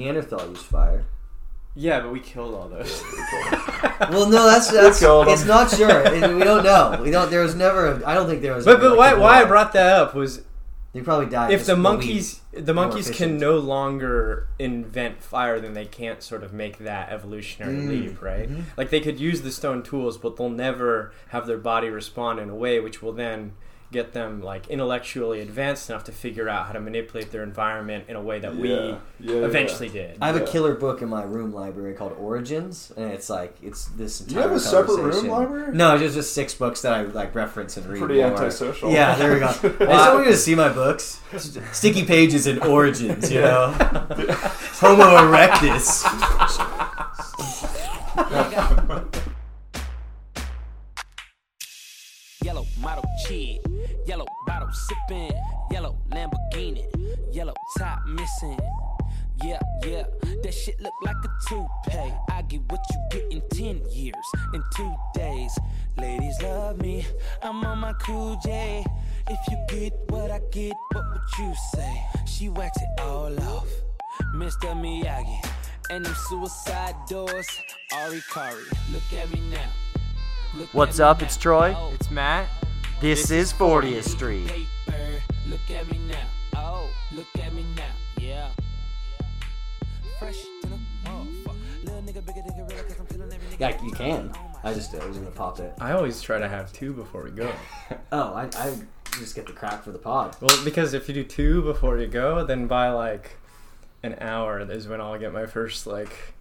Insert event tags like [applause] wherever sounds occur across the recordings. Neanderthal used fire. Yeah, but we killed all [laughs] those. [laughs] Well, no, that's We that's killed 'em. it's not sure. It- we don't know. We don't. There was never. A, I don't think there was. But ever, but why like, a why I war. brought that up was They probably died. if just the when we- monkeys the monkeys can efficient. no longer invent fire then they can't sort of make that evolutionary Mm, leap right like they could use the stone tools but they'll never have their body respond in a way which will then get them like intellectually advanced enough to figure out how to manipulate their environment in a way that Yeah, we yeah, yeah. eventually did I have a Yeah. killer book in my room library called Origins, and it's like it's this. Do you have entire a separate conversation. room library? No, just just six books that I like reference and read. Pretty more. antisocial. Yeah, there [laughs] we go. I just don't want you to see my books. Sticky pages and origins, you [laughs] know. Homo erectus. Yellow model kid, yellow bottle sipping, yellow Lamborghini, yellow top missing. Yeah, yeah, that shit look like a toupee. I get what you get in 10 years, in two days. Ladies love me, I'm on my cool J. If you get what I get, what would you say? She wax it all off, Mr. Miyagi. And them suicide doors, Ari Kari. Look at me now. Look What's at me up? now. It's Troy. Oh. it's Matt This is 40th Street. Paper. Look at me now. Oh, look at me now. Yeah. Fresh to the motherfucker. Little nigga, bigger nigga, real, cause I'm feeling every nigga. Yeah, you can. I just I was gonna pop it. I always try to have two before we go Oh, I, I just get the crack for the pod. well because if you do two before you go then by like an hour is when I'll get my first like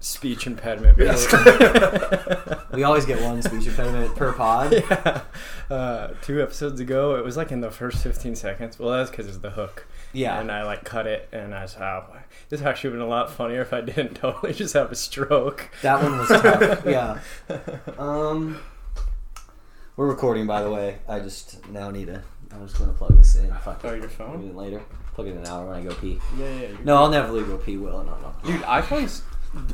speech impediment [laughs] [laughs] We always get one speech impediment per pod. [laughs] yeah. Uh, two episodes ago, it was like in the first 15 seconds. Well, that's because it's the hook. Yeah. And I like cut it, and I was oh, this actually would have been a lot funnier if I didn't [laughs] totally just have a [laughs] stroke. That one was tough. Yeah. Oh, Um, we're recording, by the way. I just now need to. I'm just gonna plug this in. Fuck Oh, it. your Plug it phone? in later. Plug it in an hour when I go pee. Yeah, yeah. No, I'll never leave go pee. Will no, no. Dude, iPhones.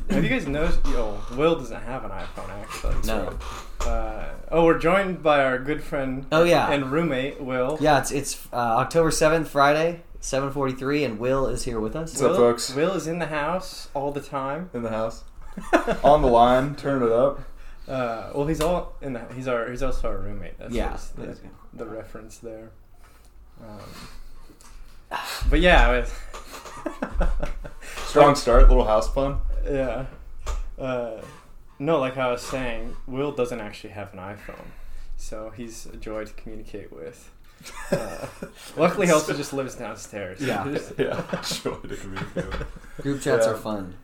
Have you guys noticed? Yo, Will doesn't have an iPhone actually. No. So, uh, oh, we're joined by our good friend. Oh, yeah. And roommate Will. Yeah, it's it's uh, October seventh, Friday, seven forty three, and Will is here with us. What's up, Will- folks? Will is in the house all the time. In the house. [laughs] On the line, turn it up. Uh, well, he's all in the, he's our he's also our roommate. That's Yeah, his- the, that's good. the reference there. Um, but yeah, I was, Strong start, little house pun. yeah. Uh, no, like I was saying, Will doesn't actually have an iPhone, so he's a joy to communicate with. Uh, [laughs] luckily, he also [laughs] just lives downstairs. Yeah. Yeah, sure. to communicate with. Group chats Yeah. are fun.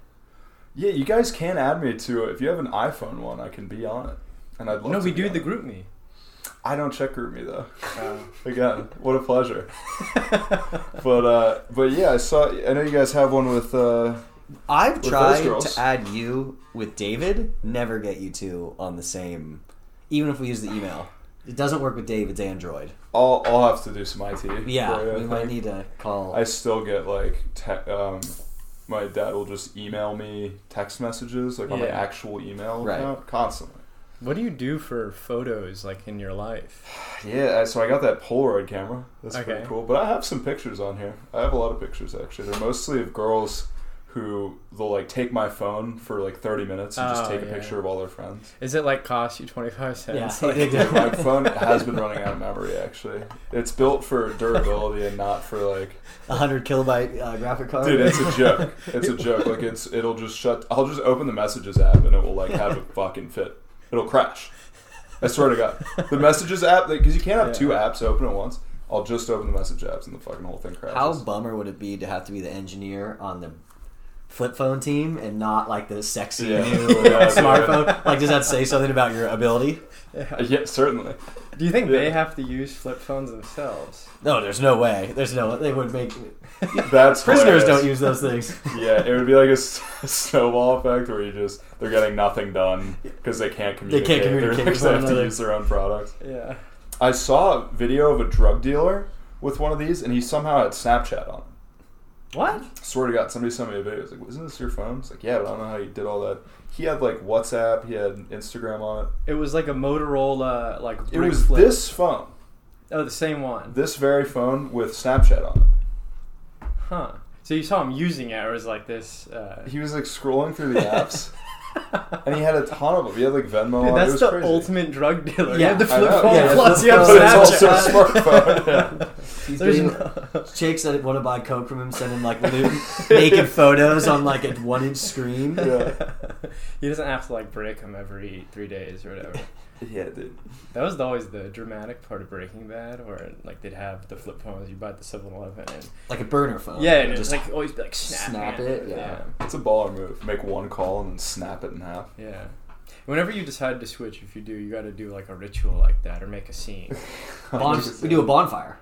Yeah, you guys can add me to it. If you have an iPhone one, I can be on it. And I'd love No, to we be do on the it. [laughs] group me. I don't check group me though. Uh, Again, what [laughs] a pleasure. but uh but yeah, I saw I know you guys have one with uh I've those tried girls. to add you with David. Never get you two on the same. Even if we use the email, it doesn't work with David's Android. I'll I'll have to do some IT. for you, Yeah, I we might think. need to call. I still get like te- um my dad will just email me text messages like on my Yeah. actual email Right. account constantly. what do you do for photos, like in your life? Yeah, I- so I got that Polaroid camera. That's pretty Okay. cool. But I have some pictures on here. I have a lot of pictures actually. They're mostly of girls who they'll like take my phone for like 30 minutes and just Oh, take a yeah. picture of all their [laughs] friends. Is it like cost you twenty five cents? Yeah. [laughs] Like- Dude, my phone has been running out of memory actually. It's built for durability and not for like A hundred kilobyte uh, graphic card. Dude, it's a joke. It's a joke. Like it's it'll just shut. I'll just open the messages app and it will like have a fucking fit. It'll crash. I swear to God, the messages app because you can't have Yeah. two apps open at once. I'll just open the message apps and the fucking whole thing crashes. [laughs] How bummer would it be to have to be the engineer on the flip phone team and not like the sexy Yeah. new [laughs] Yeah, smartphone? Like, does that say something about your ability? [laughs] yeah, certainly. Do you think Yeah. they have to use flip phones themselves? No, there's no way. There's no. They would make [laughs] That's prisoners hilarious. don't use those things. [laughs] Yeah, it would be like a s- [laughs] snowball effect where you just they're getting nothing done because they can't can't communicate. They're- communicate they with one have to another. use their own products. Yeah. I saw a video of a drug dealer with one of these, and he somehow had Snapchat on. him. What? swear to God, somebody sent me a video. It's like, isn't this your phone? It's like, yeah, but I don't know how you did all that. He had like WhatsApp. He had Instagram on it. It was like a Motorola, like It brick was flip. this phone, Oh, the same one. this very phone with Snapchat on it. Huh. So So you saw him using it, or is like this? Uh, [laughs] He was like scrolling through the apps, and he had a ton of them. He had like Venmo. Dude, on. it that's was the crazy. ultimate drg dealer. you Yeah, have the I flip know. phone Yeah, plus you flip have phone. But it's Snapchat. also a [laughs] smartphone. yeah. He's There's been, [laughs] no- chicks that want to buy coke from him send him like lewd, [laughs] naked photos on like a one inch screen. Yeah. [laughs] he doesn't have to like break them every three days or whatever. yeah, dude. That was always the dramatic part of Breaking Bad, where like they'd have the flip phones. You buy the Seven Eleven, and Like a burner phone. yeah, and it's Oh, just like always be like snap, snap man. it, yeah. It's a baller move. Make one call and then snap it in half. yeah, yeah. Whenever you decide to switch, if you do, you got to do like a ritual like that or make a scene. bon- we do a bonfire.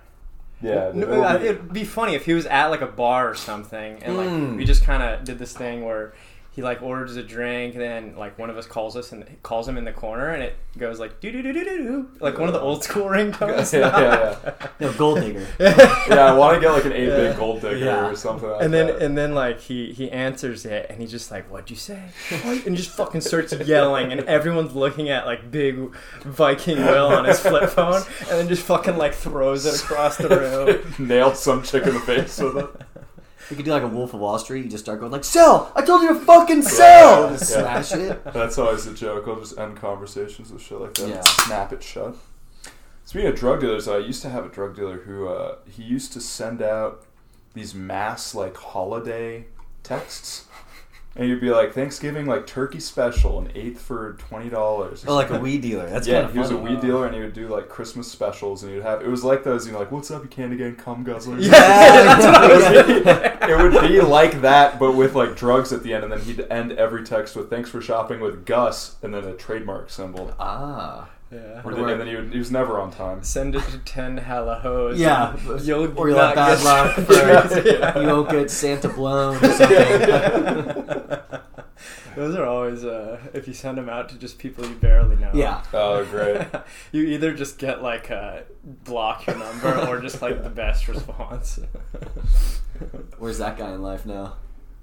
Yeah, dude, No, uh, [laughs] it'll be- it'd be funny if he was at like a bar or something, and like Hmm. Mm. we just kind of did this thing where he like orders a drink, and then like one of us calls us and calls him in the corner, and it goes like doo doo doo doo doo doo, like one of the old school ringtones. [laughs] yeah, yeah, yeah. No gold digger. yeah, I want to get like an eight bit gold digger Yeah. or something. Like And then that. [laughs] and then like he he answers it, and he's just like, "What'd you say?" What? and just fucking starts yelling, and everyone's looking at like big Viking Will on his flip phone, and then just fucking like throws it across the [laughs] room. nailed some chick in the face with it. We could do like a Wolf of Wall Street. You just start going like, "Sell! I told you to fucking sell!" Yeah. And Smash it. [laughs] That's always the joke. I'll just end conversations with shit like that. Yeah. Snap it shut. Speaking of drug dealers, I used to have a drug dealer who uh, he used to send out these mass like holiday texts, and you'd be like Thanksgiving like turkey special, an eighth for twenty dollars. Or like a weed dealer. That's Yeah, kind of he was a funny. weed dealer, and he would do like Christmas specials, and he'd have it was like those, you know, like what's up, you can't again, cum guzzler. Yeah, [laughs] that's what I was it, would be, it would be like that, but with like drugs at the end, and then he'd end every text with "Thanks for shopping with Gus," and then a trademark symbol. Ah, Yeah. Or did- and then he, would, he was never on time. Send it to ten hella hoes. Yeah. and you'll Or you'll not have bad get [laughs] luck surgery. or you won't get Santa blown [laughs] or something. Those are always uh, if you send them out to just people you barely know. yeah. Oh, great! [laughs] you either just get like a block your number or just like the best response. [laughs] Where's that guy in life now?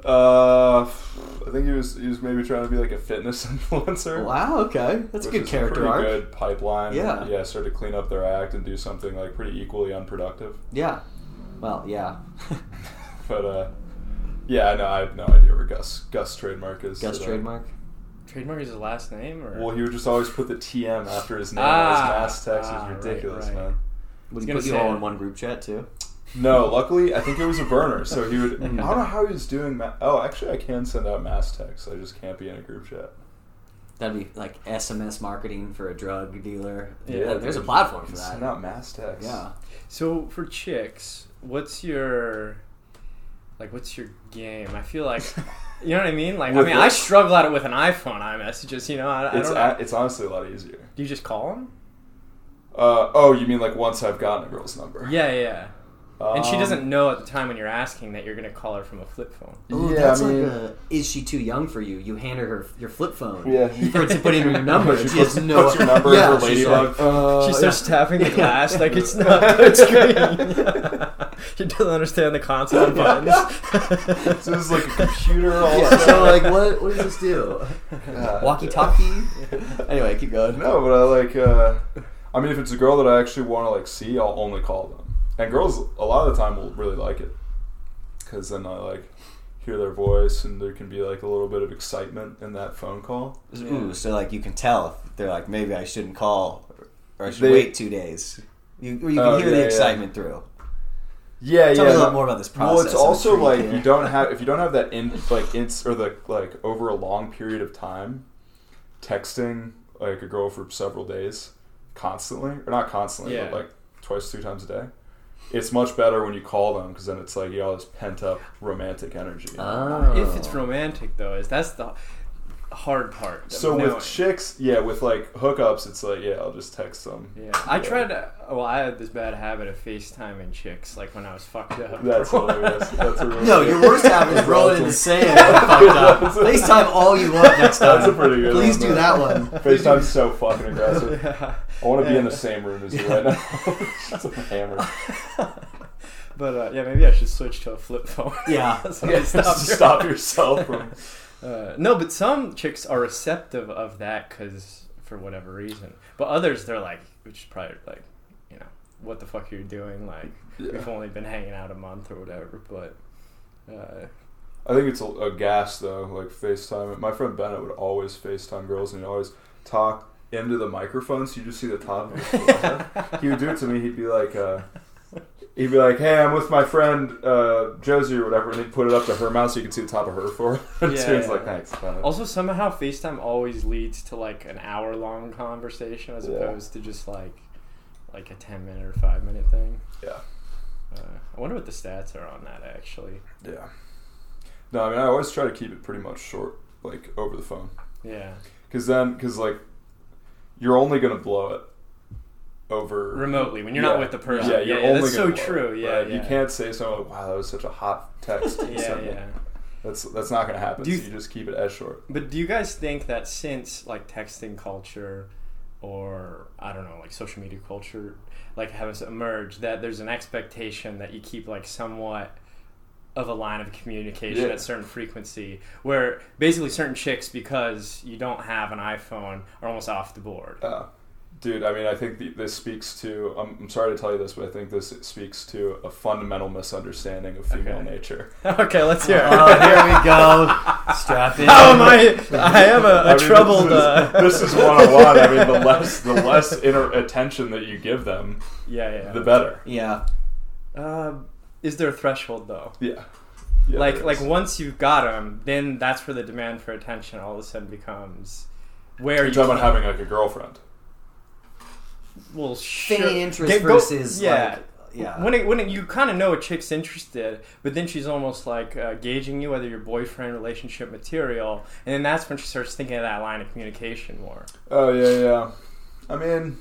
Uh, I think he was he was maybe trying to be like a fitness [laughs] influencer. Wow, okay. That's a which good is character pretty arc. good pipeline. Yeah. yeah. Sort of clean up their act and do something like pretty equally unproductive. Yeah. Well, yeah. [laughs] [laughs] But uh, yeah, no, I have no idea where Gus Gus trademark is. Gus So, trademark. Trademark is his last name, or Well, he would just always put the TM after his name. Ah, on his mass text ah, It right, was ridiculous, right. man. Would he gonna put you say all it. in one group chat too? No, luckily I think it was a burner, so [laughs] he would. I don't know how he was doing. Ma- oh, actually, I can send out mass texts. I just can't be in a group chat. That'd be like SMS marketing for a drug dealer. Yeah, Yeah, there's a dude. platform for You can that. Send out mass texts. [laughs] Yeah. So for chicks, what's your like? What's your game? I feel like you know what I mean. Like I With mean, what? I struggle at it with an iPhone. iMessages, you know. I, I It's don't. a, it's honestly a lot easier. do you just call them? Uh, oh, you mean like once I've gotten a girl's number? Yeah, yeah. And she Um, doesn't know at the time when you're asking that you're gonna call her from a flip phone. Ooh, yeah, that's I mean, like a, is she too young for you? You hand her, her your flip phone Yeah. for it to put in [laughs] her number. she she puts, has no puts your number yeah, in her she's ladybug. like, Uh, She starts tapping [laughs] the glass like it's Yeah. not touchscreen. [laughs] she doesn't understand the console and buttons. [laughs] so this is like a [laughs] computer. All Uh, yeah, that. so [laughs] like, what what does this do? God. [laughs] Walkie-talkie. Anyway, keep going. No, but I like. Uh, I mean, if it's a girl that I actually want to like see, I'll only call them. And girls, a lot of the time, will really like it because then I like hear their voice, and there can be like a little bit of excitement in that phone call. Ooh, so like you can tell if they're like maybe I shouldn't call or I should They- wait two days. You, or you can Oh, hear yeah, the yeah. excitement through. Yeah, Tell yeah. me a no- little more about this process. Well, it's I'm also intrigued like here. you don't have if you don't have that in like ins or the like over a long period of time, texting like a girl for several days, constantly or not constantly, Yeah. but like twice, three times a day. It's much better when you call them because then it's like you all this pent up romantic energy. Oh. Uh, if it's romantic though, is that's the hard part. of so knowing. with chicks, yeah, with like hookups, it's like yeah, I'll just text them. Yeah, I tried to. Well, I had this bad habit of FaceTiming chicks, like when I was fucked up. [laughs] That's hilarious. [laughs] That's a really No, your worst [laughs] habit is rolling in the sand. Fucked up. FaceTime all you want next time. That's a pretty good Please one, do man. that one. [laughs] FaceTime's so fucking aggressive. [laughs] Yeah. I want to be in the Yeah. same room as you right now. [laughs] It's a hammer. But uh, yeah, maybe I should switch to a flip phone. [laughs] Yeah. So I Yeah, [laughs] stop just to your- stop [laughs] yourself from. Uh, no, but some chicks are receptive of that because for whatever reason. But others, they're like, which is probably like, you know, what the fuck are you doing? Like, Yeah. we've only been hanging out a month or whatever. But [laughs] Uh, I think it's a, a gas though, like FaceTime. My friend Bennett would always FaceTime girls, and he'd always talk into the microphone, so you just see the top [laughs] of his forehead. he would do it to me. He'd be like, uh, he'd be like, "Hey, I'm with my friend uh, Josie or whatever," and he'd put it up to her mouth so you could see the top of her [laughs] forehead. so Yeah, he's yeah. like, "Thanks, Bennett." Also, somehow FaceTime always leads to like an hour long conversation as Yeah. opposed to just like like a ten minute or five minute thing. yeah, Uh, I wonder what the stats are on that actually. yeah. No, I mean, I always try to keep it pretty much short, like over the phone, Yeah, because then, because like, you're only gonna blow it over remotely when you're Yeah. not with the person. Yeah, Yeah, you're yeah, only that's so gonna blow true. it, Yeah, right? yeah, you can't say something like, "Wow, that was such a hot text." [laughs] he Yeah, sent me." yeah. That's that's not gonna happen. Do you- so you just keep it as short. But do you guys think that since like texting culture or I don't know, like social media culture like has emerged that there's an expectation that you keep like somewhat of a line of communication Yeah. at certain frequency where basically certain chicks because you don't have an iPhone are almost off the board. Uh, dude, I mean, I think the, this speaks to. I'm, I'm sorry to tell you this, but I think this speaks to a fundamental misunderstanding of female Okay. [laughs] nature. [laughs] okay, let's hear it. uh, Oh, here we [laughs] go. Strap in. How am I I have a, I a mean, troubled This is, uh, [laughs] this is 101. I mean, [laughs] the less the less inner attention that you give them, Yeah, yeah. the better. Yeah. Uh, is there a threshold though? Yeah. Yeah, like there like is. once you've got them, then that's where the demand for attention all of a sudden becomes where You're talking about can't- having like a girlfriend. well Fan sure, interest Get- go- versus yeah. like yeah. When it, when it, you kind of know a chick's interested, but then she's almost like uh, gauging you whether you're boyfriend relationship material, and then that's when she starts thinking of that line of communication more. Oh yeah, yeah. I mean,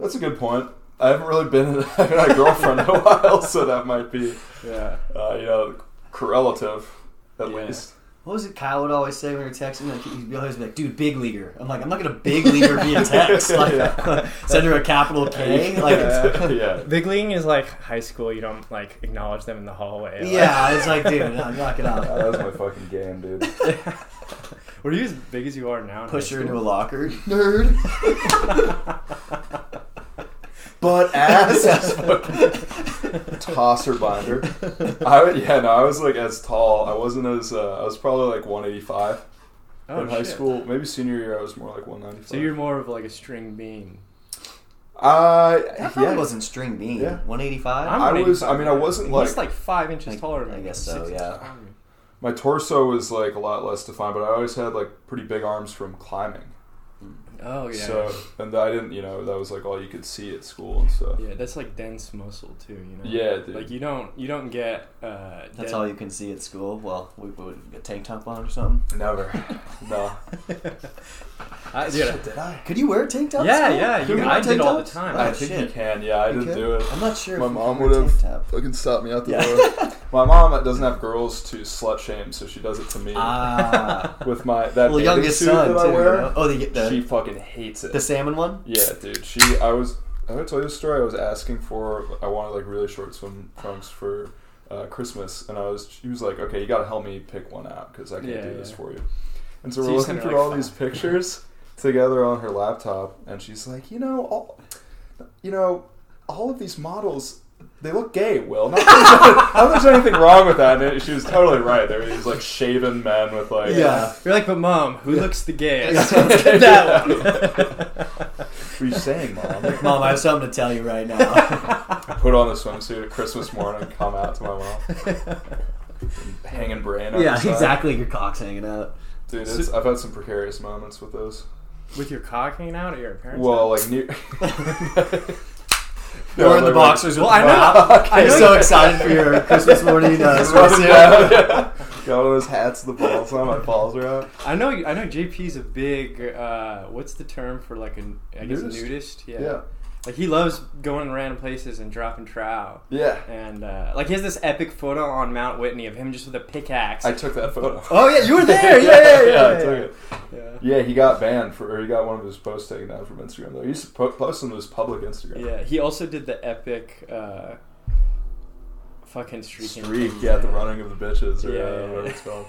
that's a good point. I haven't really been in, [laughs] I haven't had a girlfriend in a while, so that might be, Yeah, uh, you know, correlative at Yeah. least. What was it Kyle would always say when we were texting? Like, he'd always be like, dude, big leaguer. I'm like, I'm not going to big leaguer [laughs] via text. Like, [laughs] Yeah. send her a capital K. Like, uh, yeah, it's, [laughs] yeah. [laughs] big leaguing is like high school. You don't like acknowledge them in the hallway. like- yeah, it's like, dude, no, knock [laughs] it Ah, that was my out. fucking game, dude. Were you as big as you are now? in Push high her into school? a locker. [laughs] Nerd. But ass [laughs] tosser binder. I would, yeah, no, I was like as tall. I wasn't as uh, I was probably like 185 Oh, in high shit. school. Maybe senior year, I was more like 195. So you're more of like a string bean. uh, That probably yeah, wasn't string bean. Yeah. 185? I'm I was- 185. I mean, I wasn't, he's like- like five inches Like, taller than I me. guess Six so, inches yeah. taller than me. my torso was like a lot less defined, but I always had like pretty big arms from climbing. Oh yeah. So and I didn't, you know, that was like all you could see at school and stuff. yeah, that's like dense muscle too. You know. Yeah, dude. Like you don't you don't get. Uh, That's den- all you can see at school. Well, we put a tank top on or something. Never, [laughs] no. I, dude, I- did I? Could [laughs] you wear a tank top? at Yeah, school? yeah, Could you- we wear I did tank all the tops? time. Oh, [laughs] I think you shit. can. Yeah, I You could? didn't do it. I'm not sure. My if we mom could wear a would've- tank top. [laughs] Fucking stop me out the Yeah. door. [laughs] My mom doesn't have girls to slut shame, so she does it to me Ah. with my that [laughs] well, bathing youngest suit son, that too. I you wear. know? Oh, the, the, she fucking hates it. the salmon one? yeah, dude. She, I was, I told you the story. I was asking for, I wanted like really short swim trunks for uh, Christmas, and I was, she was like, okay, you gotta help me pick one out because I can't Yeah, do this yeah. for you. And so, So we're you looking sent her, through like, all these five. [laughs] pictures together on her laptop, and she's like, you know, all, you know, all of these models. They look gay, Will. Not that there's, not that there's anything wrong with that. And she was totally right. There were these like shaven men with like Yeah. You're like, but mom, who looks the gayest? [laughs] [laughs] Yeah. Get that one. What are you [laughs] saying, mom? Mom, I have something to tell you right now. Put on the swimsuit at Christmas morning, come out to my [laughs] mom, hanging brain. On yeah, the side. exactly. Your cock's hanging out. Dude, it's, I've had some precarious moments with those. [laughs] With your cock hanging out at your parents. Well, house? like near. [laughs] You're in the boxers with Well, I the know. [laughs] bra. I You're know so you- [laughs] excited for your Christmas morning uh, Running swimsuit. down, yeah. [laughs] Got one of those hats, with the balls on. My balls are out. I know. I know. JP's a big. Uh, what's the term for like a? I guess Nudist? nudist. Yeah. Yeah, Like he loves going to random places and dropping trow. yeah. And uh, like he has this epic photo on Mount Whitney of him just with a pickaxe. I took that photo. oh yeah, you were there. Yeah, yeah, [laughs] yeah. I yeah, took yeah, it. Yeah, he got banned for, or he got one of his posts taken down from Instagram. Though he used to po- post them to his public Instagram. Yeah, He also did the epic, uh, fucking streaking. Streak, thing. yeah, the running of the bitches, or Yeah, uh, yeah, whatever yeah. [laughs] it's called.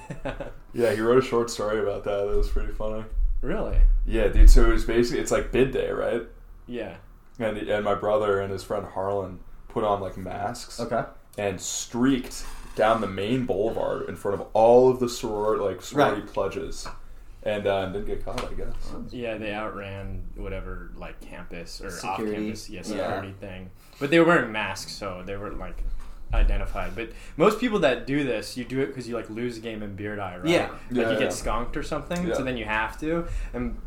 Yeah, he wrote a short story about that. That was pretty funny. really? Yeah, dude. So it was basically it's like bid day, right? Yeah. And and my brother and his friend Harlan put on like masks. Okay. and streaked down the main boulevard in front of all of the soror like sorority Right. pledges, and uh, didn't get caught. I guess. Yeah, they outran whatever like campus or Security. off campus, yeah, Yeah. security thing. But they were wearing masks, so they were like identified. But most people that do this, you do it because you like lose a game in beard eye, right? Yeah. like Yeah, you yeah. get skunked or something, Yeah. so then you have to. And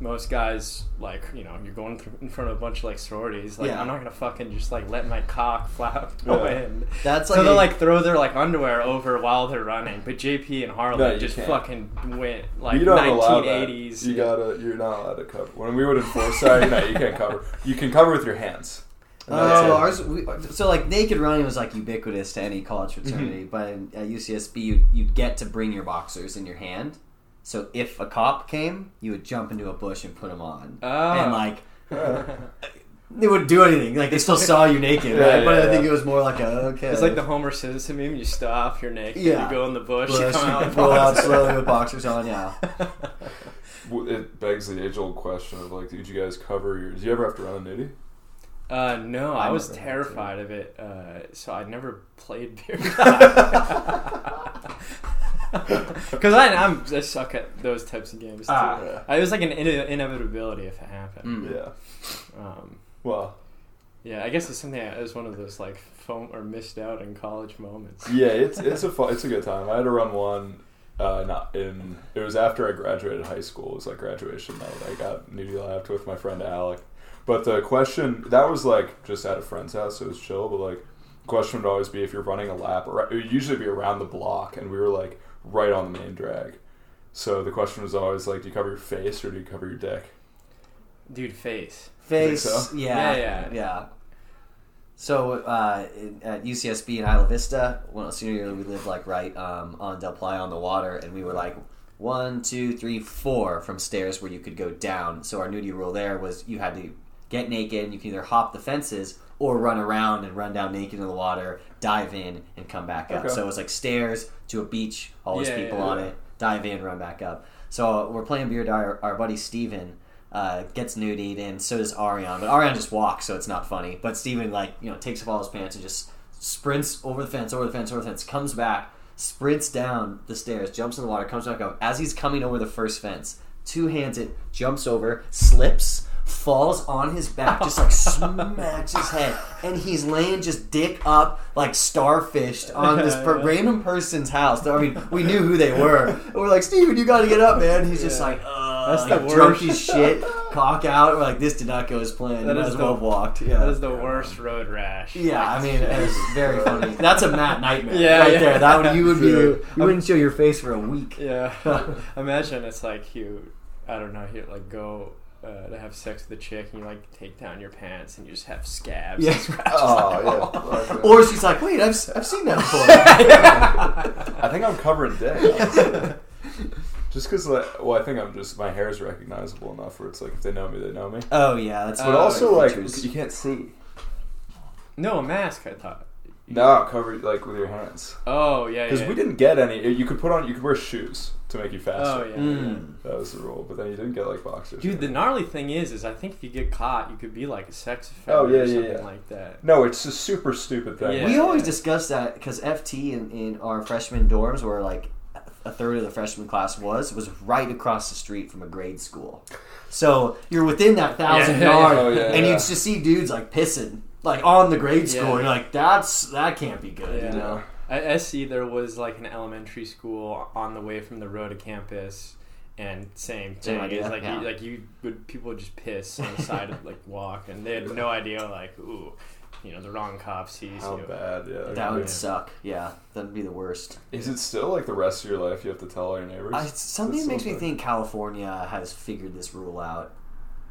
most guys, like you know, you're going through in front of a bunch of like sororities. Like Yeah. I'm not gonna fucking just like let my cock flap Yeah. wind. That's so like they a- will like throw their like underwear over while they're running. But JP and No, Harlan you just can't. fucking went like you don't allow that. 1980s. You gotta. You're not allowed to cover. When we would enforce that, you're not, you can't cover. You can cover with your hands. And that's Oh, it. [laughs] ours. We, so like naked running was like ubiquitous to any college Mm-hmm. fraternity, but in, at UCSB you you get to bring your boxers in your hand. So if a cop came, you would jump into a bush and put them on, Oh. and like they wouldn't do anything. Like they still saw you naked, Yeah, right? but yeah, I think yeah. it was more like a [laughs] okay. It's like the Homer Simpson meme. You stop, you're naked, Yeah. you go in the bush, bush, you come out, pull out slowly with boxers on. Yeah, Well, It begs the age old question of like, did you guys cover your? Did you ever have to run a nudie? [laughs] Uh, no, I, I was never had terrified of it, uh, so I never played [laughs] beer. [laughs] Because I, I'm I suck at those types of games. Too. Ah. I- it was like an in- inevitability if it happened. Mm. [laughs] Yeah. Um, Well. yeah, I guess it's something. that- It was one of those like phone or missed out in college moments. Mm. Yeah. It's it's a fun, it's a good time. I had to run one. Uh, not in. It was after I graduated high school. It was like graduation night. I got nudie lapped with my friend Alec. But the question that was like just at a friend's house, so it was chill. But like, question would always be if you're running a lap, or it would usually be around the block, and we were like right on the main drag. So the question was always like, do you cover your face or do you cover your dick? Dude, face. face. so? Yeah, Yeah, yeah. yeah. So uh, in, at UCSB in Isla Vista, when I was senior year, we lived like right um, on Del Playa on the water, and we were like one, two, three, four from stairs where you could go down. So our nudie rule there was you had to get naked, and you can either hop the fences or run around and run down naked in the water, dive in, and come back up. Okay. So it was like stairs to a beach, always Yeah, people yeah, on yeah. it, dive in, run back up. So we're playing beer. Our, our buddy Steven uh, gets nudied, and so does Arion. But Arion just walks, so it's not funny. But Steven, like, you know, takes off all his pants and just sprints over the fence, over the fence, over the fence, comes back, sprints down the stairs, jumps in the water, comes back up. As he's coming over the first fence, two hands it, jumps over, slips, falls on his back, just like smacks his head. And he's laying just dick up, like starfished on this per- random person's house. I mean, we knew who they were. And we're like, Steven, you gotta get up, man. And he's just Yeah. like, uh, That's the like, drunk worst. as shit, cock out. We're like, this did not go as planned. That you might is as well the- have walked. Yeah. That is the worst road rash. Yeah, I mean, it was [laughs] very funny. That's a Matt nightmare Yeah, right yeah. there. That one, you would be, Sure. you wouldn't show your face for a week. [laughs] Yeah. [laughs] Imagine it's like you, I don't know, you like go uh, to have sex with a chick and you like take down your pants and you just have scabs. [laughs] Yeah. And scratches. Oh [laughs] yeah. Or she's like, wait, I've, s- I've seen that before. I think I'm covering [laughs] dick. [laughs] just because, like, well, I think I'm just my hair is recognizable enough where it's like if they know me, they know me. oh yeah, that's But one of Uh, also, the like, features. you can't see. No, a mask, I thought. No, cover like with your hands Oh, yeah, because yeah. we didn't get any. You could put on, you could wear shoes to make you Oh, faster. yeah. Mm. That was the rule, but then you didn't get like boxers. yeah. Dude, the gnarly thing is, is I think if you get caught, you could be like a sex offender Oh, yeah, or yeah, something yeah. like that. no, it's a super stupid thing. Yeah. We always discuss that because FT in, in our freshman dorms, where like a third of the freshman class was, was right across the street from a grade school. So you're within that thousand Yeah. yard, Oh, [laughs] yeah, and you yeah. just see dudes like pissing, like on the grade school. Yeah. And you're like, that's that can't be good. Yeah. You know? At SC, there was like an elementary school on the way from the road to campus, and same Same thing. idea, It's like yeah. you, like you would people would just piss on the side of like walk, and they had no idea like ooh, you know the wrong cop sees How you. bad? Yeah. That would Oh, Yeah. suck. Yeah, that'd be the worst. Is it still like the rest of your life? You have to tell all your neighbors. I, something That's makes so me bad. think California has figured this rule out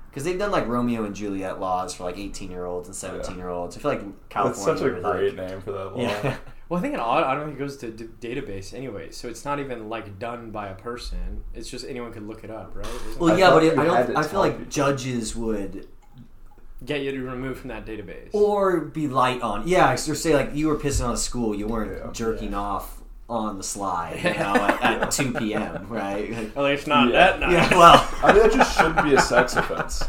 because they've done like Romeo and Juliet laws for like 18 year olds and 17 year olds. I feel like California. That's such a would, like- great name for that [laughs] law. Yeah. Well, I think an audit, I don't think it goes to d- database anyway, so it's not even like done by a person. It's just anyone could look it up, right? Isn't Well, I yeah, thought but you it, I had don't. to I feel tell like people. judges would it? Get you to remove from that database. or be light on. Yeah, or say like you were pissing on a school, you weren't Yeah. jerking off on the slide, [laughs] you know, at, at 2 p.m., right? Like, At least not Yeah. that night. yeah, [laughs] well, I mean, that just shouldn't be a sex offense.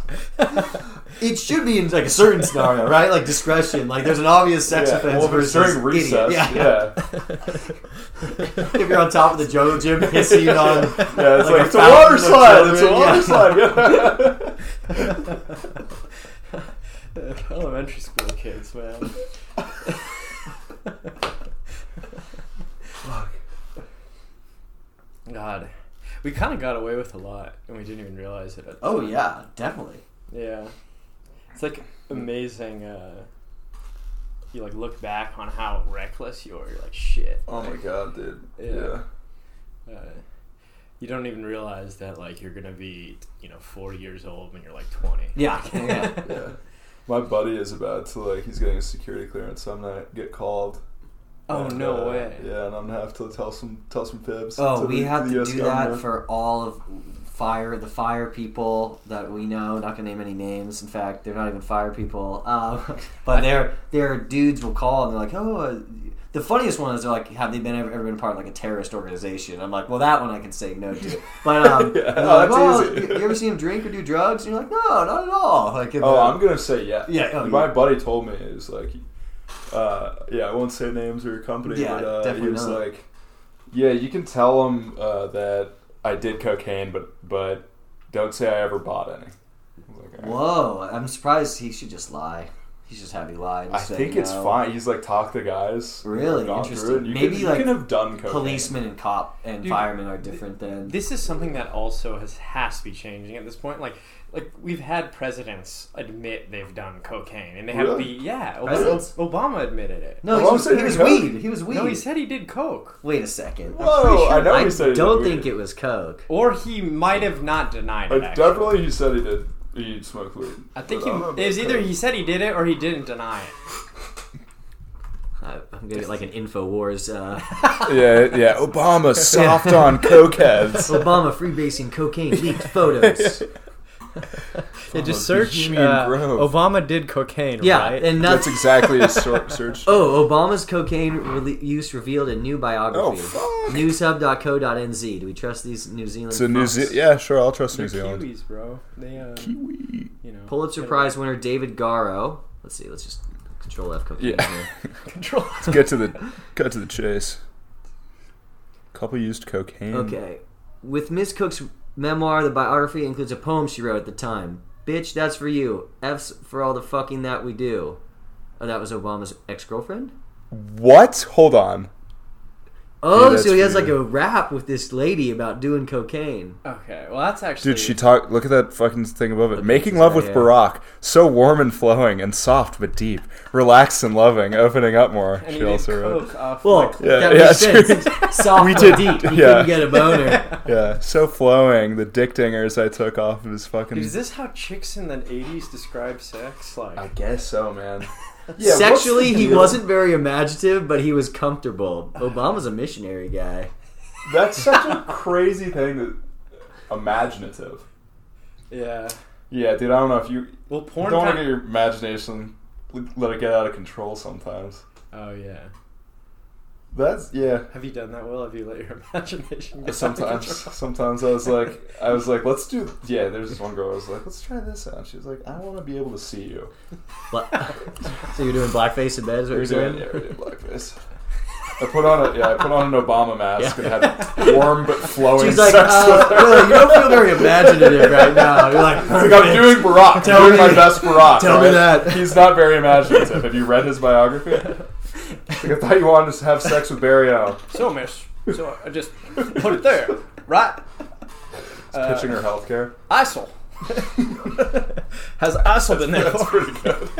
it should be in like a certain scenario, right? Like discretion. Like there's an obvious sex yeah. offense well, if it's versus during idiot. recess, yeah. [laughs] yeah. if you're on top of the JoJo gym pissing [laughs] on, it's Like like, a it's a water fountain of slide. It's a children, water yeah. slide. [laughs] Elementary school kids, man. God. We kind of got away with a lot, and we didn't even realize it. At the oh time. yeah, definitely. Yeah. It's like amazing. Uh, you like look back on how reckless you are. You're like, shit. oh my god, dude. Yeah. yeah. Uh, you don't even realize that like you're gonna be you know 40 years old when you're like 20. Yeah, yeah. Yeah. My buddy is about to like he's getting a security clearance some night, get called. Oh and, no uh, way. Yeah, and I'm gonna have to tell some tell some fibs. Oh, to we the- had the to US do that government. for all of fire the fire people that we know. Not gonna name any names. In fact, they're not even fire people. Um, [laughs] but they're they're dudes will call and they're like, oh. Uh, the funniest one is they're like, have they been ever, ever been part of like a terrorist organization? I'm like, well, that one I can say no to. [laughs] But um, Yeah, they're no, like, that's well, easy." you, you ever seen him drink or do drugs? And you're like, no, not at all. Like, Oh, I'm gonna say yeah. Yeah, oh, my yeah. buddy told me it was like, uh, yeah, I won't say names or company, Yeah, but uh, he definitely was not. like, yeah, you can tell him uh, that I did cocaine, but but don't say I ever bought any. I was like, "All Whoa, right." I'm surprised he should just lie. He should just have you lie. and I say think it's no. fine. He's like talk to guys. who have Really? gone through Interesting. it. You Maybe, can, you like, can have done cocaine. Policemen and cop and Dude, firemen are different than This is something that also has has to be changing at this point. Like, like we've had presidents admit they've done cocaine, and they have Really? the yeah. Ob- Presidents? Obama admitted it. No, Well, he was, I'm saying he was Coke. weed. He was weed. no, he said he did coke, Wait a second. I'm Whoa, pretty I know he I said he don't did think weed. it was coke. or he might have not denied it. Like, actually. definitely, he said he did. He smoked weed. I think But don't know about he it was either coke. he said he did it or he didn't deny it. I, I'm gonna get like an Infowars. Uh, [laughs] Yeah, yeah. Obama soft [laughs] on cokeheads. Obama freebasing cocaine leaked photos. [laughs] Yeah, just Oh, search. Bohemian uh, Grove. Obama did cocaine, Yeah, right? and That's that's. exactly his sor- search. Oh, Obama's cocaine rele- use revealed in new biography. Oh, fuck. Newshub.co.nz. Do we trust these New Zealand? So New fucks? Zealand. Yeah, sure. I'll trust They're New Zealand. Kiwis, bro. They uh, Kiwi. you know Pulitzer Prize winner David Garo. Let's see. Let's just control F cocaine. Yeah. here. control. Get to the cut to the chase. Couple used cocaine. Okay. With Miss Cook's memoir, the biography includes a poem she wrote at the time. Bitch, that's for you. F's for all the fucking that we do. Oh, that was Obama's ex girlfriend? What? Hold on. Oh, that's so he has for like you. a rap with this lady about doing cocaine. [laughs] Okay, well that's actually Dude, she talk. Look at that fucking thing above it. Making pictures love there, with yeah. Barack, so warm and flowing, and soft but deep, relaxed and loving, opening up more. And she he did also wrote. coke off Well, like, Yeah, that yeah, makes true. sense. [laughs] Soft We but did- deep. He yeah. couldn't get a boner. Yeah, so flowing. The dick dingers I took off of his fucking. Dude, is this how chicks in the 80s describe sex? Like, I guess so, [laughs] man. [laughs] Yeah, Sexually, what's the he deal? wasn't very imaginative, but he was comfortable. Obama's a missionary guy. That's such a crazy thing. That imaginative. yeah. Yeah, dude. I don't know if you Well, porn. don't want to kind- get your imagination let it get out of control sometimes. Oh yeah. That's yeah. Have you done that? Will have you let your [laughs] imagination get out of [laughs] Sometimes, control? sometimes I was like, I was like, let's do. Yeah, there's this one girl. I was like, let's try this out. She was like, I want to be able to see you. Bla- [laughs] so you're doing blackface in bed is what We you're did, doing? yeah, we did blackface. I put on a yeah, I put on an Obama mask Yeah. and had warm but flowing She's like, sex uh, with her. Will, you don't feel very imaginative right now. You're like, It's like, I'm "Perfect." doing Barack. Tell I'm doing me- my best Barack. tell me alright? that. He's not very imaginative. Have you read his biography? Like, I thought you wanted to have sex with Barry Allen. So, miss. So I just put it there, right? Uh, pitching her healthcare. ISIL. [laughs] Has ISIL been there? That's pretty good.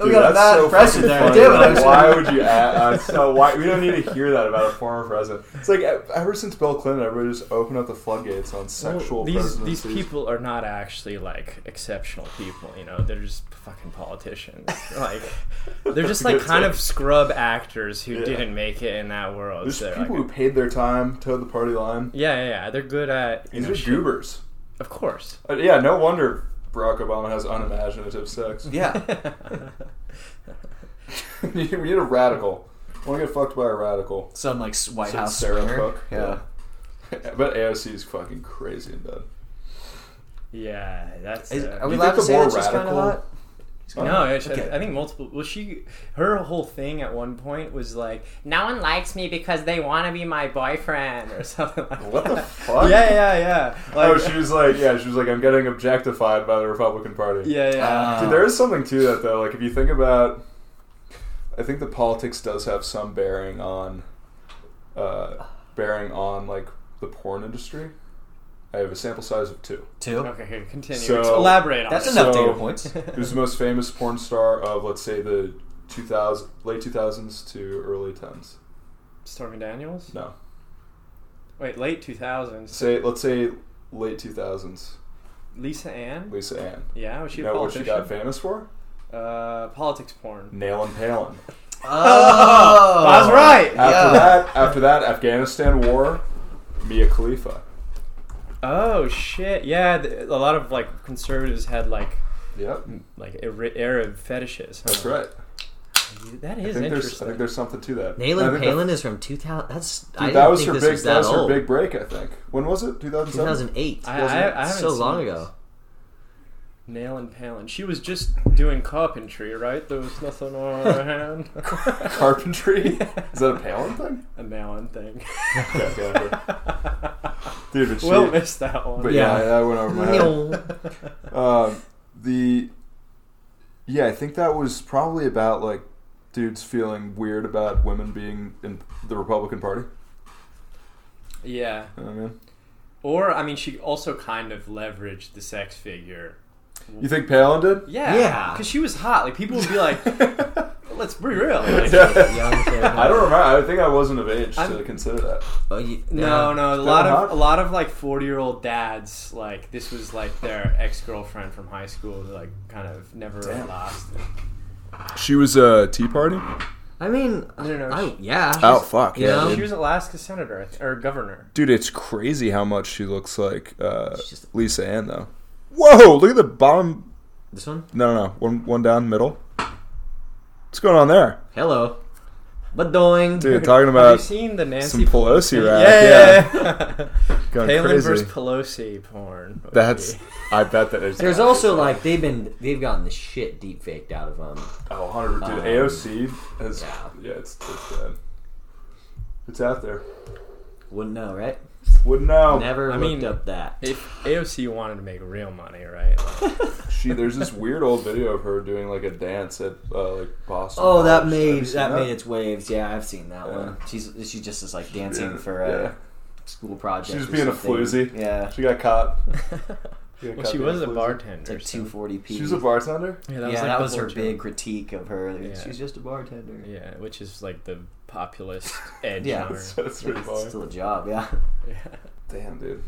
We got a bad impression there, fucking too. funny. I was- why would you? Add, uh, so why we don't need to hear that about a former president. It's like e- ever since Bill Clinton, everybody just opened up the floodgates on sexual. these these presidencies. people are not actually like exceptional people, you know. They're just fucking politicians. [laughs] Like they're just like [laughs] Good kind tip. of scrub actors who Yeah. didn't make it in that world. There's so, people like, who paid their time, towed the party line. yeah, yeah, yeah, they're good at you These know, are shit. goobers. Of course. [laughs] Uh, yeah, no wonder Barack Obama has [laughs] unimaginative sex. Yeah. you need a radical. Want to get fucked by a radical? [laughs] [laughs] Some like s- White Some House Sarah swinger. Cook, Yeah. but AOC is fucking crazy in bed. Yeah, that's. Is, uh, are we You allowed think to the say more that she's kind of radical- hot? No, it's- Okay. I think multiple. Well, she, her whole thing at one point was like, "No one likes me because they want to be my boyfriend" or [laughs] something like What that. the fuck? Yeah, yeah, yeah. Like, oh, she was like, yeah, she was like, I'm getting objectified by the Republican Party. yeah, yeah. Uh, Dude, there is something to that though. Like if you think about, I think the politics does have some bearing on, uh, bearing on like the porn industry. I have a sample size of two. Two. [laughs] okay, here, continue. So- Ex- Elaborate on That's it. enough So- data [laughs] points. Who's the most famous porn star of let's say the 2000 late 2000s to early 10s? Stormy Daniels. No, Wait, late two thousands. say let's say late 2000s. Lisa Ann. Lisa Ann. Yeah, was she You a know what she politician? got famous for? uh, politics porn. Nailing Palin. Oh, I was right. After Yeah. that, after that, Afghanistan war, Mia Khalifa. Oh shit! Yeah, th- a lot of like conservatives had like Yep, like Ara- Arab fetishes. huh? that's right. That I is think, there's, I interesting. think there's something to that. I Nayla think Palin is from 2000. That's I didn't That, dude, that was think her this big. was That that, was her old. big break. I think. When was it? 2007. 2008. I, I, I haven't so seen long this. ago. Nail and Palin. She was just doing carpentry, right? There was nothing on [laughs] her hand. [laughs] Carpentry. Is that a Palin thing? [laughs] A Malin thing. Okay, okay, okay. Dude, but she, Will missed that one. but yeah, that went over my head. Um, the yeah, I think that was probably about like dudes feeling weird about women being in the Republican Party. Yeah. You know what I mean? Or I mean, she also kind of leveraged the sex figure. You think Palin did? Yeah. Yeah. Because she was hot. Like people would be [laughs] like, "Let's be real." [laughs] Like, Young Sarah I don't remember. I think I wasn't of age to I'm- consider that. Oh, you- No, yeah. no, a lot hot. of a lot of like forty-year-old dads like this was like their ex-girlfriend from high school, that, like kind of never Damn. lasted. She was a Tea Party. I mean, No, no, I, she- yeah. Oh fuck! You Um, know? She was Alaska senator I th- or governor. Dude, it's crazy how much she looks like uh, just- Lisa Ann, though. Whoa! Look at the bottom. This one? No, no, no. One, one down, middle. What's going on there, Hello. But doing. dude? Talking Have you about seen the Nancy? some Pelosi yeah, rap. yeah, yeah. [laughs] [laughs] going Palin crazy. versus Pelosi porn. would That's. be- I bet that is. There's also like they've been they've gotten the shit deep faked out of them. oh, 100 dude. Um, AOC has yeah, yeah. it's it's bad. It's out there. Wouldn't know, right? Wouldn't know. Never I looked mean- up that. if AOC wanted to make real money, [laughs] right? Like, She there's this weird old video of her doing like a dance at uh, like Boston. Oh, that College. Have you made seen that, made its waves. Yeah, I've seen that Yeah. one. She's she just is like dancing Yeah, for uh, a yeah. school project. She was or being a something. floozy. Yeah, She got caught. got well, caught she being was a floozy. it's bartender. like so- two forty p. She was a [laughs] bartender. Yeah, Yeah, like, that the was her whole joke. big critique of her. Yeah. She's just a bartender. Yeah, Yeah, which is like the [laughs] populist edge. Yeah. on her. That's, that's pretty it's funny. still a job. Yeah, yeah. Damn, dude.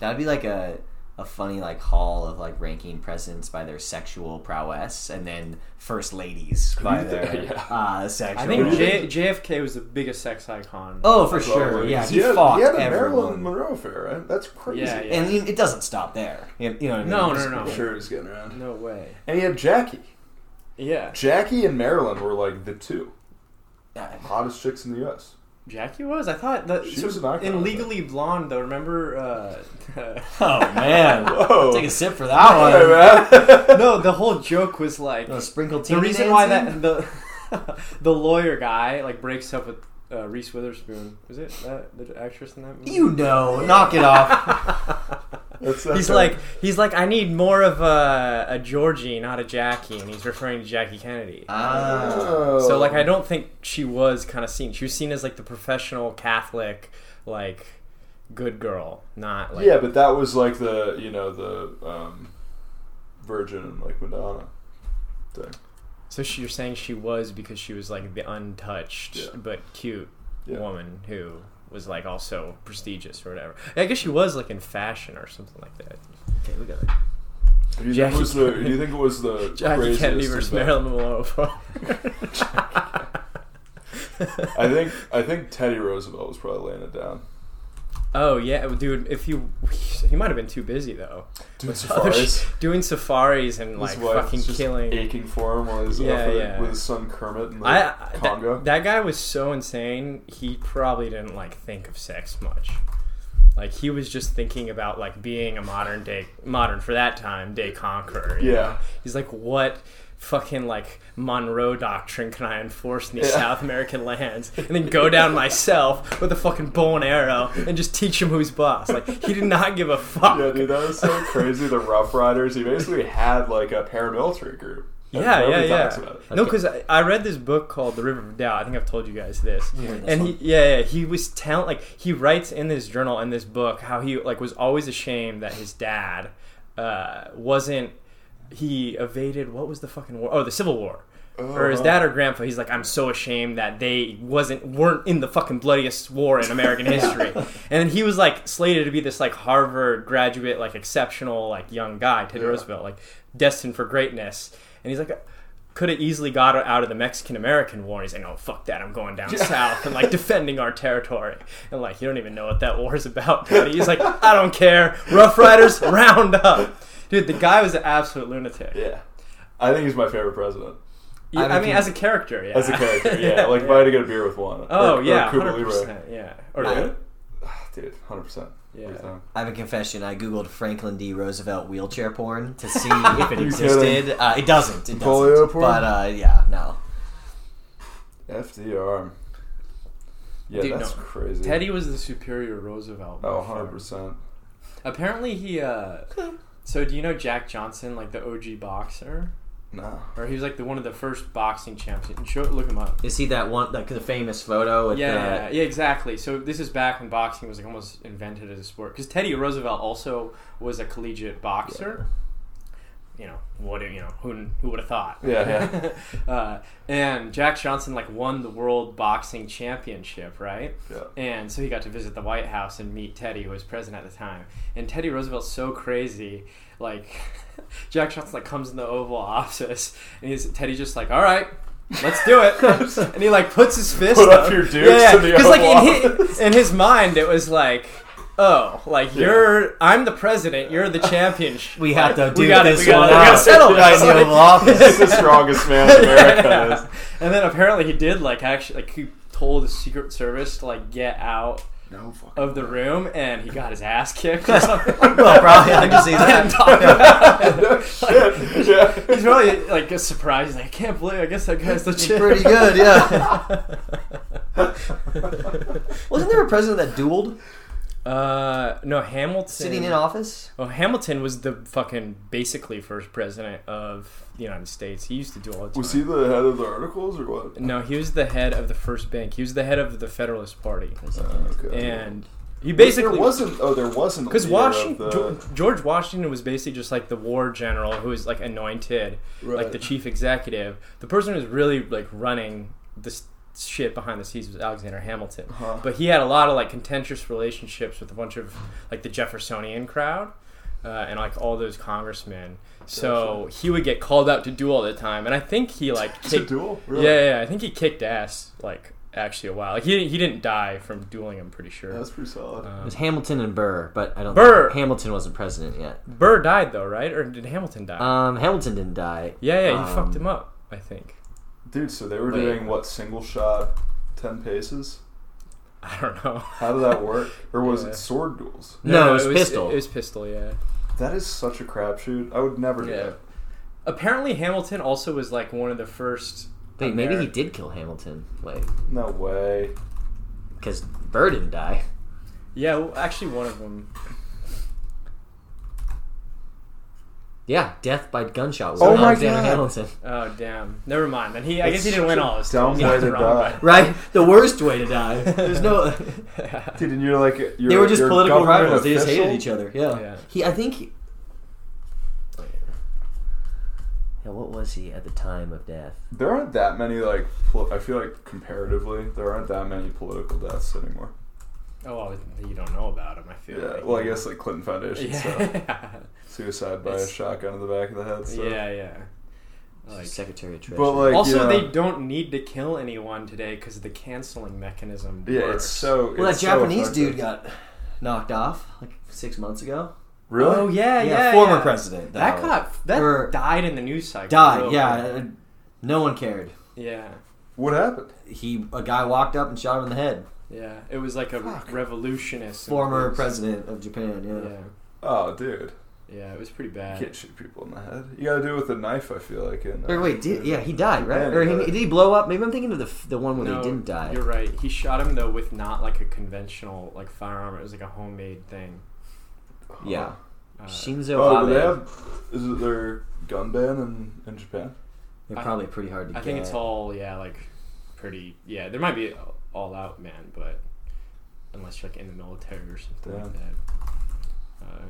that'd be like a a funny like hall of like ranking presidents by their sexual prowess, and then first ladies by [laughs] Yeah. their uh, sexual. I think Sure. J- JFK was the biggest sex icon. oh, for sure. Yeah, he fought He had a Marilyn everyone. Monroe affair, right? That's crazy. yeah, yeah. and it doesn't stop there. You you know what I mean? no, Just- no, no, I'm sure he was getting around. no way. And he had Jackie. Yeah, Jackie and Marilyn were like the two Yeah. hottest chicks in the U.S. Jackie was. I thought that She was an icon, I in thought. Legally Blonde though. Remember, uh, [laughs] Oh man, Whoa. take a sip for that one. Hey, [laughs] man. no, the whole joke was like No sprinkle the teeny reason why dancing? that the the [laughs] lawyer guy like breaks up with uh, Reese Witherspoon. Was it that the actress in that movie? you know, knock it off. That's- that's He's her. like, he's like, I need more of a, a Georgie, not a Jackie, and he's referring to Jackie Kennedy. Ah. Oh. So like I don't think she was kind of seen. She was seen as like the professional Catholic, like good girl, not like yeah, but that was like the you know the um, Virgin and like Madonna thing. So she, you're saying she was because she was like the untouched Yeah. but cute Yeah. woman who was like also prestigious or whatever. I guess she was like in fashion or something like that. okay, we got it. Do you, think Jackie it was the, Kennedy. do you think it was the Jackie craziest Kennedy versus event? Marilyn Monroe. [laughs] [laughs] I think I think Teddy Roosevelt was probably laying it down. oh yeah, dude. If you much. He might have been too busy though. Doing with other safaris. sh- doing safaris and like his wife fucking was just killing. aching for him while he's Yeah, up in- yeah. with his son Kermit in the I, I Congo. That, that guy was so insane. He probably didn't like think of sex much. Like he was just thinking about like being a modern day modern for that time day conqueror. you Yeah. know? he's like, what fucking like Monroe doctrine can I enforce in these Yeah. South American lands, and then go [laughs] down myself with a fucking bow and arrow and just teach him who's boss. Like he did not give a fuck. Yeah, dude, that was [laughs] so crazy. The Rough Riders. He basically had like a paramilitary group. And Yeah, yeah, nobody yeah. talks about it. No, because I, I read this book called The River of Doubt. I think I've told you guys this. and he, yeah, yeah, he was talent. Like he writes in this journal in this book how he like was always ashamed that his dad uh, wasn't. He evaded what was the fucking war? Oh, the Civil War. Or his dad or grandpa, he's like, I'm so ashamed that they wasn't weren't in the fucking bloodiest war in American history. and then he was like slated to be this like Harvard graduate, like exceptional, like young guy, Teddy Roosevelt, like destined for greatness. And he's like, could have easily got out of the Mexican American War. He's like, no, fuck that. I'm going [laughs] down south and like defending our territory. And like, you don't even know what that war is about. But he's like, I don't care. Rough Riders, [laughs] round up. Dude, the guy was an absolute lunatic. Yeah, I think he's my favorite president Yeah, I, I mean, mean, as a character, yeah. as [laughs] a character. Yeah, like if I had to get a beer with one. oh, or, yeah. or Cuba 100%. Libre. Yeah. Or Yeah. Dude, hundred percent. Yeah. I have a confession. I googled Franklin D. Roosevelt wheelchair porn to see if it existed. kidding? Uh, it doesn't. It doesn't. Polio porn? But uh, yeah, no. FDR. Yeah, Dude, that's no. crazy. Teddy was the superior Roosevelt. Oh, 100 percent. Apparently, he. uh So, do you know Jack Johnson, like the OG boxer? No. Or he was like the one of the first boxing champions. Show, look him up. Is he that one? Like the famous photo? With yeah, the, [laughs] yeah, yeah, exactly. So this is back when boxing was like almost invented as a sport. Because Teddy Roosevelt also was a collegiate boxer. You know what? You know who? Who would have thought? Yeah, [laughs] uh, and Jack Johnson like won the world boxing championship, right? Yeah. And so he got to visit the White House and meet Teddy, who was president at the time. And Teddy Roosevelt's so crazy, like [laughs] Jack Johnson like comes in the Oval Office and he's Teddy's just like, all right. Let's do it. and he like puts his fist Put up your dukes to the 'Cause, like Oval in his, in his mind it was like, oh, like you're I'm the president, you're the champion. We have to do we gotta, this we gotta, one we gotta out. [laughs] settle Right [laughs] this. in the Oval Office. He's the strongest man in America. is. [laughs] And then apparently he did like actually like he told the Secret Service to like get out No fucking. of the room and he got his [laughs] ass kicked [laughs] or something. well, probably I can see that. no Oh, [laughs] shit. Yeah. He's really like surprised. Like, I can't believe. I guess that [laughs] guy's It's legit. pretty good, yeah. [laughs] Wasn't there a president that dueled [laughs] Uh, no, Hamilton. sitting in office? Oh, Hamilton was the fucking basically first president of the United States. He used to do all the time. Was he the head of the articles or what? No, he was the head of the first bank. He was the head of the Federalist Party, Uh, okay. and he basically there wasn't. Oh, there wasn't. Because a leader of Washington, the- Ge- George Washington was basically just like the war general who was like anointed, like Right. the chief executive. The person who's really like running this shit behind the scenes was Alexander Hamilton. But he had a lot of like contentious relationships with a bunch of like the Jeffersonian crowd uh, and like all those congressmen. So he would get called out to duel all the time, and I think he [laughs] like It's a kicked- duel. Yeah, Really? yeah, yeah, I think he kicked ass like actually a while. Like, he he didn't die from dueling. I'm pretty sure. Um, That's pretty solid. Uh, It was Hamilton and Burr, but I don't Burr! think Hamilton wasn't president yet. Burr died though, right? Or did Hamilton die? Uh, Um, Hamilton didn't die. Oh. Yeah, yeah, you Um, fucked him up. I think. Dude, so they were Wait. doing what single shot, ten paces? I don't know. How did that work? Or was Yeah. it sword duels? No, it was pistol. It, was pistol. Yeah. That is such a crapshoot. I would never do Yeah. that. Apparently, Hamilton also was like one of the first. Wait, maybe he Ameri- did kill Hamilton. Wait, No way. because Burr didn't die. Yeah, well, actually, one of them. Yeah, death by gunshot was Oh my Alexander God. Hamilton. Oh damn! Never mind. Then he. I That's guess he didn't win such a all his. [laughs] dumb duels. He was way to wrong die. about Right? The worst way to die. There's [laughs] no. it. Dude, and you're like you're, they were just you're political government rivals. They just hated official? each other. Yeah. Yeah. He, I think. He, yeah, what was he at the time of death? There aren't that many like. Pol- I feel like comparatively, there aren't that many political deaths anymore. oh, well, you don't know about him. I feel. Yeah. like. Well, I [laughs] guess like uh, Clinton [laughs] Foundation stuff, Yeah. [laughs] suicide by It's- a shotgun in the back of the head. Stuff. yeah. Yeah. Like, Secretary of Treasury. But uh, like also, yeah, they don't need to kill anyone today because the canceling mechanism yeah, works. it's so. well, that it's so Japanese effective. dude got knocked off like six months ago. Really? Oh yeah, yeah. Yeah, former yeah. president, That though. got that Or- died in the news cycle. Died. real Yeah, quick. uh, no one cared. yeah, What happened? He a guy walked up and shot him in the head. yeah. It was like a Fuck. revolutionist. Former president of Japan. Yeah. Yeah, Oh, dude. yeah. It was pretty You bad. can't shoot people in the head. You gotta do it with a knife, I feel like. In, uh, Or wait, did, yeah, he died, right? Yeah, he or he, died. did he blow up? Maybe I'm thinking of the f- the one where they didn't die. You're right. He shot him though with not like a conventional like firearm. It was like a homemade thing. Yeah, Uh, Shinzo Oh, do Abe. they have. Is it their gun ban in, in Japan? They're I- probably pretty hard to I get. think it's all yeah, like pretty yeah. There might be a- all out man, but unless you're like in the military or something like that. Uh,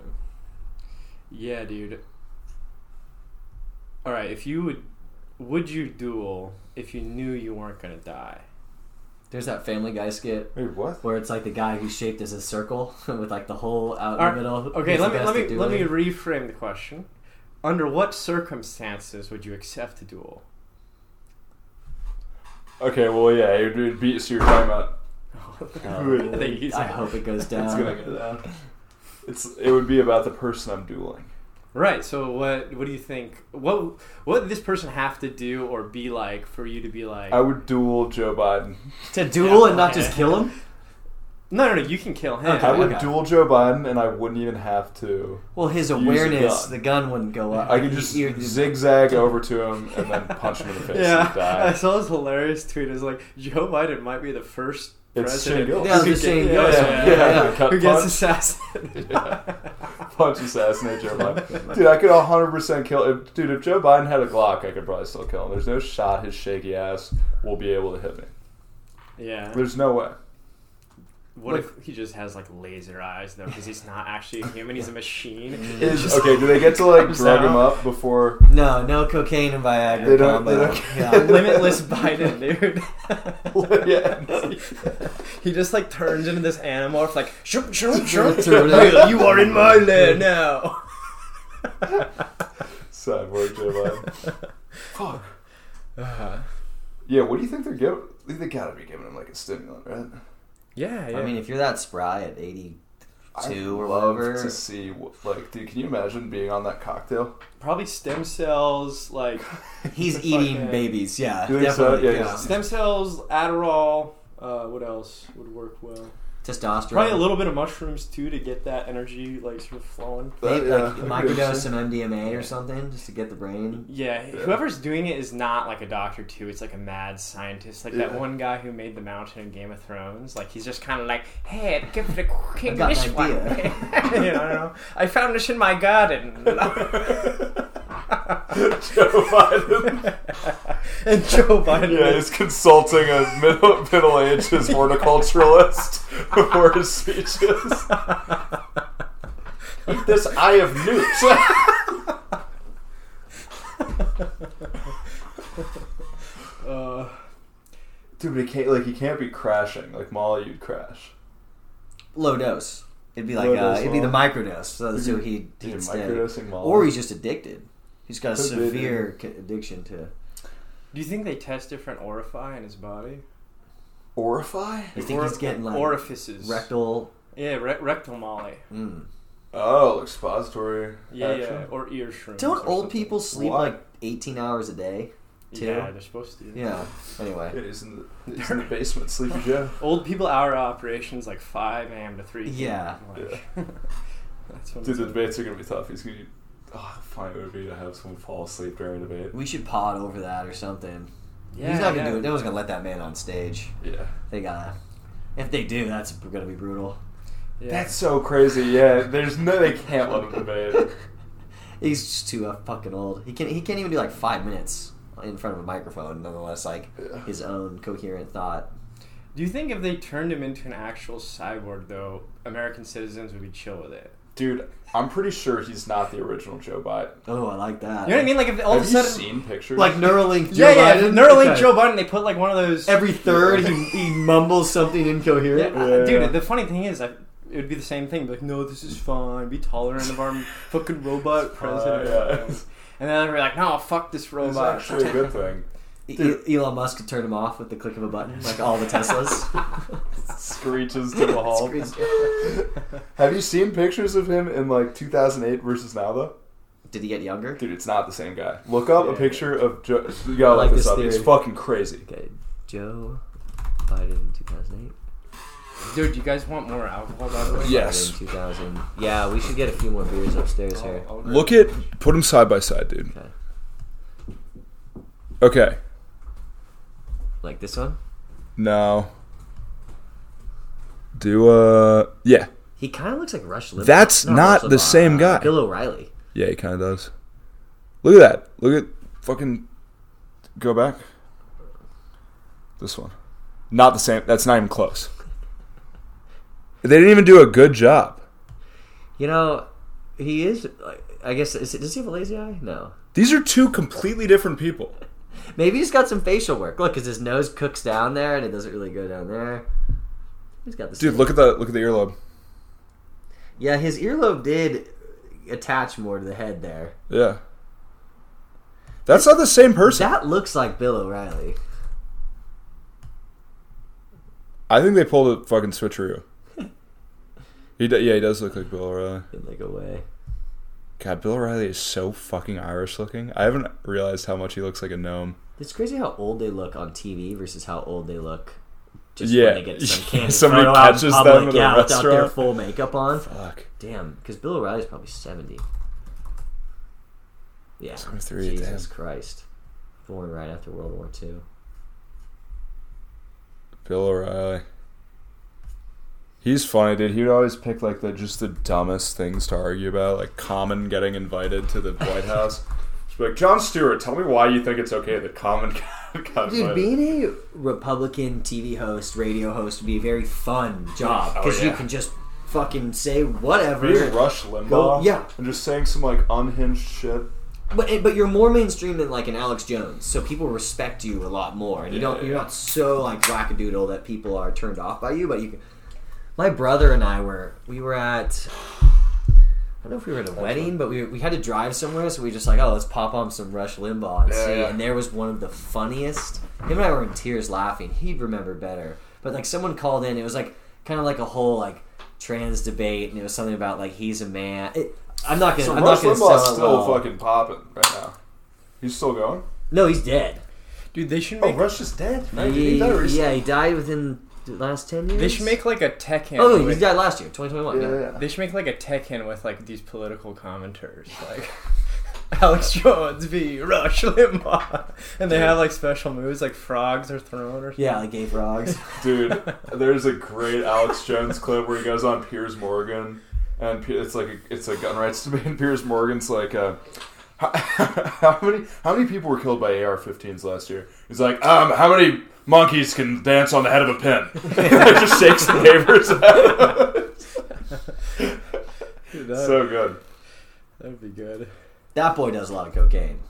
yeah, dude. All right, if you would, would you duel if you knew you weren't gonna die? There's that Family Guy skit Wait, what? where it's like the guy who's shaped as a circle [laughs] with like the hole out in All right, the middle. Okay, He's let the me best let me at let me dueling. reframe the question. Under what circumstances would you accept a duel? Okay, well, yeah, it would be. So you're talking about. Oh, They use I it. hope it goes down. It's gonna go down. It's, it would be about the person I'm dueling. Right. So what what do you think? What what did this person have to do or be like for you to be like? I would duel Joe Biden. to duel and not okay. just kill him. No, no, no. You can kill him. I would Okay. duel Joe Biden, and I wouldn't even have to. Well, his a awareness, gun. the gun wouldn't go up. I could just You're- zigzag over to him and then punch him in the [laughs] face Yeah, and I die. saw this hilarious tweet. It's like Joe Biden might be the first It's president Shane Gillis. who Yeah, I was could just get- saying yeah, Gillis. yeah, Yeah, yeah, yeah. who Cut gets punch. assassinated. [laughs] Punch, assassinate Joe Biden. [laughs] Dude, I could 100% kill if Dude, if Joe Biden had a Glock, I could probably still kill him. There's no shot his shaky ass will be able to hit me. Yeah. There's no way. What if he just has like laser eyes though? Because he's not actually a human; he's a [laughs] machine. It's Is, just- okay, do they get to [laughs] like comes drug him out. up before? [laughs] no, no cocaine and Viagra They don't- combo. they don't- Yeah. [laughs] Limitless Biden, dude. Yeah. he just like turns into this animal. It's like, shroom, [laughs] shroom, shroom. Turtle. you are in my land now. Cyborg Joe [laughs] Biden. Fuck. Uh, Yeah, what do you think they're giving? They gotta be giving him like a stimulant, right? yeah, yeah. I mean, if you're that spry at 82 or I'd love whatever, to see what, like, dude, can you imagine being on that cocktail? [laughs] probably stem cells, like he's eating Fucking- babies. Yeah, You think so? definitely. Yeah, yeah. he's- stem cells, Adderall. Uh, what else would work well? Testosterone. Probably a little bit of mushrooms too to get that energy like sort of flowing. Maybe, That- like yeah. microdose [laughs] some MDMA or something just to get the brain. Yeah, whoever's doing it is not like a doctor too. It's like a mad scientist, like Yeah. that one guy who made the mountain in Game of Thrones. Like he's just kind of like, "Hey, give [laughs] the king got an this one." idea. [laughs] you know, I found this in [laughs] my garden. [laughs] Joe Biden. [laughs] and Joe Biden. [laughs] Yeah, he's consulting a middle middle ages horticulturalist [laughs] before [laughs] his speeches. Eat this eye of [laughs] newt. Uh, Dude, but he can't like he can't be crashing. Like Molly, you'd crash. Low dose. It'd be like Low uh, dose it'd be the Molly. microdose. So, so he'd, Dude, he'd stay. microdosing Molly. Or he's just addicted. He's got a Could be, dude. severe c- addiction to. [laughs] do you think they test different orify in his body? Orify? You think he's getting like orifices? rectal? Yeah, re- rectal molly. Mm. Oh, expository. Yeah, action. yeah, or ear shrooms. Don't or old something. people sleep Why? like 18 hours a day? too? Yeah, they're supposed to. Yeah. Anyway. Yeah, he's in the, he's in the basement, Sleepy [laughs] Joe. Old people hour operations like 5 a.m. to 3 p.m. Yeah. Like, [laughs] that's when Dude, it's the debates are gonna be tough. He's gonna. Be, oh, how funny it would be to have someone fall asleep during a debate. We should pod over that or something. Yeah, He's not gonna yeah. do it. No one's gonna let that man on stage. Yeah. They gotta. If they do, that's gonna be brutal. Yeah. That's so crazy. Yeah, there's no they can't let him debate. [laughs] He's just too uh, fucking old. He can he can't even do like five minutes in front of a microphone, nonetheless like Yeah. his own coherent thought. Do you think if they turned him into an actual cyborg, though, American citizens would be chill with it? Dude, I'm pretty sure he's not the original Joe Biden. Oh, I like that. You know what I mean? Like, if all Have of a you sudden. seen pictures? Like Neuralink. Joe yeah, yeah. Biden? Neuralink Okay. Joe Biden, they put like one of those. Every third, he, he mumbles something incoherent. Yeah, Yeah. Dude, the funny thing is, I, it would be the same thing. Like, no, this is fine. Be tolerant of our fucking robot Uh, president. yeah. [laughs] And then they're like, no, fuck this It's robot. actually a good thing. E- E- Elon Musk could turn him off with the click of a button, like all the [laughs] Teslas. Screeches to a halt. Screeches. Have you seen pictures of him in like 2008 versus now though? Did he get younger? Dude, it's not the same guy. Look up a Yeah. picture of Joe. You gotta like look this this up. It's theory. fucking crazy. Okay, Joe Biden, two thousand eight. Dude, you guys want more alcohol, by the way? Yes. Two thousand. Yeah, we should get a few more beers upstairs here. Oh, I'll- I'll grab Look at. Put them side by side, dude. Okay. Okay. Like this one. No. Do uh. Yeah. He kind of looks like Rush Limbaugh. That's not the same guy. Bill O'Reilly. Yeah, he kind of does. Look at that. Look at fucking. Go back. This one. Not the same. That's not even close. They didn't even do a good job. You know, he is. Like, I guess is it, does he have a lazy eye? No. These are two completely different people. Maybe he's got some facial work. Look, because his nose cooks down there, and it doesn't really go down there. He's got this. Dude, look at the look at the earlobe. Yeah, his earlobe did attach more to the head there. Yeah. That's not the same person. That looks like Bill O'Reilly. I think they pulled a fucking switcheroo. He d- yeah, he does look like Bill O'Reilly. In like a way. God, Bill O'Reilly is so fucking Irish looking. I haven't realized how much he looks like a gnome. It's crazy how old they look on TV versus how old they look. Just when Yeah. they get [laughs] some candy Somebody thrown out in catches public, them in a yeah, without their restaurant. full makeup on. Fuck. Damn, because Bill O'Reilly's probably seventy. Yeah, 73, Jesus damn. Christ, born right after World War II. Bill O'Reilly. He's funny, dude. He would always pick like the just the dumbest things to argue about, like Common getting invited to the White House. Just be like, John Stewart, tell me why you think it's okay that Common [laughs] got Dude, invited." being a Republican TV host, radio host would be a very fun job Oh, because yeah. you can just fucking say whatever. Being Rush Limbaugh, Go- yeah. and just saying some like unhinged shit. But but you're more mainstream than like an Alex Jones, so people respect you a lot more, and you don't you're not so like wackadoodle that people are turned off by you. But you, can... my brother and I were we were at. I don't know if we were at a wedding, but we, we had to drive somewhere, so we just like, oh, let's pop on some Rush Limbaugh and Yeah, see. yeah. And there was one of the funniest. Him and I were in tears laughing. He'd remember better. But like someone called in, it was like kind of like a whole like trans debate, and it was something about like he's a man. It, I'm not gonna. So I'm Rush not gonna Limbaugh's sell it still well. fucking popping right now. He's still going. No, he's dead. it. Dude, they should Oh, make. Rush is dead. Man. He- He died recently. yeah, he died within the last 10 years. They should make like a tech hand. Oh, no, he with, died last year, 2021. Yeah. Yeah, yeah. They should make like a tech hand with like these political commenters, like [laughs] Alex Jones v. Rush Limbaugh, and they have like special moves, like frogs are thrown or something. Yeah, like gay [laughs] frogs. Dude, there's a great Alex Jones clip where he goes on Piers Morgan, and P- it's like a, it's a gun rights [laughs] debate. And Piers Morgan's like, uh, how, [laughs] how many how many people were killed by AR-15s last year? He's like, um, how many monkeys can dance on the head of a pin? [laughs] Just shakes the papers. out. [laughs] Dude, that, so good. that'd be good. that boy does a lot of cocaine.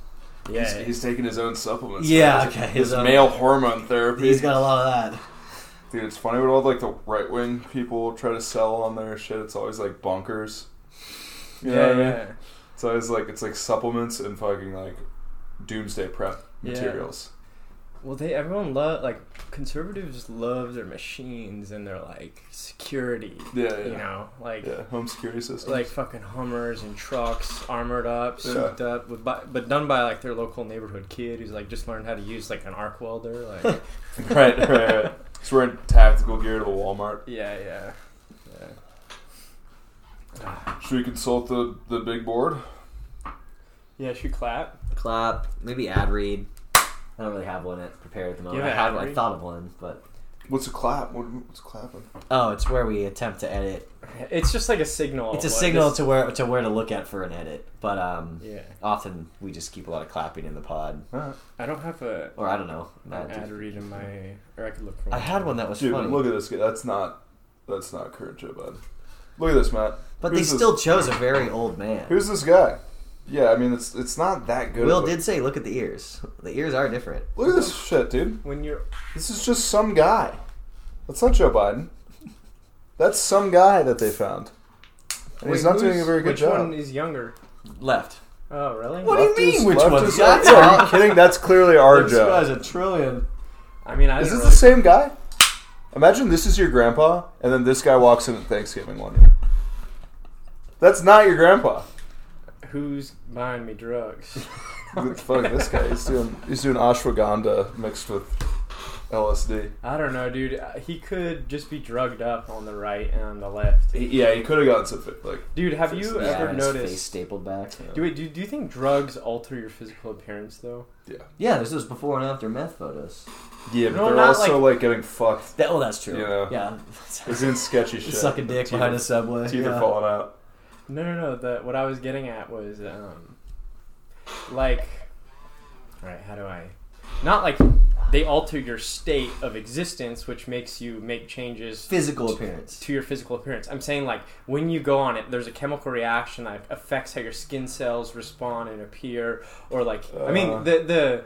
Yeah, He's, he's taking his own supplements. Yeah, okay. His His own- male hormone therapy. He's got a lot of that. Dude, it's funny what all like the right wing people try to sell on their shit. It's always like bunkers. You yeah, know what I yeah. mean? It's always like it's like supplements and fucking like doomsday prep Yeah. materials. Well, they everyone love like conservatives love their machines and their like security. Yeah, yeah. you know, like Yeah, home security system. like fucking Hummers and trucks, armored up, Yeah. souped up, with, by, but done by like their local neighborhood kid who's like just learned how to use like an arc welder. [laughs] Like, [laughs] right, right, right. [laughs] Just wearing tactical gear to the Walmart. yeah, yeah, yeah. Should we consult the the big board? Yeah, should clap. Clap, maybe ad read. I don't really have one at prepared at the moment. You I have had ad one, I read? thought of one, but What's a clap? What, what's clapping? oh, it's where we attempt to edit. It's just like a signal. It's a of, like, signal Oh, this- to where to where to look at for an edit, but um, Yeah, often we just keep a lot of clapping in the pod, I don't have a or I don't know. an ad read in my, or I could look for. I had one that was Dude, funny, look at this. guy. That's not that's not current Joe Biden. Look at this, Matt. but Who's they this- still chose a very old man. Who's this guy? Yeah, I mean it's it's not that good. Will of a- did say, "Look at the ears. The ears are different." Look at this shit, dude. When you're This is just some guy. That's not Joe Biden. That's some guy that they found. And he's Wait, not doing who's- a very good which job. one is younger? Left. Oh, really? What do you mean, which left one? is Shut left. Are up. you kidding? That's clearly our This guy's job. a trillion. I mean, I Is didn't this really... the same guy? Imagine this is your grandpa, and then this guy walks in at Thanksgiving one year. That's not your [laughs] grandpa. Who's buying [laughs] me drugs? Fuck this guy. He's doing he's doing ashwagandha mixed with LSD. I don't know, dude. Uh, He could just be drugged up on the right and on the left. Yeah, he could have gotten some like Dude, have you Yeah, ever his face noticed? stapled back. Do, wait, do do you think drugs alter your physical appearance though? Yeah, there's those before and after meth photos. yeah, but No, they're not also like, getting fucked. That, oh, that's true. Yeah. [laughs] Yeah. He's in sketchy shit. Suck a dick Teeth- behind a subway. Teeth are yeah. falling out. No, no, no. The, what I was getting at was, um, like, all right, how do I? Not like they alter your state of existence, which makes you make changes Physical appearance. to your physical appearance. I'm saying like when you go on it, there's a chemical reaction that affects how your skin cells respond and appear, or like I Uh. mean the the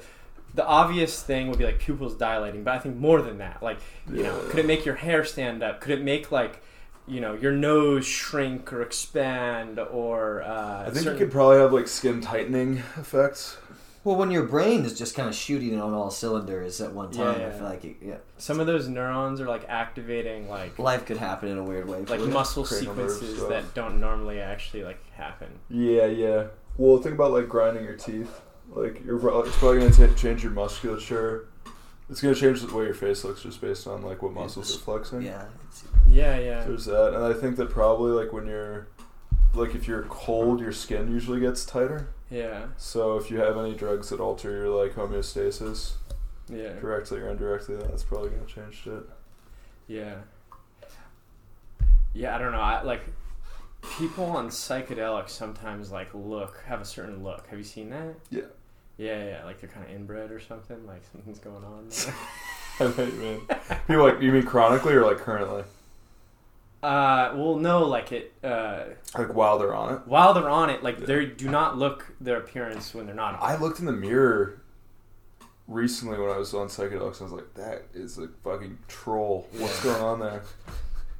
the obvious thing would be like pupils dilating, but I think more than that, like you know, Yeah. could it make your hair stand up? Could it make like you know your nose shrink or expand or uh, I think certain- you could probably have like skin tightening effects. Well, when your brain is just kind of shooting on all cylinders at one time, Yeah. I feel like it, yeah, some of those neurons are like activating like life could happen in a weird way. for like you. muscle cranial nerve sequences stuff. that don't normally actually like happen. Yeah, yeah. Well, think about like grinding your teeth. Like you're pro- it's probably gonna ta change your musculature. It's gonna change the way your face looks just based on like what muscles are flexing. yeah. I could see Yeah, yeah. There's that, and I think that probably like when you're, like if you're cold, your skin usually gets tighter. Yeah, So if you have any drugs that alter your like homeostasis, yeah, directly or indirectly, that's probably gonna change shit. yeah. Yeah, I don't know. I like people on psychedelics sometimes like look have a certain look. Have you seen that? Yeah. Yeah, yeah. Like they're kind of inbred or something. Like something's going on. there. [laughs] I know what you mean. People like you mean chronically or like currently? uh, well, no, like it. Uh, Like while they're on it. while they're on it, like they do not look their appearance when they're not. on I looked in the mirror recently when I was on psychedelics. and I was like, that is a fucking troll. What's going on there?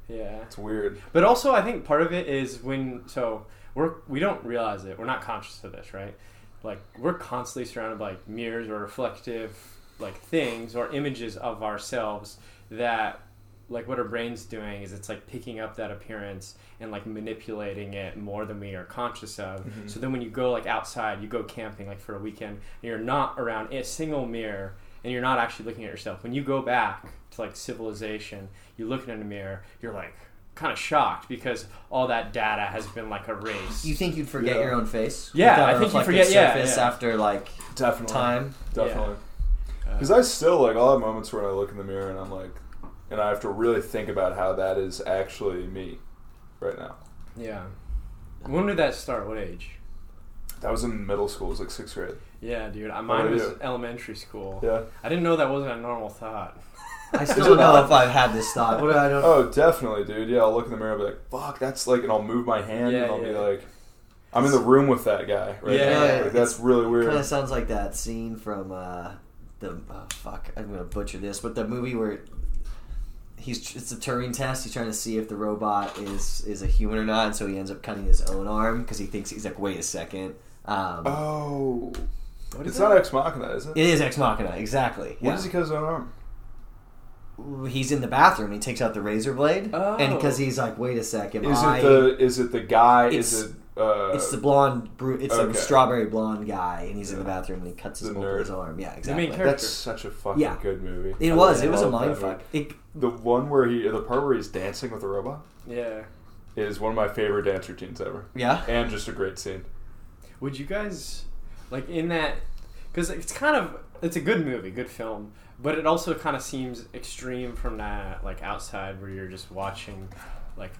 it. Yeah. It's weird. But also, I think part of it is when so we're we don't realize it. We're not conscious of this, right? Like we're constantly surrounded by like, mirrors or reflective like things or images of ourselves that like what our brain's doing is it's like picking up that appearance and like manipulating it more than we are conscious of. So then when you go like outside, you go camping like for a weekend, and you're not around a single mirror and you're not actually looking at yourself. When you go back to like civilization, you look in a mirror, you're like kind of shocked because all that data has been like erased. You think you'd forget Yeah. your own face? Yeah, without I a think you'd reflective forget- yeah, surface yeah. after like Definitely. time. Definitely. Because I still, like, I'll have moments where I look in the mirror and I'm like, and I have to really think about how that is actually me right now. Yeah. When did that start? What age? That was in middle school. It was like sixth grade. Yeah, dude. I- Mine about was you? elementary school. Yeah. I didn't know that wasn't a normal thought. I still don't know not? if I've had this thought. What do I don't? Oh, definitely, dude. Yeah, I'll look in the mirror and be like, fuck, that's like, and I'll move my hand Yeah, and I'll be yeah. like, I'm in the room with that guy right Yeah, now. yeah, Like, it's that's really weird. Kind of sounds like that scene from uh, the oh, fuck. I'm gonna butcher this, but the movie where he's it's a Turing test. He's trying to see if the robot is is a human or not, and so he ends up cutting his own arm because he thinks he's like, wait a second. Um, Oh. What It's is not that? Ex Machina, is it? it is Ex Machina, exactly. When yeah. does he cut his own arm? He's in the bathroom. He takes out the razor blade, and Oh. because he's like, "Wait a second, Is I, it the is it the guy? Is It's- it uh, It's the blonde, bru- it's Okay. the strawberry blonde guy, and he's in the bathroom and he cuts his The open his nerd. arm. Yeah, The main exactly. character. that's such a fucking Yeah. good movie. It I was. It was a love that mind fuck. movie. It, The one where he the part where he's dancing with the robot Yeah. is one of my favorite dance routines ever, yeah. and just a great scene. Would you guys like in that? Because it's kind of it's a good movie, good film, but it also kind of seems extreme from that like outside where you're just watching, like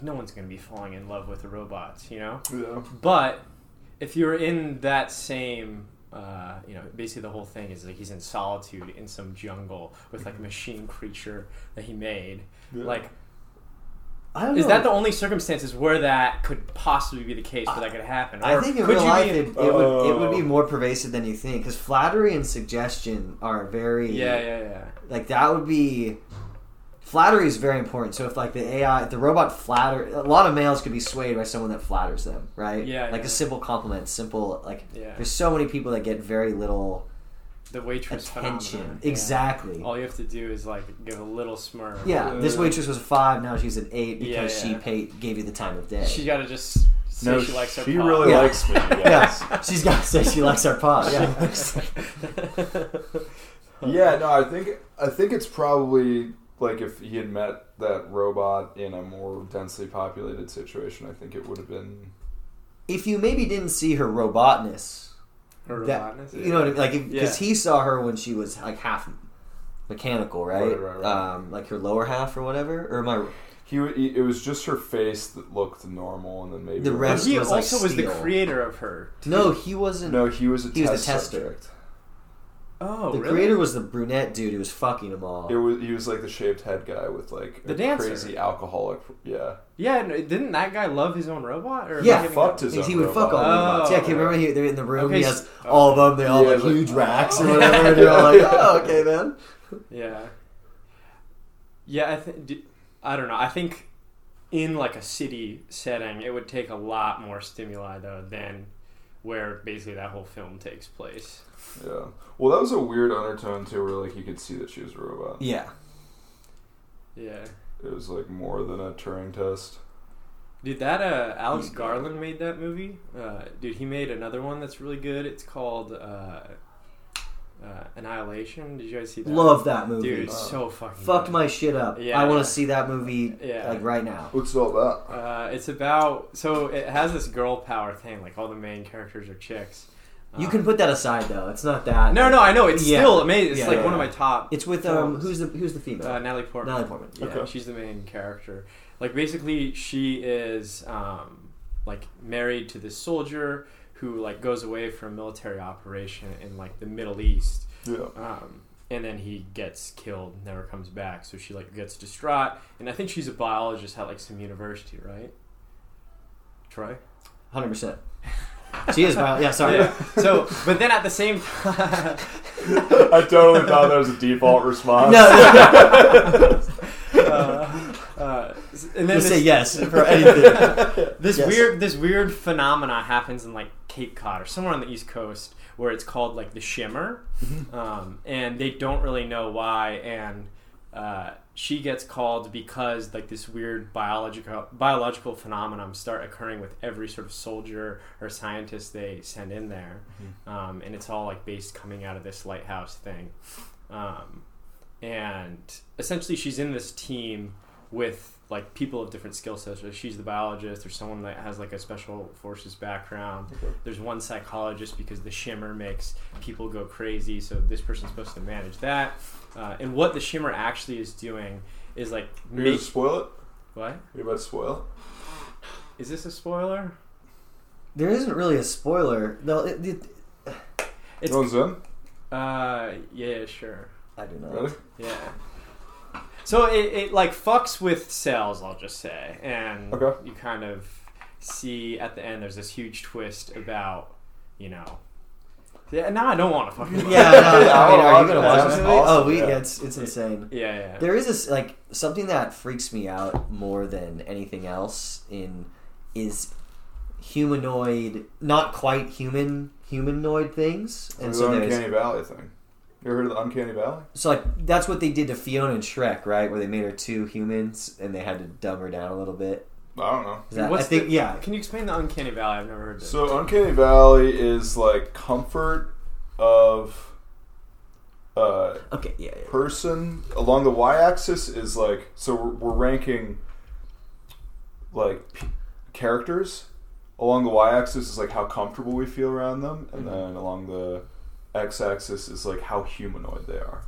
no one's gonna be falling in love with the robots, you know. Yeah. But if you're in that same, uh, you know, basically the whole thing is like he's in solitude in some jungle with Mm-hmm. like a machine creature that he made. Yeah. Like, I don't is know. that the only circumstances where that could possibly be the case where that could happen? I Or think in could real you life be- Oh. it, it would it would be more pervasive than you think because flattery and suggestion are very Yeah, yeah, yeah. like that would be flattery is very important. So if like the AI, if the robot flatter, a lot of males could be swayed by someone that flatters them, right? Yeah, Like yeah. a simple compliment, simple like. Yeah. There's so many people that get very little The waitress attention. phenomenon. Exactly. All you have to do is like give a little smirk. Yeah, this Uh, waitress was a five. Now she's an eight Yeah, because yeah. she paid, gave you the time of day. She got to just say No, she likes her. she pop. really Yeah. [laughs] likes me. Yes. yeah, she's got [laughs] to say she likes our pod. Yeah, yeah, no, I think I think it's probably like if he had met that robot in a more densely populated situation, I think it would have been if you maybe didn't see her robotness, Her that, robotness, you know, what I mean? like because Yeah. he saw her when she was like half mechanical, right? Right, right, right. Um, like her lower half or whatever, or my he, wa- he. It was just her face that looked normal, and then maybe The But rest- he was, like, also was the steel. creator of her. no, he wasn't. No, he was a He was the test tester. subject. Oh, the really? creator was the brunette dude who was fucking them all. It was he was like the shaved head guy with like The a dancer. crazy alcoholic. Yeah, Yeah, no, didn't that guy love his own robot? Or am I Yeah, getting fucked that- his And own. he would fuck all robot. the Oh, robots. Yeah, okay. can you remember he, they're in the room? Okay, he s- has all of them. They all Yeah, like like- oh. huge racks or whatever. And you're all like, [laughs] oh, okay, man. Yeah. Yeah, I think. I don't know. I think in like a city setting, it would take a lot more stimuli though than where basically that whole film takes place. Yeah. Well, that was a weird undertone too, where like you could see that she was a robot. Yeah. Yeah. It was like more than a Turing test. Dude, that uh, Alex Garland made that movie. Uh, dude, he made another one that's really good. It's called uh, uh, Annihilation. Did you guys see that? Love that movie. Dude, it's so fucking. Fucked good. my shit up. Yeah, I want to yeah. see that movie Yeah. like right now. What's all that? Uh, it's about so it has this girl power thing. Like all the main characters are chicks. You Uh, can put that aside though. It's not that. No, no, I know. It's Yeah. still amazing. It's Yeah, like yeah, one of yeah. my top. It's with um who's the who's the female? uh, Natalie Portman. Natalie Portman. Yeah, Okay. she's the main character. Like basically, she is um, like married to this soldier who like goes away for a military operation in like the Middle East, Yeah. [laughs] um, and then he gets killed, never comes back. So she like gets distraught, and I think she's a biologist at like some university, right? Troy. Hundred [laughs] percent. She is. Violent. Yeah, sorry. Yeah. so, but then at [laughs] the same [laughs] time, I totally thought that was a default No, response. no, uh, uh, and then just this, say [laughs] yes for anything. this Yes. weird this weird phenomena happens in like Cape Cod or somewhere on the East Coast where it's called like the shimmer, um, and they don't really know why. And uh, she gets called because like this weird biological biological phenomenon start occurring with every sort of soldier or scientist they send in there, um, and it's all like based coming out of this lighthouse thing. Um, and essentially she's in this team with like people of different skill sets. So She's the biologist. There's someone that has like a special forces background. There's one psychologist because the shimmer makes people go crazy. So this person's supposed to manage that. Uh, and what the shimmer actually is doing is like You're gonna make spoil it. what You're about to spoil. is this a spoiler? There isn't really a spoiler. No, it, it, It? It's No one's in. uh yeah sure I do not. Ready? yeah. So it, it like fucks with sales, I'll just say, and Okay. you kind of see at the end there's this huge twist about you know. Yeah, now I don't want to [laughs] fucking. Yeah, no, I mean, Yeah, I'll are you watch gonna it. watch That's this movie? awesome, oh, we, yeah. yeah, it's it's insane. [laughs] yeah, yeah. There is this like something that freaks me out more than anything else in is humanoid, not quite human humanoid things, and It's so the there's Uncanny Valley thing. You ever heard of the Uncanny Valley? so like that's what they did to Fiona and Shrek, right? Where they made her two humans and they had to dumb her down a little bit. I don't know. Is that- I What's think the- yeah, Can you explain the uncanny valley? I've never heard this. So uh, Uncanny Valley is like comfort of uh, okay, yeah, yeah. person along the y-axis is like so we're, we're ranking like p- characters along the y-axis is like how comfortable we feel around them and then along the x-axis is like how humanoid they are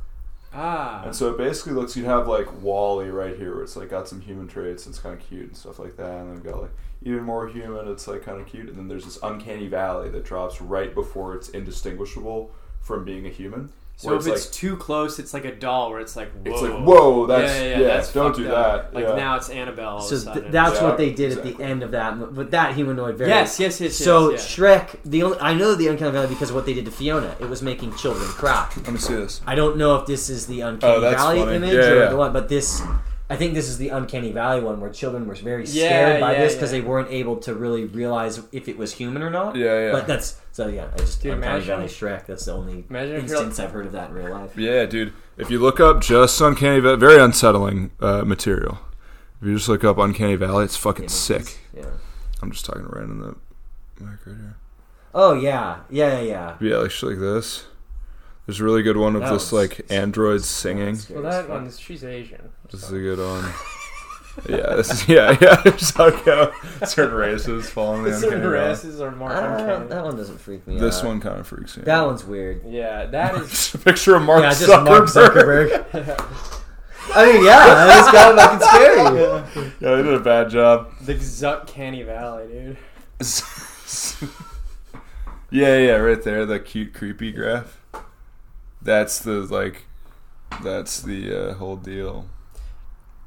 ah, and so it basically looks you'd have like Wally right here where it's like got some human traits and it's kind of cute and stuff like that and then we've got like even more human it's like kind of cute and then there's this uncanny valley that drops right before it's indistinguishable from being a human so where if it's too close, it's like a doll where it's like whoa, it's like whoa, that's yeah, don't fucked do up. that. Like yeah. now it's Annabelle. all of a So th- sudden. that's Yeah, what they did at the exactly. end of that, mo- with that humanoid variant. Yes, yes, yes, So yes, Shrek, the only, I know the uncanny valley because of what they did to Fiona. It was making children cry. let me see this. I don't know if this is the uncanny Oh, that's valley funny. image Yeah, or yeah. the one, but this I think this is the Uncanny Valley one where children were very Yeah, scared by yeah, this because yeah. they weren't able to really realize if it was human or not. Yeah, yeah. But that's so yeah. I just Dude, Uncanny imagine- Valley Shrek. That's the only Imagine if you're- instance I've heard of that in real life. Yeah, dude. If you look up just Uncanny Valley, very unsettling uh, material. If you just look up Uncanny Valley, it's fucking sick. Yeah. I'm just talking right in the mic right here. Oh yeah, yeah, yeah, yeah. Yeah, like shit like this. There's a really good one of That this one's- like android singing. That's scary Well, as that fuck. one, she's Asian. This is a good [laughs] one. yeah, this is yeah, [laughs] yeah. Just how go. certain races following the Certain Uncanny Valley. races are more Ah, uncanny. that one doesn't freak me out. This one kind of freaks me. That out. one's weird. Yeah, that is. [laughs] [laughs] It's a picture of Mark Yeah, just Zuckerberg. Mark Zuckerberg. I mean, yeah, that is kind of fucking scary. [laughs] Yeah, they did a bad job. The Zuck Canny Valley, dude. yeah, yeah, right there, the cute creepy graph. That's the like, that's the uh, whole deal.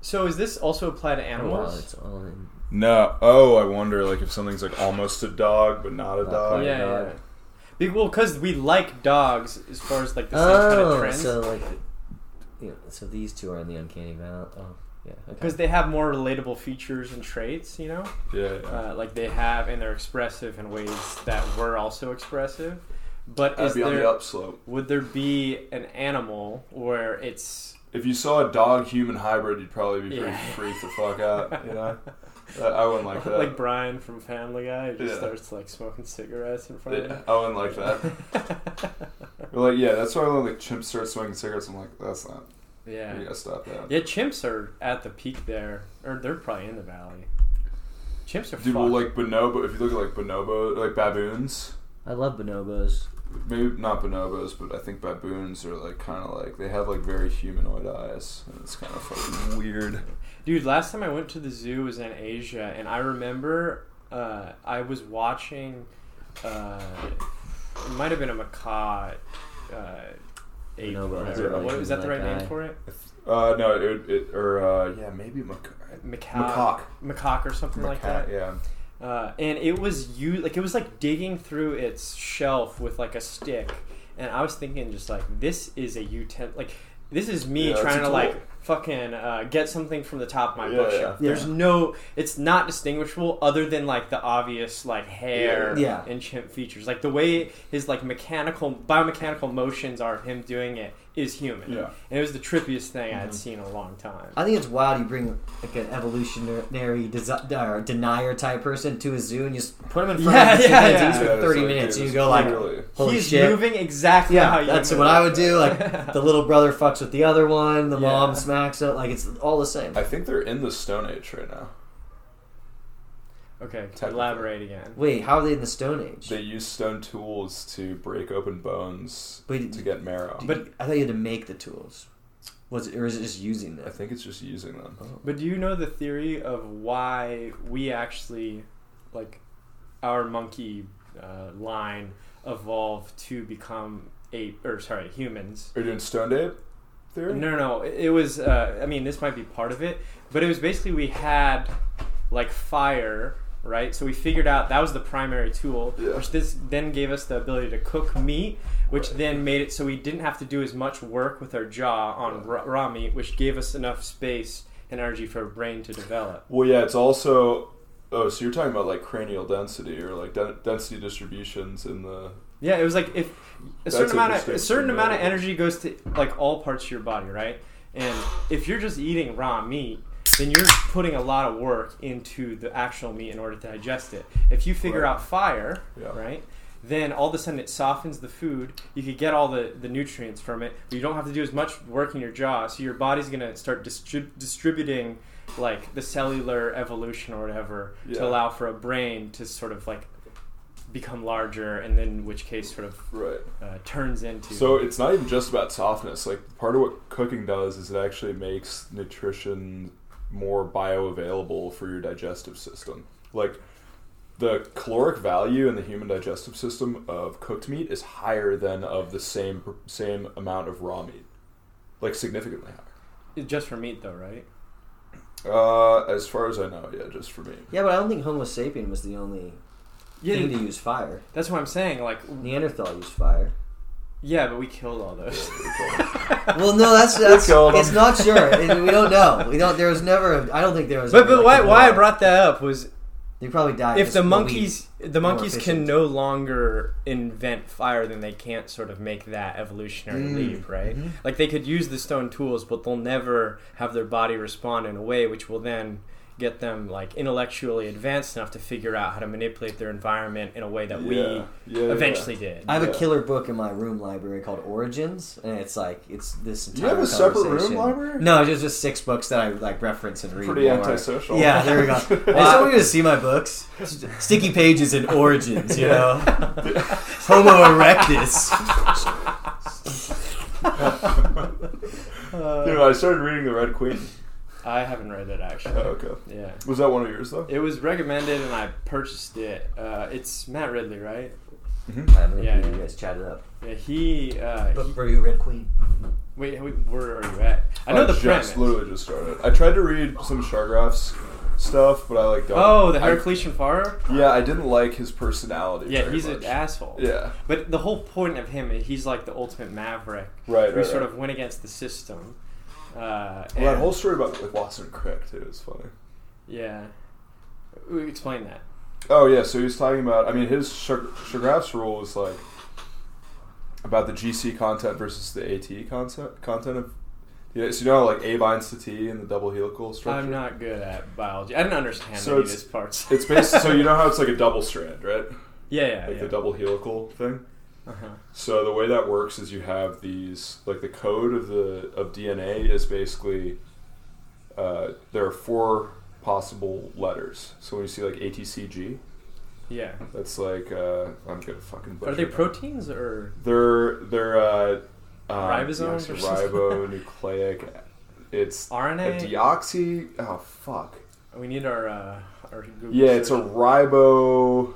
So, is this also apply to Oh, Wow, animals? it's all in. No, oh, I wonder like if something's like almost a dog but not a yeah, dog. quite. yeah. dog. yeah. Be- Well, because we like dogs as far as like the same kind of Oh, trends. so like, yeah, so these two are in the uncanny valley. Oh, yeah. Okay. Because they have more relatable features and traits, you know? yeah, yeah. Uh, like they have, and they're expressive in ways that we're also expressive. But is there, upslope. would there be an animal where it's. If you saw a dog human hybrid, you'd probably be pretty Yeah. freaked the fuck out. [laughs] You know, Uh, I wouldn't like that. Like Brian from Family Guy, he just Yeah. starts like smoking cigarettes in front Yeah, I wouldn't like that. of him. We're like, yeah, that's why when like chimps start smoking cigarettes, I'm like, that's not. [laughs] yeah. You gotta stop that. Yeah, chimps are at the peak there, or they're probably in the valley. Chimps are fucked. Dude, well, like bonobo. If you look at like bonobo, like baboons, I love bonobos. maybe not bonobos, but I think baboons are like kind of like they have like very humanoid eyes, and it's kind [laughs] of fucking weird. Dude, last time I went to the zoo was in Asia, and I remember uh, I was watching. Uh, it might have been a macaw. Uh, ape, Bonobo, whatever. is it What, is that the like right that? name for it? Uh, no, it, it or uh, yeah, maybe macaw, Macaw, macaque, macaque or something like that. macaque, yeah. Uh, and it was you like it was like digging through its shelf with like a stick and i was thinking just like this is a utent like this is me Yeah, it's trying a to tool. like fucking uh, get something from the top of my Yeah, bookshelf yeah. there's Yeah. no it's not distinguishable other than like the obvious like hair Yeah. and chimp features like the way his like mechanical biomechanical motions are of him doing it is human Yeah. and it was the trippiest thing i Mm-hmm. had seen in a long time I think it's wild you bring like an evolutionary desi- or denier type person to a zoo and you just put him in front Yeah, of yeah, chimpanzees yeah. for Yeah, it's 30 like, minutes dude, and you it's go like, clearly- holy he's shit. moving exactly how yeah, you that's move. what I would do. [laughs] Like the little brother fucks with the other one, the Yeah. mom smacks it. Like it's all the same. I think they're in the Stone Age right now. okay Technically. elaborate again Wait, how are they in the Stone Age? They use stone tools to break open bones But- to get marrow. But I thought you had to make the tools. Was it, or is it just using them? I think it's just using them. But do you know the theory of why we actually, like, our monkey uh, line evolved to become ape or sorry humans? Are you doing stone date No, theory? no, no. It it was. Uh, I mean, this might be part of it, but it was basically we had like fire, right? So we figured out that was the primary tool, Yeah. which this then gave us the ability to cook meat, which then made it so we didn't have to do as much work with our jaw on ra- raw meat, which gave us enough space and energy for our brain to develop. Well, yeah, it's also. Oh, so you're talking about like cranial density or like den- density distributions in the. Yeah, it was like if a That's certain amount of interesting a certain to amount of know. energy goes to like all parts of your body, right? And if you're just eating raw meat, then you're putting a lot of work into the actual meat in order to digest it. If you figure Right. out fire, Yeah. right? Then all of a sudden it softens the food. You could get all the, the nutrients from it. But you don't have to do as much work in your jaw, so your body's gonna start distrib- distributing like the cellular evolution or whatever Yeah. to allow for a brain to sort of like become larger, and then which case sort of Right. uh, turns into. So it's not even just about softness. Like part of what cooking does is it actually makes nutrition more bioavailable for your digestive system. Like the caloric value in the human digestive system of cooked meat is higher than of the same same amount of raw meat. Like significantly higher. It's just for meat, though, right? Uh, as far as I know, yeah, just for me. yeah, but I don't think Homo sapien was the only thing to use fire. that's what I'm saying. Like, w- Neanderthal used fire. Yeah, but we killed all those. Well, no, [laughs] that's that's killed it's him. not [laughs] sure. It- we don't know. We don't. There was never. I I don't think there was. [laughs] but ever, but why like, a why I war. brought that up was They probably died. if just the a monkeys the more monkeys can efficient. no longer invent fire then they can't sort of make that evolutionary Mm, leap right like they could use the stone tools but they'll never have their body respond in a way which will then get them like intellectually advanced enough to figure out how to manipulate their environment in a way that we Yeah, yeah, eventually yeah. did I have Yeah. a killer book in my room library called Origins, and it's like it's this. Entire you have a separate room conversation. library? No, it's just just six books that I like reference and read. Pretty more. antisocial. Yeah, there [laughs] we go. I just want you to see my books. Sticky pages and origins, you [laughs] know. Homo erectus. Dude, I started reading The Red Queen. i haven't read it actually Oh, okay. yeah Was that one of yours, though? it was recommended and i purchased it uh, it's matt ridley right I haven't Yeah, yeah, yeah. you guys chatted up. yeah he uh, he- But were you Red [laughs] Queen? Wait, wait, where are you at? I know I the just premise. literally just started. I tried to read some Chargraph's stuff, but I like don't. Oh, the I- Heraclitian Pharaoh? yeah, I didn't like his personality. Yeah, very he's much. an asshole. Yeah, But the whole point of him, he's like the ultimate maverick right. who right, sort right. of went against the system. Uh, Well, that and- whole story about like Watson and Crick too is funny. Yeah. We Explain that. Oh yeah, so he was talking about. I mean, his Char- Chargraph's rule is like about the GC content versus the AT content content of. Yeah, so you know, how, like A binds to T in the double helical structure. I'm not good at biology. I didn't understand So any of it's- these parts. [laughs] It's based. so you know how it's like a double strand, right? [laughs] yeah, yeah, Like yeah. the double helical thing. uh-huh. So the way that works is you have these like the code of the of DNA is basically uh, there are four possible letters. So when you see like ATCG, Yeah. that's like uh, I'm gonna fucking butcher. Are they it. proteins or They're they're uh, um, Ribosomes yes, or something? ribonucleic. It's a RNA? deoxy. Oh fuck. we need our uh, our Google Yeah, it's a search. ribo.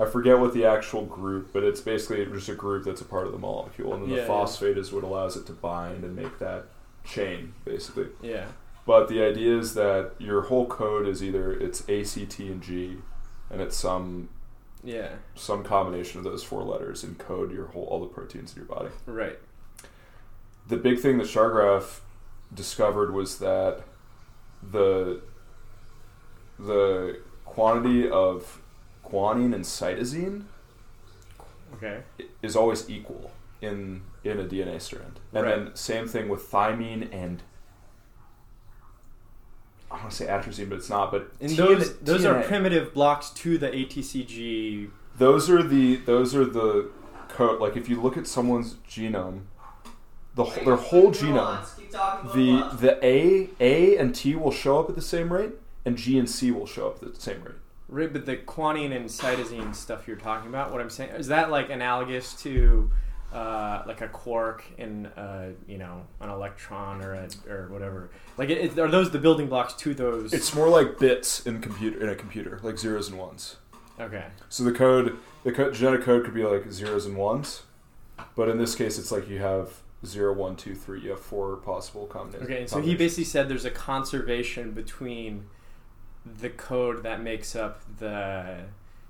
I forget what the actual group, but it's basically just a group that's a part of the molecule, and then Yeah, the yeah. phosphate is what allows it to bind and make that chain, basically. yeah. But the idea is that your whole code is either it's A, C, T, and G, and it's some Yeah. some combination of those four letters encode your whole all the proteins in your body. Right. The big thing that Chargraph discovered was that the the quantity of guanine and cytosine Okay. is always equal in in a DNA strand. And Right. then same thing with thymine and I want to say atrazine, but it's not. But And T- those those are TNA. primitive blocks to the ATCG. Those are the those are the code. Like if you look at someone's genome, the wh- their whole genome, the the A A and T will show up at the same rate, and G and C will show up at the same rate. Right, but the quinine and cytosine stuff you're talking about, what I'm saying is that like analogous to uh, like a quark and uh, you know an electron or a, or whatever. Like, it, it, are those the building blocks to those? It's more like bits in computer in a computer, like zeros and ones. okay. So the code, the co- genetic code could be like zeros and ones, but in this case, it's like you have zero, one, two, three. You have four possible combinations. Okay, and so he basically said there's a conservation between the code that makes up the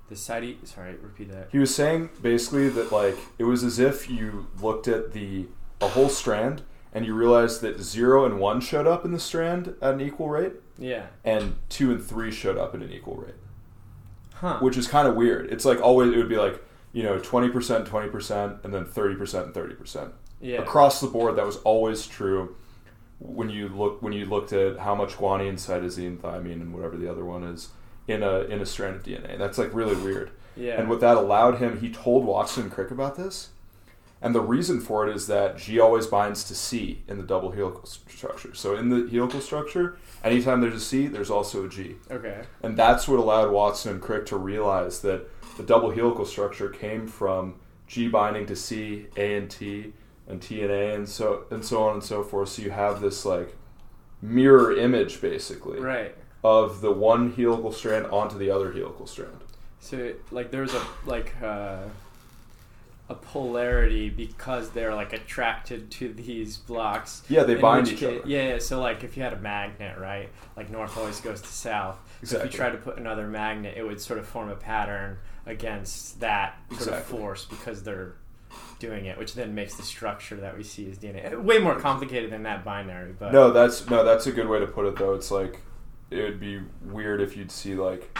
the cytosine. Sorry, repeat that. he was saying basically that like it was as if you looked at the a whole strand and you realized that zero and one showed up in the strand at an equal rate, Yeah. and two and three showed up at an equal rate. Huh. which is kind of weird. It's like always it would be like you know twenty percent, twenty percent, and then thirty percent and thirty percent Yeah. across the board. That was always true when you look when you looked at how much guanine, cytosine, thymine, and whatever the other one is in a in a strand of DNA. That's like really weird. Yeah. And what that allowed him, he told Watson and Crick about this. And the reason for it is that G always binds to C in the double helical st- structure. So in the helical structure, anytime there's a C, there's also a G. okay. And that's what allowed Watson and Crick to realize that the double helical structure came from G binding to C, A and T, and T and A, and so and so on and so forth. So you have this like mirror image, basically, Right. of the one helical strand onto the other helical strand. So like there's a like uh, a polarity because they're like attracted to these blocks. Yeah, they in bind which each ca- other. Yeah, yeah, so like if you had a magnet, right? Like north always goes to south. So if Exactly. you tried to put another magnet, it would sort of form a pattern against that sort of Exactly. force because they're doing it, which then makes the structure that we see as DNA way more complicated than that binary. But No, that's no, that's a good way to put it though. It's like it would be weird if you'd see like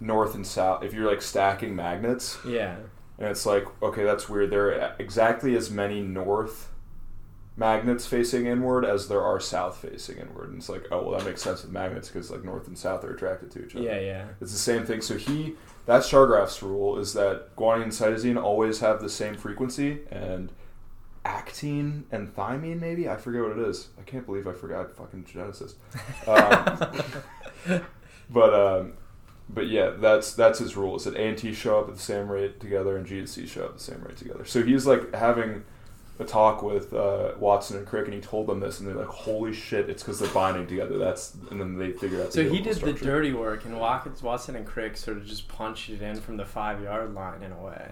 north and south if you're like stacking magnets yeah, and it's like okay, that's weird. There are exactly as many north magnets facing inward as there are south facing inward, and it's like oh well, that makes sense with magnets because like north and south are attracted to each other. yeah, yeah, It's the same thing. So he that's Chargraph's rule is that guanine and cytosine always have the same frequency and actine and thymine maybe I forget what it is. I can't believe I forgot fucking geneticist. Um, [laughs] but um, but yeah, that's that's his rule is that A and T show up at the same rate together and G and C show up at the same rate together. So he's like having a talk with uh, Watson and Crick, and he told them this, and they're like, "Holy shit! It's because they're binding together." That's and then they figured out. the So he helical did the structure. dirty work, and Watkins, Watson, and Crick sort of just punched it in from the five yard line in a way.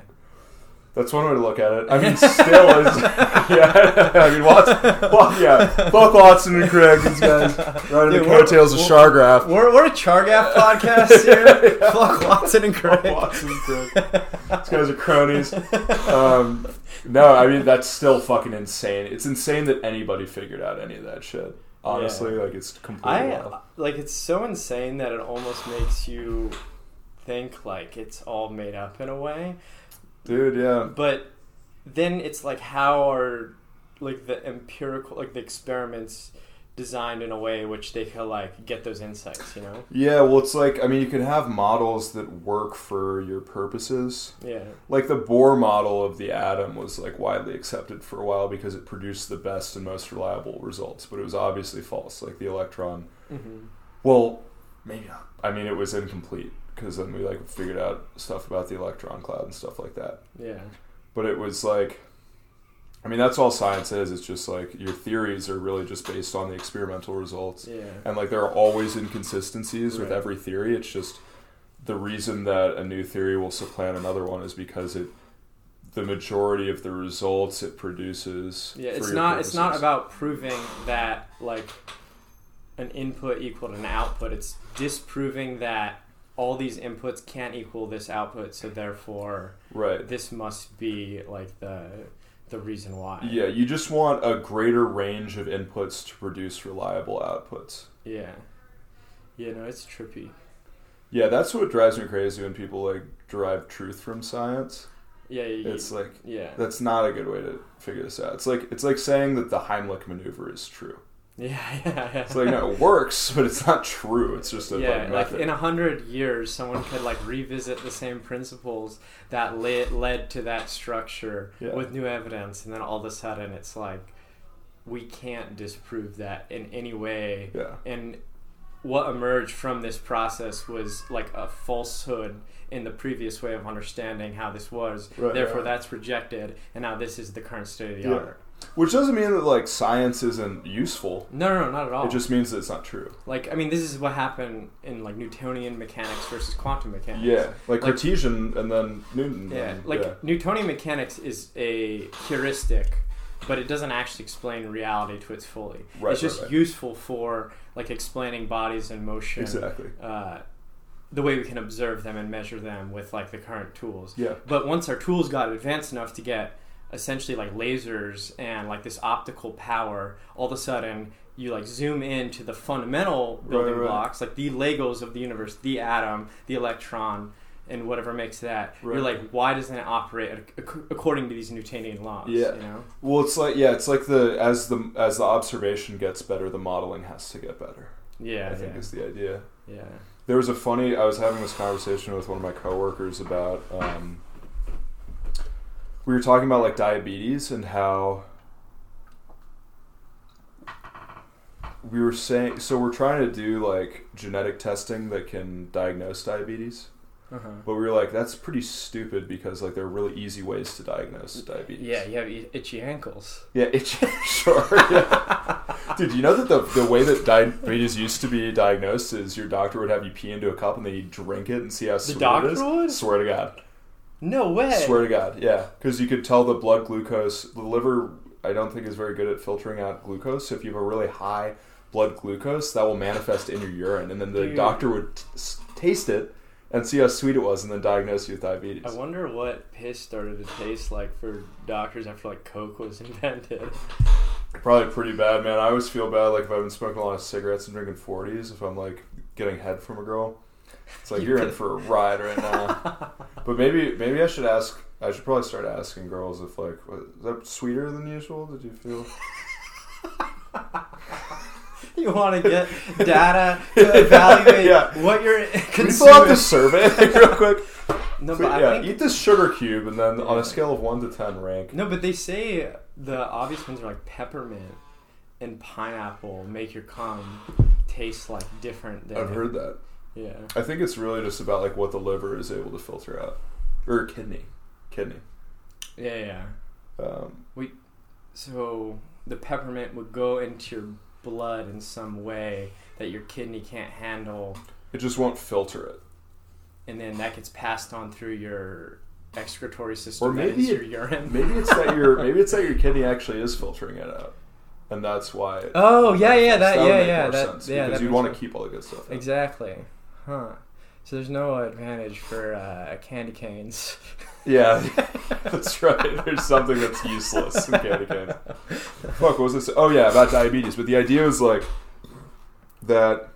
That's one way to look at it. [laughs] I mean, still is. [laughs] Yeah, [laughs] I mean, Watson. Well, yeah, fuck Watson and Craig, these guys [laughs] riding Yeah, the we're- coattails of we're- Shargraph. We're, we're a [laughs] Chargaff podcast here. Fuck Watson and Crick. Watson and Crick. These guys are cronies. Um, no, I mean that's still fucking insane. It's insane that anybody figured out any of that shit. Honestly, like it's completely [laughs] wild. I like it's so insane that it almost makes you think like it's all made up in a way. dude. Yeah, But then it's like how are like the empirical like the experiments designed in a way which they can like get those insights, you know? yeah. Well, it's like I mean, you can have models that work for your purposes. Yeah. like the Bohr model of the atom was like widely accepted for a while because it produced the best and most reliable results, but it was obviously false. Like the electron, Mm-hmm. well, maybe not. I mean, it was incomplete because then we like figured out stuff about the electron cloud and stuff like that. Yeah. But it was like, I mean, that's all science is. It's just like your theories are really just based on the experimental results Yeah. and like there are always inconsistencies with Right. every theory it's just the reason that a new theory will supplant another one is because it the majority of the results it produces Yeah, for it's your not it's not purposes. about proving that like an input equaled an output. It's disproving that all these inputs can't equal this output, so therefore right this must be like the the reason why. yeah you just want a greater range of inputs to produce reliable outputs Yeah. Yeah, no, it's trippy. yeah that's what drives me crazy when people like derive truth from science Yeah, yeah, it's like [laughs] yeah. [laughs] that's not a good way to figure this out it's like it's like saying that the heimlich maneuver is true Yeah, yeah, yeah. it's like [laughs] no it works but it's not true it's just a yeah, like, like method. in a hundred years, someone could like revisit the same principles that led led to that structure Yeah. with new evidence, and then all of a sudden, it's like we can't disprove that in any way. Yeah. And what emerged from this process was like a falsehood in the previous way of understanding how this was. Right, Therefore, yeah. that's rejected, and now this is the current state of the uh, Yeah. art. Which doesn't mean that like science isn't useful. No, no, no, not at all. It just means that it's not true. like I mean, this is what happened in like Newtonian mechanics versus quantum mechanics. Yeah, Like- like, Cartesian and then Newton. Yeah, and- like yeah. Newtonian mechanics is a heuristic, but it doesn't actually explain reality to its fully. Right, it's just right, right. useful for like explaining bodies in motion, exactly. uh, the way we can observe them and measure them with like the current tools. Yeah, But once our tools got advanced enough to get essentially like lasers and like this optical power, all of a sudden you like zoom in to the fundamental building right. blocks, like the Legos of the universe, the atom, the electron, and whatever makes that. You're Right. like, why doesn't it operate ac- ac- according to these Newtonian laws? Yeah. You know? well, it's like yeah, it's like the as the as the observation gets better, the modeling has to get better. Yeah. I think yeah. is the idea. yeah. There was a funny. I was having this conversation with one of my coworkers about. Um, we were talking about like diabetes and how we were saying. So we're trying to do like genetic testing that can diagnose diabetes, Uh-huh. but we were like, that's pretty stupid because like there are really easy ways to diagnose diabetes. Yeah, you have i- itchy ankles. Yeah, it, [laughs] sure. yeah. Dude, you know that the, the way that diabetes used to be diagnosed is your doctor would have you pee into a cup and then you drink it and see how sweet doctor it is? would? Swear to God. No way. Swear to God, yeah. Because you could tell the blood glucose, the liver, I don't think is very good at filtering out glucose. So if you have a really high blood glucose, that will manifest in your urine. And then the Dude. doctor would t- s- taste it and see how sweet it was, and then diagnose you with diabetes. I wonder what piss started to taste like for doctors after like Coke was [laughs] invented. Probably pretty bad, man. I always feel bad, like if I've been smoking a lot of cigarettes and drinking forties, if I'm like getting head from a girl, it's like You you are in could- for a ride [laughs] right now. but maybe, maybe I should ask. I should probably start asking girls if like was is that sweeter than usual? Did you [laughs] feel? You want to get data to evaluate [laughs] Yeah. what [laughs] you're Can we fill out consuming. this [laughs] survey [laughs] real quick? No, So, but yeah, I think, eat this sugar cube, and then on a scale of one to ten, rank. no, but they say the obvious ones are like peppermint and pineapple make your cum taste like different. Than I've heard that. Yeah. I think it's really just about like what the liver is able to filter out, or kidney, kidney. Yeah, yeah. Um, So the peppermint would go into your blood in some way that your kidney can't handle, it just won't filter it. and then that gets passed on through your excretory system Or that maybe is your it- urine. Maybe it's that your maybe it's that your kidney actually is filtering it out, and that's why. It [laughs] Oh yeah, yeah, manifests. that, would yeah, make yeah, more that, sense, yeah, because that you makes want sense. to keep all the good stuff. in. Exactly. Huh. So there's no advantage for uh, candy canes. [laughs] Yeah, [laughs] that's right. [laughs] There's something that's useless in candy canes. Fuck, what was this? Oh yeah, about diabetes. But the idea was like that.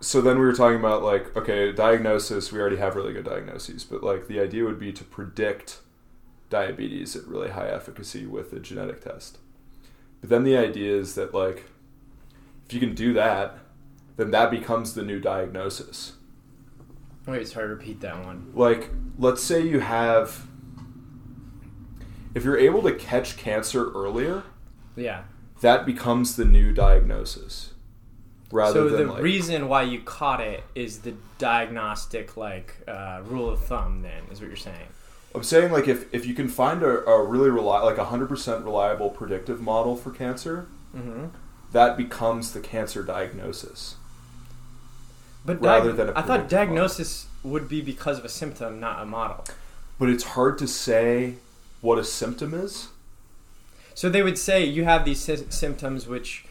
So then we were talking about like okay, diagnosis. We already have really good diagnoses, but like the idea would be to predict diabetes at really high efficacy with a genetic test. But then the idea is that like if you can do that, then that becomes the new diagnosis [laughs] Wait, sorry, repeat that one. like let's say you have if you're able to catch cancer earlier Yeah. that becomes the new diagnosis So rather than the like reason why you caught it is the diagnostic like uh, rule of thumb. Then is what you're saying. i'm saying like if, if you can find a, a really reli- like a 100% reliable predictive model for cancer Mm-hmm. that becomes the cancer diagnosis But Rather diag- than a I thought predictive model. diagnosis would be because of a symptom, not a model. but it's hard to say what a symptom is So they would say you have these sy- symptoms, which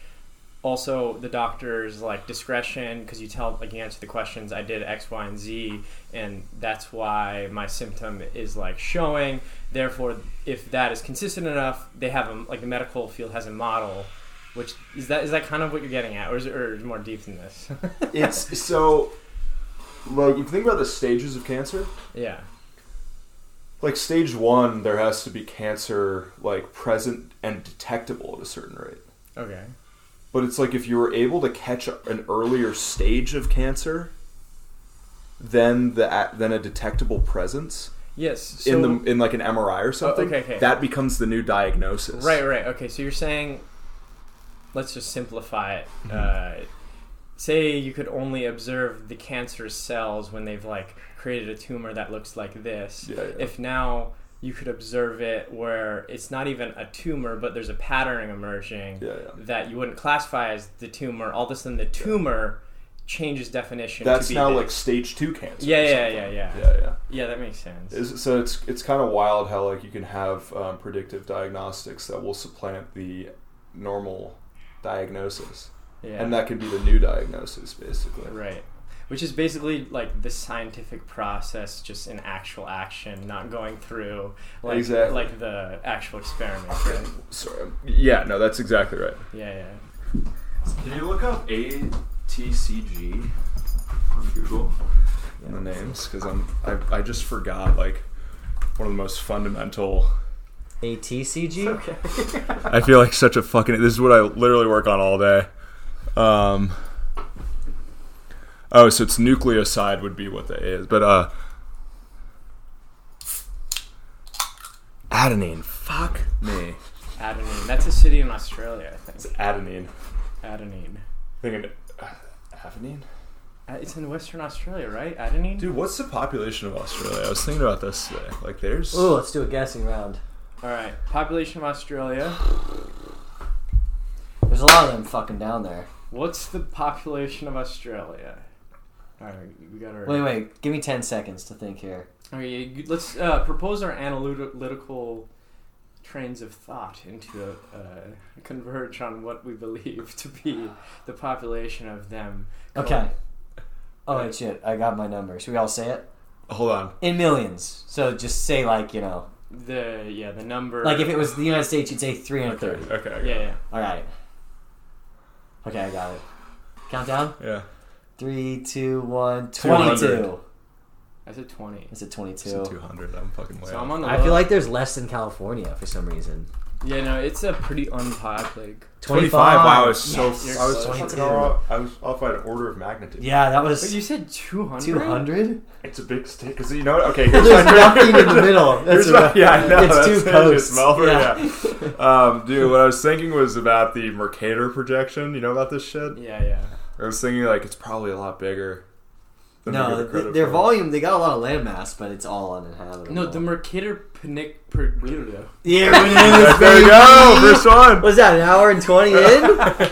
also the doctor's like discretion because you tell like you answer the questions. I did X, Y, and Z, and that's why my symptom is like showing. Therefore, if that is consistent enough, they have a like the medical field has a model. Which is that is that kind of what you're getting at, or is it, or is it more deep than this? [laughs] it's so like you think about the stages of cancer yeah. like stage one there has to be cancer like present and detectable at a certain rate Okay. but it's like if you were able to catch an earlier stage of cancer then the then a detectable presence Yes. So Oh, in the in like an MRI or something okay, okay. that becomes the new diagnosis Right, right. Okay, so you're saying, let's just simplify it. Mm-hmm. Uh, say you could only observe the cancer cells when they've like created a tumor that looks like this. Yeah, yeah. If now you could observe it where it's not even a tumor, but there's a pattern emerging Yeah, yeah. that you wouldn't classify as the tumor. All of a sudden, the tumor changes definition. that's to be now this. like stage two cancer Yeah, or yeah, something. yeah, yeah. yeah yeah yeah. That makes sense. Is, so it's it's kind of wild how like you can have um, predictive diagnostics that will supplant the normal diagnosis, yeah. and that can be the new diagnosis basically. Right. Which is basically like the scientific process, just in actual action, not going through like Exactly. like the actual experiment. Right? Sorry. I'm- Yeah, no, that's exactly right. Yeah, yeah. Can you look up ATCG on Google? And the names, because I'm I, I just forgot like one of the most fundamental. ATCG? I feel like such a fucking. This is what I literally work on all day. Um. Oh, so it's nucleoside would be what that is, but uh. Adenine. Fuck me. Adenine. That's a city in Australia, I think. Adenine. Adenine. Thinking. uh, Adenine. Uh, It's in Western Australia, right? Adenine. Dude, what's the population of Australia? I was thinking about this today. Like, there's Ooh, let's do a guessing round. All right. Population of Australia. There's a lot of them fucking down there. What's the population of Australia? All right, we got our. Wait, wait. Give me 10 seconds to think here. All right, you- let's uh, propose our analytical trains of thought into a, uh, converge on what we believe to be the population of them. Okay. Oh wait, shit! I got my number. Should we all say it Hold on. in millions? So just say like you know, The yeah, the number. like if it was the United States, you'd say three hundred thirty. Okay. I got yeah, yeah. All right. Okay, I got it. Countdown. it. Yeah. Three, two, one. 200. Twenty-two. I said twenty. Is it twenty-two? It's 200. I'm fucking way So off. I'm on the. I feel low. like there's less in California for some reason. yeah, no, it's a pretty unpop league. 25. Wow, I was so. Yes. I was You're fucking so off. I was off by an order of magnitude. Yeah, that But was you said two hundred. two hundred. It's a big stick. Cause you know what? [laughs] Okay, here's There's my nothing in [laughs] the middle. That's Here's what my- yeah, I know. It's that's two it, just posts. Melbourne, Yeah. yeah. Um, dude, what I was thinking was about the Mercator projection. You know about this shit? Yeah, yeah. I was thinking like it's probably a lot bigger. Than they give No, it th- credit their for. volume, they got a lot of landmass, but it's all uninhabitable. No, the Mercator Panic. Per- [laughs] Yeah, we There, there you go, first one. Was that an hour and 20 [laughs] in?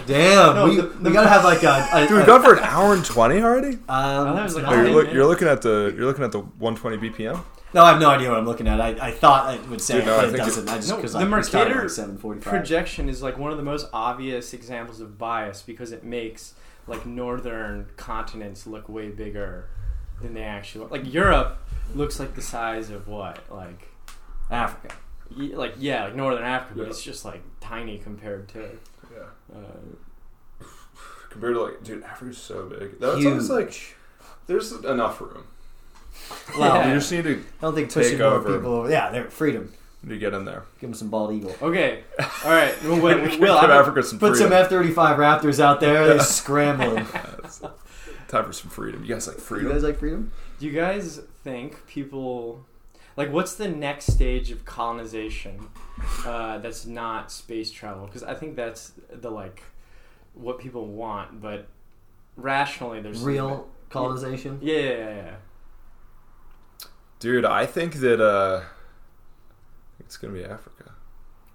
Damn. No, we, the- we gotta have like a. a um, Dude, we a- gone for an hour and twenty already. um, that was like- no, Oh, you're, Nine look, minutes. you're looking at the you're looking at the 120 BPM. no, I have no idea what I'm looking at. I, I thought I would say Dude, it, no, I but it think it- doesn't. I just No, because the I we started Mercator at 7:45. projection is like one of the most obvious examples of bias because it makes like northern continents look way bigger than they actually like Europe looks like the size of what like Africa. y- like yeah like northern Africa but Yeah. it's just like tiny compared to Yeah. uh, Compared to like, dude, Africa's so big. That's always like, there's enough room. Well, Yeah. You just need to, I don't think Take pushing more over. people over. Yeah, they're freedom. to get [laughs] in there. Give them some bald eagle. okay all right well, wait, Will I'm- Give Africa some Put some freedom. F-35 Raptors out there. [laughs] They're scrambling. Time for some freedom. You guys like You freedom? guys like freedom? Do you guys think people like what's the next stage of colonization uh, that's not space travel? Because I think that's the like what people want, but rationally there's Real colonization. Yeah, yeah, yeah, yeah. Dude, I think that uh it's gonna be Africa.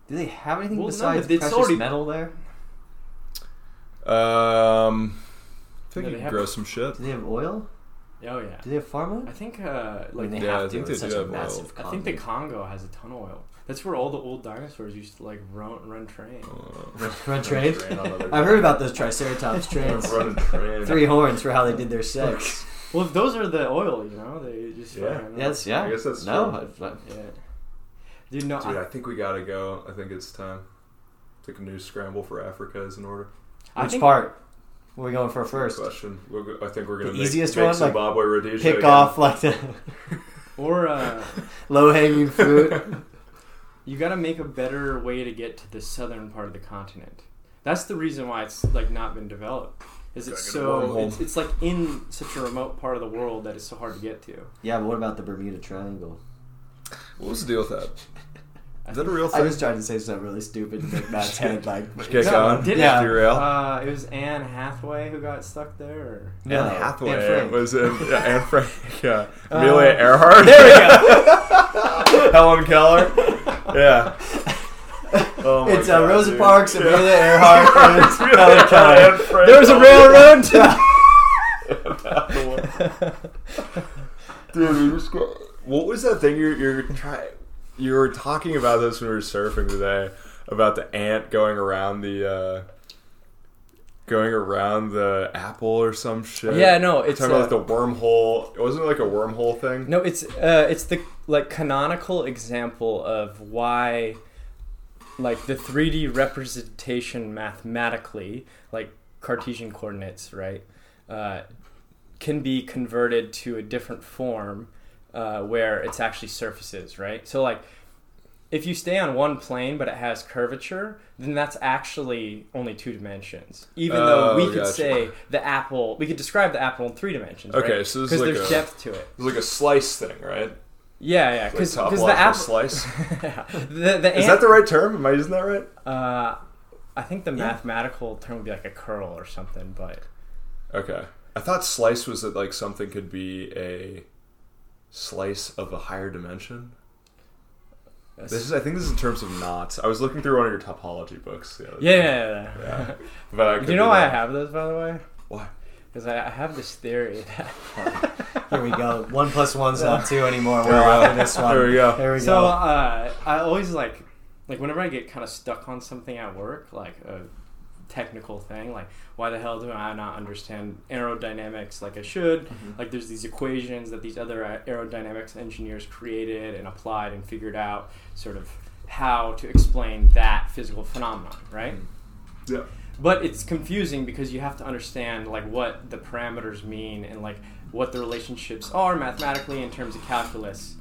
Do they have anything Well, no, besides but it's precious already- metal there? Um I think No, you they can have- grow some shit. Do they have oil? Oh yeah. Do they have farmland? I think uh, I mean, like they Yeah, I have to. think It's they such do a have oil. massive. I think the continent. Congo has a ton of oil. That's where all the old dinosaurs used to like run run train. Uh, [laughs] run train. train on other- [laughs] I've heard about those Triceratops trains. [laughs] Run a train. Three horns for how they did their sex. Well, if those are the oil, you know, they just Yeah. fucking- Yes, yeah. I guess that's no. I- yeah. Dude, no, Dude, I, I think we gotta go. I think it's time. Think a new scramble for Africa is in order. I- I Which think- part? We're going for first. Question. We'll go, I think we're gonna The make, easiest make one, like, Zimbabwe Rhodesia Pick again. off like the [laughs] Or uh, low hanging fruit. You got to make a better way to get to the southern part of the continent. That's the reason why it's like not been developed. Is it's Gotta get a so wormhole. it's, it's like in such a remote part of the world that it's so hard to get to. Yeah, but what about the Bermuda Triangle? What was the deal with that? Is that a real I thing? was trying to say something really stupid to make Matt's head like. Get going. did it? Yeah. Derail. Uh, it was Anne Hathaway who got stuck there. Or... No, Anne Hathaway Anne Uh, Frank. was in yeah, Anne Frank, [laughs] yeah, Uh, Amelia Earhart, there [laughs] we go, [laughs] Helen Keller, yeah. Oh my It's uh, God, Rosa dude. Parks, Yeah. Amelia [laughs] Earhart, and Helen Keller. Anne Frank. There was a railroad. [laughs] Dude, we just go- what was that thing you're you're trying? You were talking about this when we were surfing today about the ant going around the. uh Going around the apple or some shit. Yeah, no, it's, talking about uh, like the wormhole. Wasn't it like a wormhole thing? No, it's uh, it's the like canonical example of why, like the three D representation mathematically, like Cartesian coordinates, right, uh, can be converted to a different form uh, where it's actually surfaces, right? So like. If you stay on one plane but it has curvature, then that's actually only two dimensions. Even though Oh, we could gotcha. say the apple, we could describe the apple in three dimensions. Okay, right? so this is 'Cause like there's a- depth to it. It was like a slice thing, right? Yeah, yeah, Like because top the left or apple [laughs] slice. the the Is ant- that the right term? Am I using that right? uh, I think the mathematical term would be like a curl or something, but Okay. I thought slice was that like something could be a slice of a higher dimension. This is, I think, this is in terms of knots. I was looking through one of your topology books. The other [laughs] yeah. day. yeah, yeah. yeah. But I Do could you know be why I wrong. have those, by the way? Why? Because I, I have this theory [laughs] that Here we go. One plus one's not two anymore. We're There we off go. of this one. There we go. Here we so go. uh, I always like like whenever I get kind of stuck on something at work, like a technical thing. Like, why the hell do I not understand aerodynamics like I should? Mm-hmm. Like, there's these equations that these other uh, aerodynamics engineers created and applied and figured out sort of how to explain that physical phenomenon, right? Yeah. but it's confusing because you have to understand like what the parameters mean and like what the relationships are mathematically in terms of calculus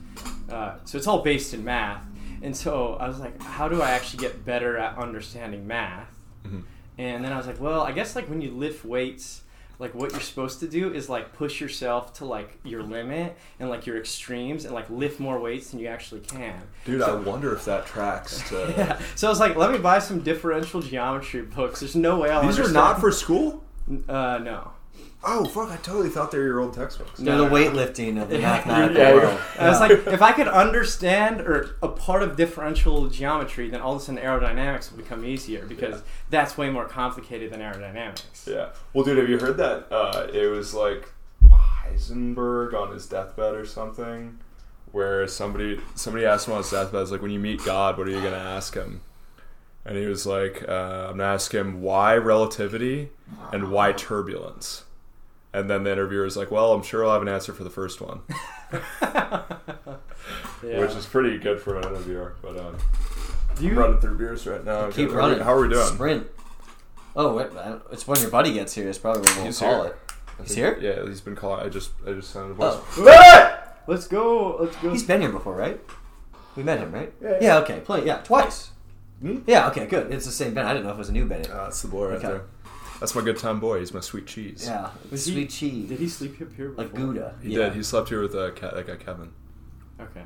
uh, so it's all based in math and so i was like how do i actually get better at understanding math Mm-hmm. and then i was like well i guess like when you lift weights like what you're supposed to do is like push yourself to like your limit and like your extremes and like lift more weights than you actually can Dude, I wonder if that tracks to. [laughs] yeah. so i was like let me buy some differential geometry books there's no way i'll These are understand- not for school? uh, no. Oh, fuck, I totally thought they were your old textbooks. They're No, the no, no. weightlifting of the Yeah. mathematical Yeah, yeah. world. I was Yeah. like, if I could understand or a part of differential geometry, then all of a sudden aerodynamics will become easier because that's way more complicated [laughs] than aerodynamics. Yeah. Well, dude, have you heard that? Uh, it was like Heisenberg on his deathbed or something, where somebody somebody asked him on his deathbed, it's like, when you meet God, what are you gonna ask him? And he was like, uh, I'm gonna ask him why relativity and why turbulence. And then the interviewer is like, Well, I'm sure I'll have an answer for the first one, Yeah. which is pretty good for an interviewer. But um, Do you- I'm running through beers right now. Keep How are we- running. How are we doing? Sprint. Oh, wait, I don't- it's when your buddy gets here. It's probably when we'll He's call here. it. He's here. Yeah, he's been calling. I just I just sounded a voice. Oh, Let's go. Let's go. he's been here before, right? We met him, right? Yeah, yeah. okay. Play. Yeah, Hmm? twice. Yeah. Okay. Good. It's the same Ben. I didn't know if it was a new Ben. Ah, that's the boy right Okay. there. That's my good time boy. He's my sweet cheese. yeah. Was he- Sweet cheese. Did he sleep up here before? like Gouda. He yeah. did. He slept here with uh, Ke- that guy Kevin. Okay.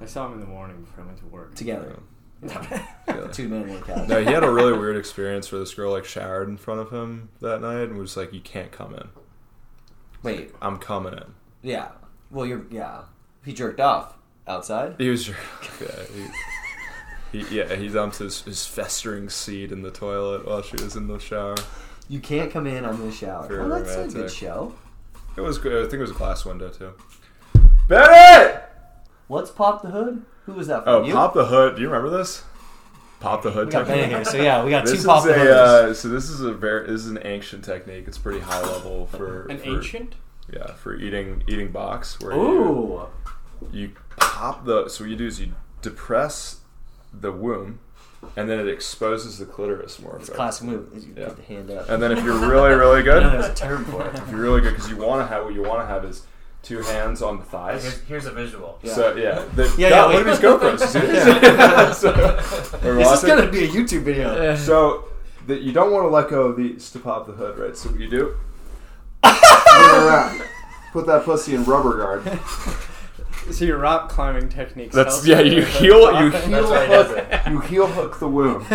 I saw him in the morning before I went to work. [laughs] together. Yeah. Two men, one couch. Um, no, he had a really weird experience where this girl like showered in front of him that night and was like, "You can't come in. Wait. I'm coming in." Yeah. Well, you're. Yeah. He jerked off outside. He was, [laughs] yeah, he, he, yeah, he dumped his, his festering seed in the toilet while she was in the shower. You can't come in. I'm in the shower. Very Well, that's a romantic. good show. It was, good. I think it was a glass window too. Bennett! Let's pop the hood. Who was that? Oh, from? You? pop the hood. Do you remember this? Pop the hood. We got Ben technique? here, so yeah, we got This two is pop the a hoods. uh, so this is a very this is an ancient technique. It's pretty high level for An for- ancient? Yeah, for eating eating box where you Ooh. you pop the so what you do is you depress the womb, and then it exposes the clitoris more. It's a effectively. classic move. is You Yeah. put the hand up. And then if you're really really [laughs] I know there's good, a term for it. if you're really good because you want to have what you want to have is two hands on the thighs. here's a visual. So yeah, the, Yeah, God, yeah, look at these wait. GoPros. [laughs] dude. [laughs] So, we're This is watching- gonna be a YouTube video. So that you don't want to let go of these to pop the hood, right? So what you [laughs] do? Turn around. Put that pussy in [laughs] rubber guard. So your rock climbing techniques. That's helps yeah. You with heel the- you That's heel why he does hook it. you heel hook [laughs] the womb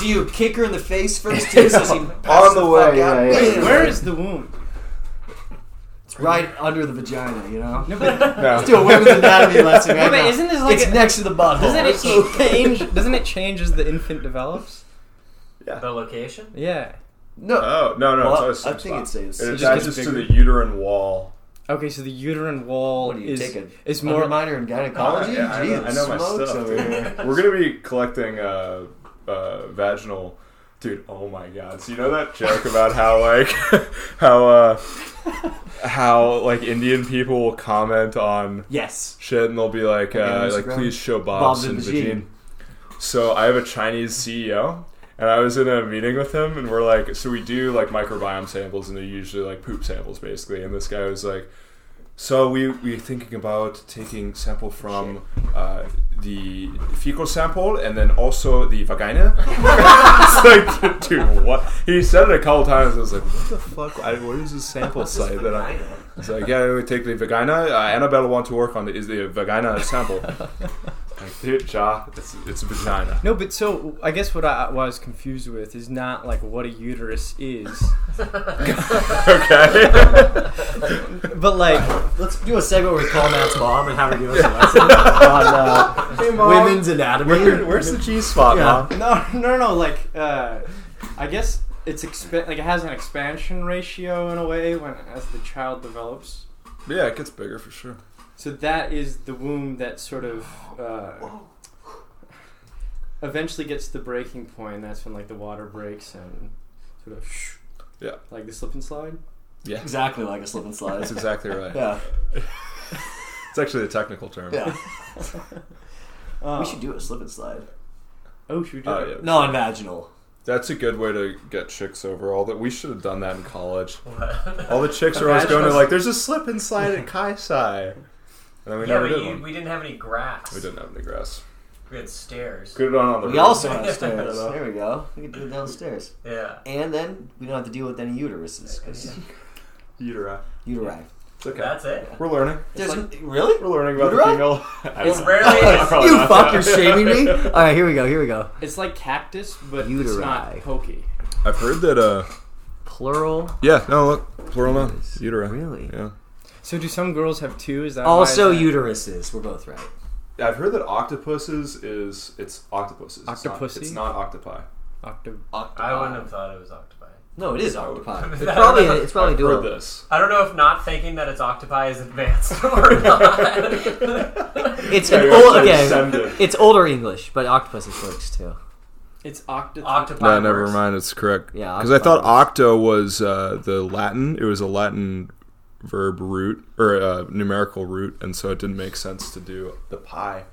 Do you kick her in the face [laughs] first? Too, so she on passes the fuck way. out? Yeah, yeah, yeah. Where is the womb? It's right under the vagina, you know. No, but No. Let's do a women's [laughs] anatomy lesson right Wait, but now. isn't this like it's a- next to the butthole? doesn't [laughs] it So- [laughs] change? Doesn't it change as the infant develops? The location? Yeah. No. Oh no no! Well, it's I always think the same it's spot. a- it's it just attaches gets to the bigger. uterine wall. Okay, so the uterine wall what do you is take a, [laughs] is more minor in gynecology? Yeah, I, know- I Jesus know my smokes stuff. over here. [laughs] dude. We're gonna be collecting uh, uh, vaginal, dude. Oh my god! So you know that joke about how like [laughs] how uh, how like Indian people will comment on Yes. shit and they'll be like uh, Instagram. like please show Bob's Bob's and and Vagine. So I have a Chinese CEO and I was in a meeting with him and we're like so we do like microbiome samples and they're usually like poop samples basically and this guy was like so we we're thinking about taking sample from uh, the fecal sample and then also the vagina. it's like dude, what? He said it a couple times. I was like, what the fuck? I, what is this sample site that I? It's like, yeah, we take the vagina. Uh, Annabella want to work on the, is the vagina sample. like, dude, Ja, it's, it's a vagina. [laughs] No, but so I guess what I what I was confused with is not like what a uterus [laughs] is, okay. but like Let's do a segment where we call Matt's mom and have her give us a lesson [laughs] on uh, women's anatomy. Where- where's the G spot, Yeah. [laughs] mom? no, no, no, like uh, I guess it's exp- like it has an expansion ratio in a way when as the child develops. Yeah, it gets bigger for sure. So that is the womb that sort of uh, eventually gets to the breaking point. That's when like the water breaks and for the shh. Yeah. Like the slip and slide. Yeah. Exactly like a slip and slide. [laughs] That's exactly right. yeah. It's actually a technical term. Yeah. Um, Uh, We should do a slip and slide. Oh, should we do Oh, it? yeah. Non vaginal. That's a good way to get chicks over. All that we should have done that in college. [laughs] What? All the chicks are always going to like, "There's a slip and slide at Chi [laughs] Psi," and then we yeah, never but did you, one. we didn't have any grass. We didn't have any grass. We had stairs. Put it on on the. We road. also have stairs. [laughs] There we go. We can do it downstairs. Yeah. [laughs] And then we don't have to deal with any uteruses. 'cause Uteri. Uteri. It's okay. That's it. We're learning. There's really? We're learning about Uteri? the female. [laughs] I It's don't know. rarely- Probably [laughs] you not. fuck, you're shaming [laughs] me? Alright, here we go, here we go. It's like cactus, but it's Uteri. not pokey. I've heard that. Uh. Plural. Yeah. No. Look. Plural noun. Uteri. Really? Yeah. So do some girls have two? Is that why Also is that- uteruses. We're both right. I've heard that octopuses is it's octopuses. It's not- Octopussy? It's not octopi. Octo- Octopi. I wouldn't have thought it was octopi. No, it is [laughs] octopi. It's I don't probably know. it's probably I've heard doable. this. I don't know if not thinking that it's octopi is advanced [laughs] or [laughs] not. It's Yeah, an you're old actually again. ascended. It's older English, but octopus works too. It's octo. octopi. No, never works. mind. It's correct. Yeah, because I thought octopus. octo was uh, the Latin. It was a Latin verb root or uh, numerical root, and so it didn't make sense to do the pi.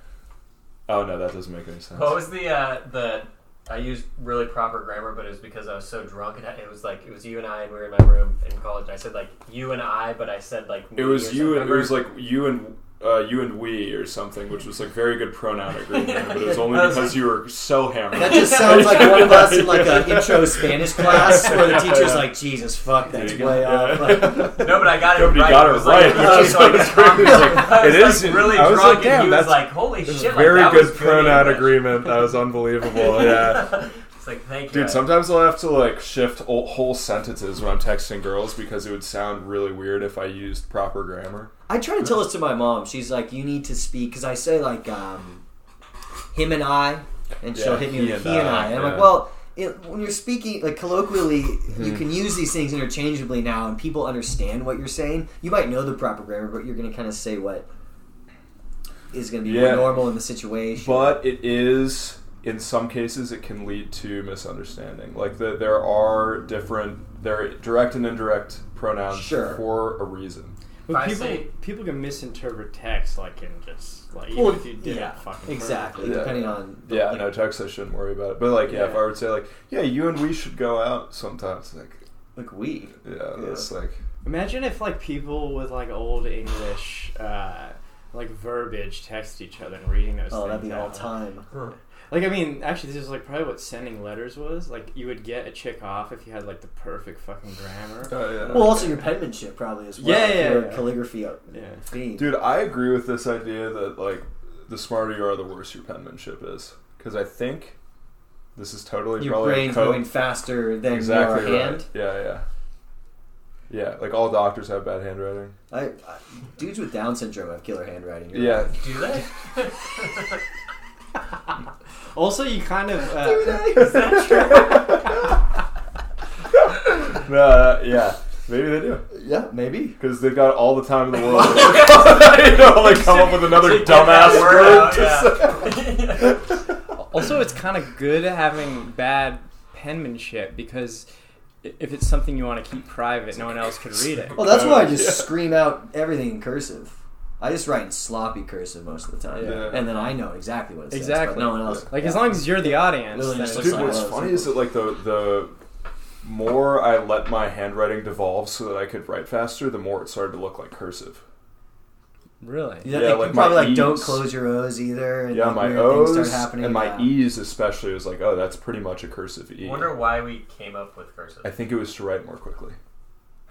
Oh no, that doesn't make any sense. What was the uh, the? I used really proper grammar, but it was because I was so drunk, and I, it was like it was you and I, and we were in my room in college. And I said like you and I, but I said like It was you, and it was like you and. Uh, you and we or something, which was like very good pronoun agreement, but [laughs] it was only I was because you were so hammered. That just sounds like one of us in like an intro [laughs] Spanish class where the teacher's Yeah. like, Jesus, fuck, that's Yeah. way off. [laughs] Like, [laughs] no, but I [laughs] got Nobody it right. got [laughs] it it was right. Like, I was It's like, just I was like, [laughs] like, it is- really I was drunk, like, damn, and he was that's- like, holy shit, like, very that was good pronoun English. agreement. That was unbelievable. Yeah. It's like thank you, Dude, sometimes I'll have to like shift o- whole sentences when I'm texting girls because it would sound really weird if I used proper grammar. I try to tell this to my mom. She's like, you need to speak because I say like um, him and I, and she'll Yeah, hit me he with and he and I, I. And I'm yeah. Hmm. like, well, it, when you're speaking like colloquially, you can use these things interchangeably now, and people understand what you're saying. You might know the proper grammar, but you're going to kind of say what is going to be more Yeah. normal in the situation. But it is, in some cases, it can lead to misunderstanding. Like the, there are different, there are direct and indirect pronouns Sure. for a reason. If I But people say- people can misinterpret text like in just like even Well, if you did yeah, it fucking exactly, Yeah. depending on Yeah, like, no text, I shouldn't worry about it. But like, yeah, if Yeah. I would say like, yeah, you and we should go out sometimes. Like, like we. yeah, that's like, Imagine if like people with like old English uh, like verbiage text each other and reading those. Oh, things that'd be all out. time. Like I mean, actually, this is like probably what sending letters was. Like you would get a chick off if you had like the perfect fucking grammar. oh yeah. Well, also your penmanship probably as well. Yeah, yeah, your yeah. Calligraphy. up- Yeah. being. Dude, I agree with this idea that like the smarter you are, the worse your penmanship is. Because I think this is totally your probably a brain's code- moving faster than exactly your right. hand. Yeah, yeah, yeah. Like all doctors have bad handwriting. I, I, dudes with Down syndrome have killer handwriting. You're Yeah, [laughs] [laughs] do they? Also, you kind of uh, right. [laughs] Is that no, uh, yeah. Maybe they do true? yeah, maybe. because they've got all the time [laughs] in the world. [laughs] you know, like come up with another dumbass Word word. out, to yeah. [laughs] [laughs] also it's kind of good having bad penmanship because i- if it's something you want to keep private, no one else could read it. Well, that's why I just [laughs] Yeah. scream out everything in cursive. I just write in sloppy cursive most of the time, Yeah. and then I know exactly what it says. Exactly. But no one else. Like as long as you're the audience, Literally then just it's looks Dude, like what's one of those funny is that like the the more I let my handwriting devolve so that I could write faster, the more it started to look like cursive. really yeah, Yeah, like, like my probably like don't E's. close your O's either. And Yeah, like, my weird things O's start happening. and my E. yeah. E's especially was like, oh, that's pretty much a cursive E. Wonder why we came up with cursive. I think it was to write more quickly.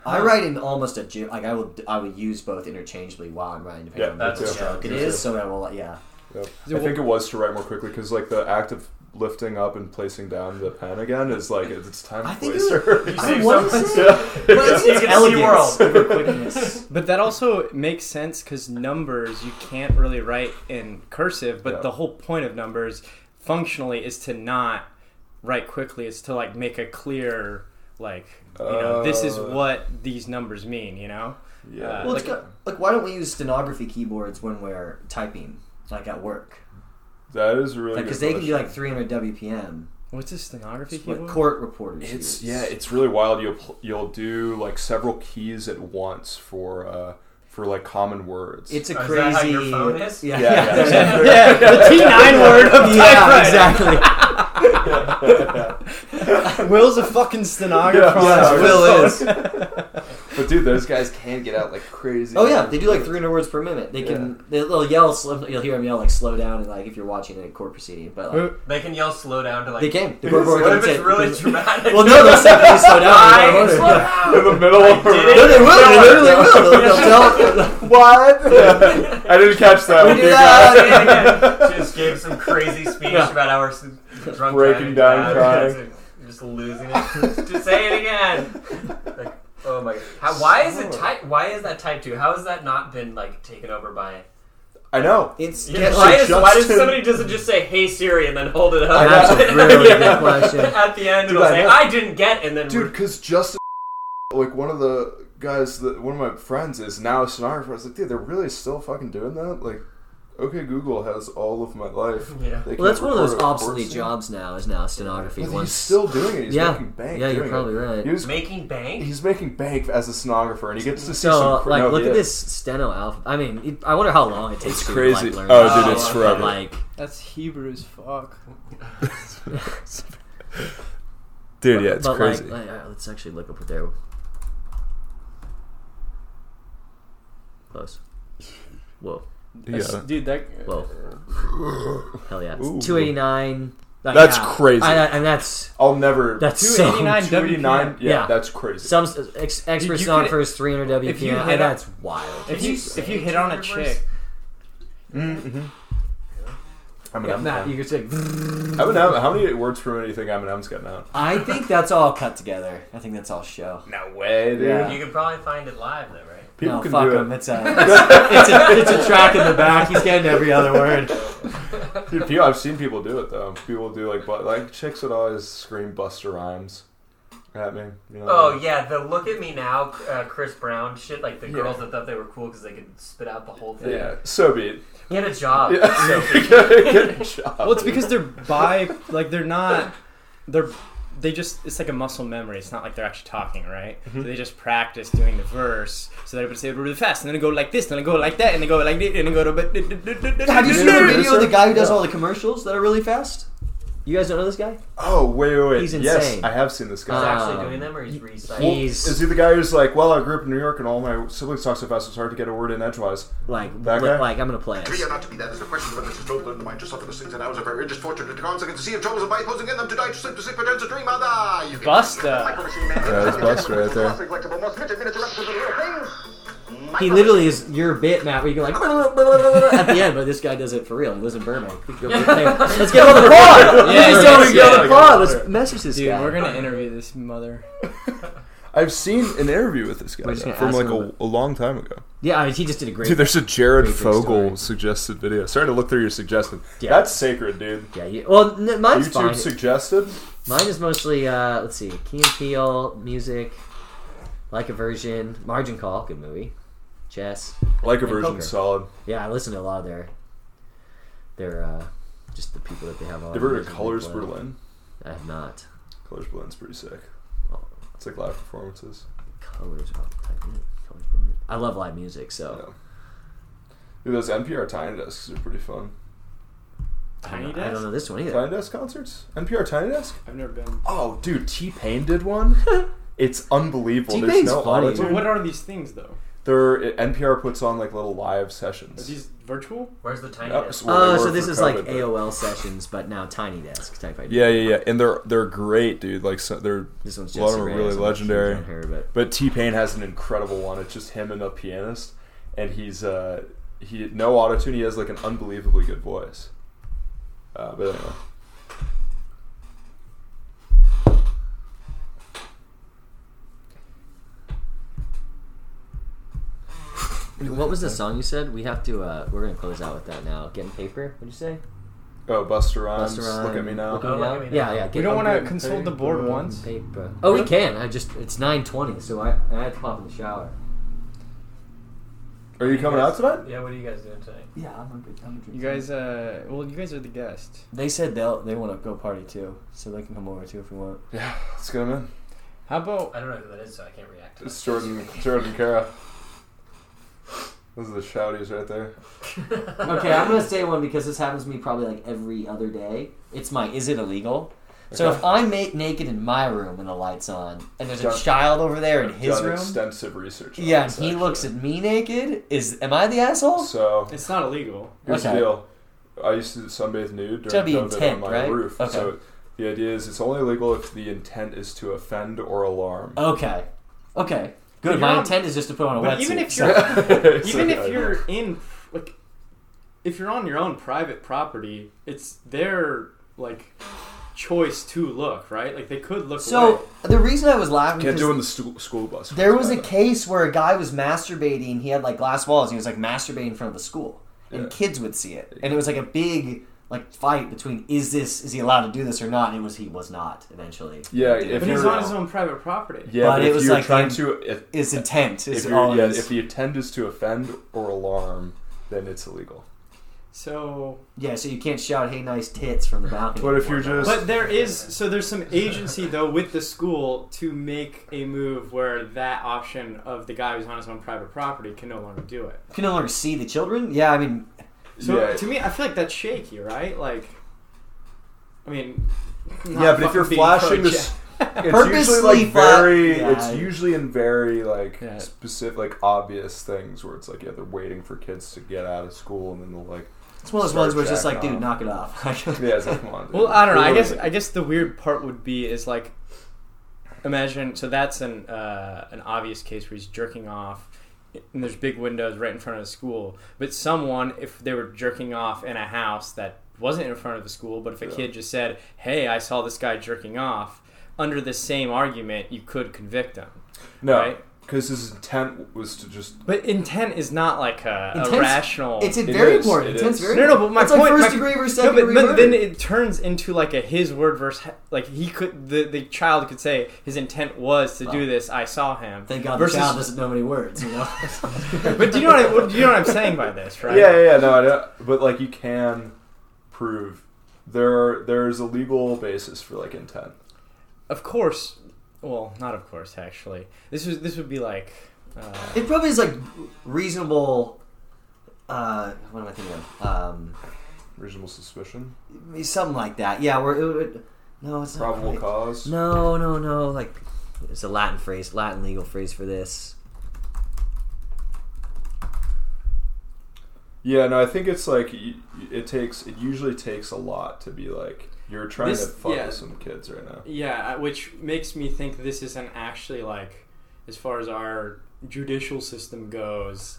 I write in almost a gym. Like I will, I will use both interchangeably while I'm writing, depending Yeah, on me what too. stroke it Me is. too. So I will, [laughs] yeah. I think it was to write more quickly because like the act of lifting up and placing down the pen again is like it's time I to think it placer. You [laughs] I [laughs] save wanna something. say- Yeah. But it's, You it's can see elegance world. over quickness. But that also makes sense because numbers you can't really write in cursive. But Yeah. the whole point of numbers, functionally, is to not write quickly. It's to like make a clear like you know this is Uh. what these numbers mean. You know. Yeah. Uh, Well, like- it's got, like, why don't we use stenography keyboards when we're typing, like at work? that is a really Because they because can do like 300 WPM. What's his stenography What [laughs] keyboard? court reporters It's use. yeah, it's really wild. You'll pl- you'll do like several keys at once for uh for like common words. [laughs] It's [laughs] a Oh, is crazy. that how your phone is? Yeah, Yeah, [laughs] yeah, yeah. [laughs] exactly. [laughs] yeah, the T [laughs] nine word of Yeah, typewriter. exactly. [laughs] Will's a fucking stenographer. Yeah, yeah, Will is. but dude, those guys can get out like crazy. Oh yeah, they do like 300 words per minute. They can they'll yell. sl- You'll hear them yell like slow down and like if you're watching a court proceeding, but like, They can yell slow down to like. they can. The court reporter What can if it's say- really because- dramatic? [laughs] [laughs] Well, no, they'll simply slow Why? down. Slow No, [laughs] down. in the middle of a I did they will. They literally will. They'll, they'll [laughs] tell. [laughs] [laughs] I didn't catch that. We [laughs] one. do that. Say it [laughs] again. Just gave some crazy speech about how we're s- drunk Breaking driving down driving. crying. [laughs] just losing it. [laughs] just say it again. Like, oh my! How, why is it type? Why is that type two? How has that not been like taken over by? I know. It's Yeah, yeah, why, like, is, why does Justin- somebody doesn't just say "Hey Siri" and then hold it up? Oh, That's a really [laughs] Yeah. good question. [laughs] At the end, Dude, it'll I say, know. "I didn't get," and then dude because justin like one of the guys that one of my friends is now a stenographer i was like dude they're really still fucking doing that like okay google has all of my life Yeah. They well, that's can one of those record a obsolete person. jobs now. Is now stenography. but once he's still doing it he's Yeah. making bank Yeah, you're doing it. probably right. he was, making bank. he's making bank as a stenographer and he gets to see So, some cr- like, no, look he at is. this steno alphabet. I mean, it, I wonder how long it takes It's to crazy. like learn. Oh, that dude, shit, it's but, forever. Like, That's Hebrew as fuck. dude yeah it's but crazy Like, like, all right, let's actually look up what they're close. Whoa, That's- yeah Dude, that. whoa, hell yeah! Ooh. Two Uh, eighty nine. That's crazy. and that's i'll never that's so. 289 289 yeah, Yeah. that's [laughs] crazy Some ex, expert you could- sonographers three hundred if you WPI. hit a- That's wild. If Did you you say if you hit on a Hebrew chick, Eminem. Matt, you could say. [laughs] Eminem, how many words per minute do you think Eminem's getting out? I think that's all cut together. I think that's all show. No way, dude. Yeah. You could probably find it live though, right? People no, can fuck do him. it. [laughs] It's a, it's, it's a, it's a track in the back. He's getting every other word. Dude, people, I've seen people do it though. People do like, but like chicks would always scream Buster Rhymes at me. You know? Oh yeah, the look at me now, uh, Chris Brown shit. Like the Yeah. girls that thought they were cool because they could spit out the whole thing. yeah. So be it. [laughs] Get a job. Yeah. So- Good job. well, it's because they're bi. Like they're not. They're they just it's like a muscle memory. It's not like they're actually talking, right? So Mm-hmm. they just practice doing the verse, so they're able to say it really fast, and then it go like this, and then it go like that, and then go like this, and then go to. Have you Did seen the you know video Producer? of the guy who does Yeah. all the commercials that are really fast? You guys don't know this guy? Oh wait, wait, wait. He's yes, insane. I have seen this He's guy. actually [laughs] Um, doing them, or he's recycling. Well, he's- Is he the guy who's like, well, I grew up in New York and all my siblings talk so fast it's hard to get a word in edgewise? Like, That li- guy? like I'm gonna play To be it. or not to be, that is the question, but this is both learned the mind. Just offer the things that I was a very just fortune to consequence to see of troubles and by opposing in them to die, to sleep, to sleep, pretends to dream, other. You can- Buster. Yeah, that's Buster right there. He literally is your bit, Matt, where you go like at the end, but this guy does it for real. He lives in Burbank. He go, "Hey, Let's get [laughs] on the pod. Yeah, Please yeah, tell me to get on yeah. the pod. Let's message this Dude, guy. we're gonna interview this mother. I've seen an interview with this guy just though, gonna from ask like him a, a long time ago. yeah, I mean, he just did a great. Dude, there's a Jared Great story. Fogle suggested video. Sorry to look through your suggested. Yeah. That's sacred, dude. yeah, he- well, n- mine's YouTube fine. suggested. Mine is mostly uh, let's see, Key and Peele music, like a version, Margin Call, good movie, chess. Like a And version poker. solid. Yeah, I listen to a lot of their, their, uh, just the people that they have on. They were Music they Colors play. Berlin. I have not. Colors Blend's pretty sick. Oh. It's like live performances. Colors. I'll type in it. Colors Berlin. I love live music, so Dude, those NPR Tiny Desks are pretty fun. I, Tiny don't know, I don't desk. know this one either. Tiny Desk concerts? NPR Tiny Desk? I've never been. Oh, dude, T Pain [laughs] did one. it's unbelievable. T-Pain's There's no funny. But autotune. what are these things though? There, NPR puts on like little live Are sessions. these virtual? Where's the tiny? That was desk? what they Oh, were so for this is COVID, like but- AOL sessions, but now Tiny Desk type idea. Yeah, yeah, yeah, and they're they're great, dude. Like so, they're This one's a lot of Jesse them are Reyes. I'm really not huge legendary. on her, but But T Pain has an incredible one. It's just him and a pianist, and he's uh he no autotune. He has like an unbelievably good voice. Uh, but anyway, What was the song you said? We have to. Uh, we're gonna close out with that now. Getting paper? What'd you say? oh Buster Rhymes, Buster Rhymes, look at me now. Look at Oh, me look now. at me now. Yeah, yeah. We get- don't I'm want to getting consult the paper. board once. paper. Oh, we can. I just it's nine twenty, so I, I had to pop in the shower. Are you coming out tonight? Yeah, what are you guys doing tonight? Yeah, I'm a good. I'm a good You guys, uh, well, you guys are the guest. They said they'll they want to go party too, so they can come over too if we want. Yeah, let's get him in. How about I don't know who that is, so I can't react to It's [laughs] Jordan, Jordan Cara. Those are the shouties right there. it. [laughs] Okay, I'm gonna say one because this happens to me probably like every other day. It's my is it illegal? So Okay. if I'm ma- naked in my room when the lights on, and there's a Done. child over there in I've his done room, extensive research. on yeah, and this, he looks at actually. me naked, is am I the asshole? So it's not illegal? here's Okay. the deal. I used to sunbathe nude Gotta during be COVID intent, on my right? roof. Okay. So the idea is it's only illegal if the intent is to offend or alarm. Okay, okay, you're good. My on- intent is just to put on a But wetsuit. even if so- you're [laughs] [laughs] So even the if idea- you're in like if you're on your own private property it's their like choice to look right like they could look away. so the reason I was laughing can't because do it in the stu- school bus. there was a case where a guy was masturbating. He had like glass walls. And he was like masturbating in front of the school, and Yeah. kids would see it. And it was like a big like fight between is this is he allowed to do this or not? And it was he was not eventually. Yeah, He did if it. but he's you're- on his own private property Yeah, But but it if was you're like trying in- to, if, his intent if, is you're, all. yeah, Yeah, if the intent is to offend or alarm, then it's illegal. so yeah, so you can't shout "Hey, nice tits" from the balcony. But if you're anymore. just- but there is so there's some agency though with the school to make a move where that option of the guy who's on his own private property can no longer do it you can no longer see the children. Yeah, I mean, so yeah, to me i feel like that's shaky right like i mean not yeah, but if fucking you're being flashing pro-Jack- this, [laughs] it's usually Purposely like fla- very, Yeah. it's usually in very like Yeah. specific, like obvious things where it's like yeah, they're waiting for kids to get out of school and then they'll like [laughs] it's one of those Start ones where it's just jacking like, dude, off. knock it off. [laughs] yeah, it's like, come on. Dude. Well, I don't know. I guess I Clearly. guess the weird part would be is like, imagine. So that's an uh, an obvious case where he's jerking off, and there's big windows right in front of the school. But someone, if they were jerking off in a house that wasn't in front of the school, but if a Yeah. kid just said, "Hey, I saw this guy jerking off," under the same argument, you could convict them. no, right? because his intent was to just But intent is not like a, a Intent's- rational. It's It very is, important. it Intent's is. very. No, no, but my it's point, like first my- degree versus No, second but, degree but murder. then it turns into like a his word versus like he could the, the child could say his intent was to do this. I saw him. Thank God versus, the child doesn't know many words. You know. But do you know what I, what- do you know what I'm saying by this, right? Yeah, yeah, yeah, no, I don't, but like you can prove there there's a legal basis for like intent. Of course. Well, not of course. Actually, this was this would be like. Uh, It probably is like reasonable. Uh, what am I thinking of? Um, Reasonable suspicion, something like that. Yeah, where it would. No, it's not probable right. cause. No, no, no. Like it's a Latin phrase, Latin legal phrase for this. Yeah, no, I think it's like y- y- it takes. It usually takes a lot to be like you're trying This- to fuck yeah. with some kids right now. Yeah, uh, which makes me think this isn't actually like, as far as our judicial system goes,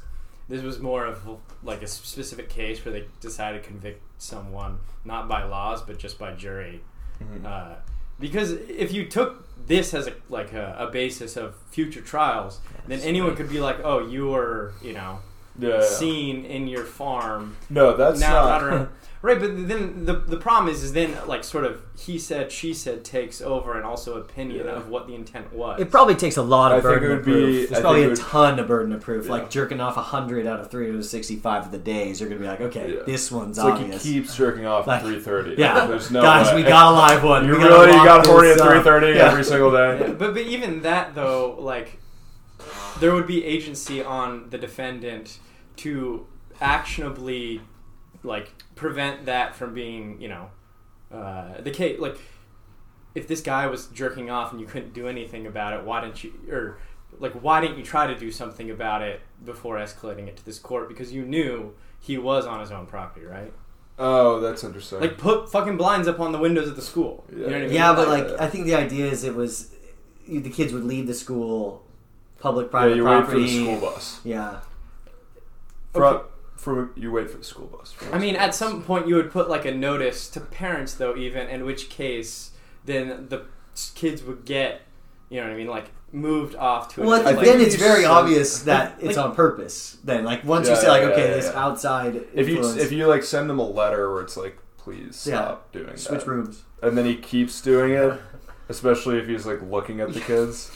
this was more of like a specific case where they decided to convict someone not by laws but just by jury. Mm-hmm. Uh, because if you took this as a, like a, a basis of future trials, then anyone could be like, "Oh, you were you know Yeah, yeah. seen in your farm." no, that's now not. not [laughs] around. Right, but then the the problem is is then like sort of he said she said takes over and also opinion Yeah. of what the intent was. It probably takes a lot of I think burden it would of proof. be- I There's probably think it a would- ton of burden of proof. Yeah. Like jerking off hundred out of three hundred sixty-five of the days, you're gonna be like, okay, Yeah. this one's it's like he obvious. keeps jerking off Like- at three thirty. yeah, there's no guys, way. we got a live one. You We gotta really lock got horny at this up. three thirty Yeah. every single day. Yeah, but but even that though, like there would be agency on the defendant to actionably like prevent that from being you know uh, the case. Like if this guy was jerking off and you couldn't do anything about it, why didn't you or like why didn't you try to do something about it before escalating it to this court because you knew he was on his own property, right? Oh, that's interesting. Like put fucking blinds up on the windows of the school. You know what I mean? Yeah, but like Yeah. I think the idea is it was you- the kids would leave the school, public yeah, private you wait for property. the school bus. Yeah, From, from you wait for the school bus. I mean, at some point you would put like a notice to parents, though, even in which case, then the s- kids would get, you know what I mean, like moved off to. a well, different think then place. it's very so- obvious that Like- it's on purpose. Then, like once you Yeah, say, like, yeah, okay, yeah, this yeah. outside if you influence, if you like send them a letter where it's like please Yeah. stop doing switch that rooms, and then he keeps [laughs] doing it especially if he's like looking at the kids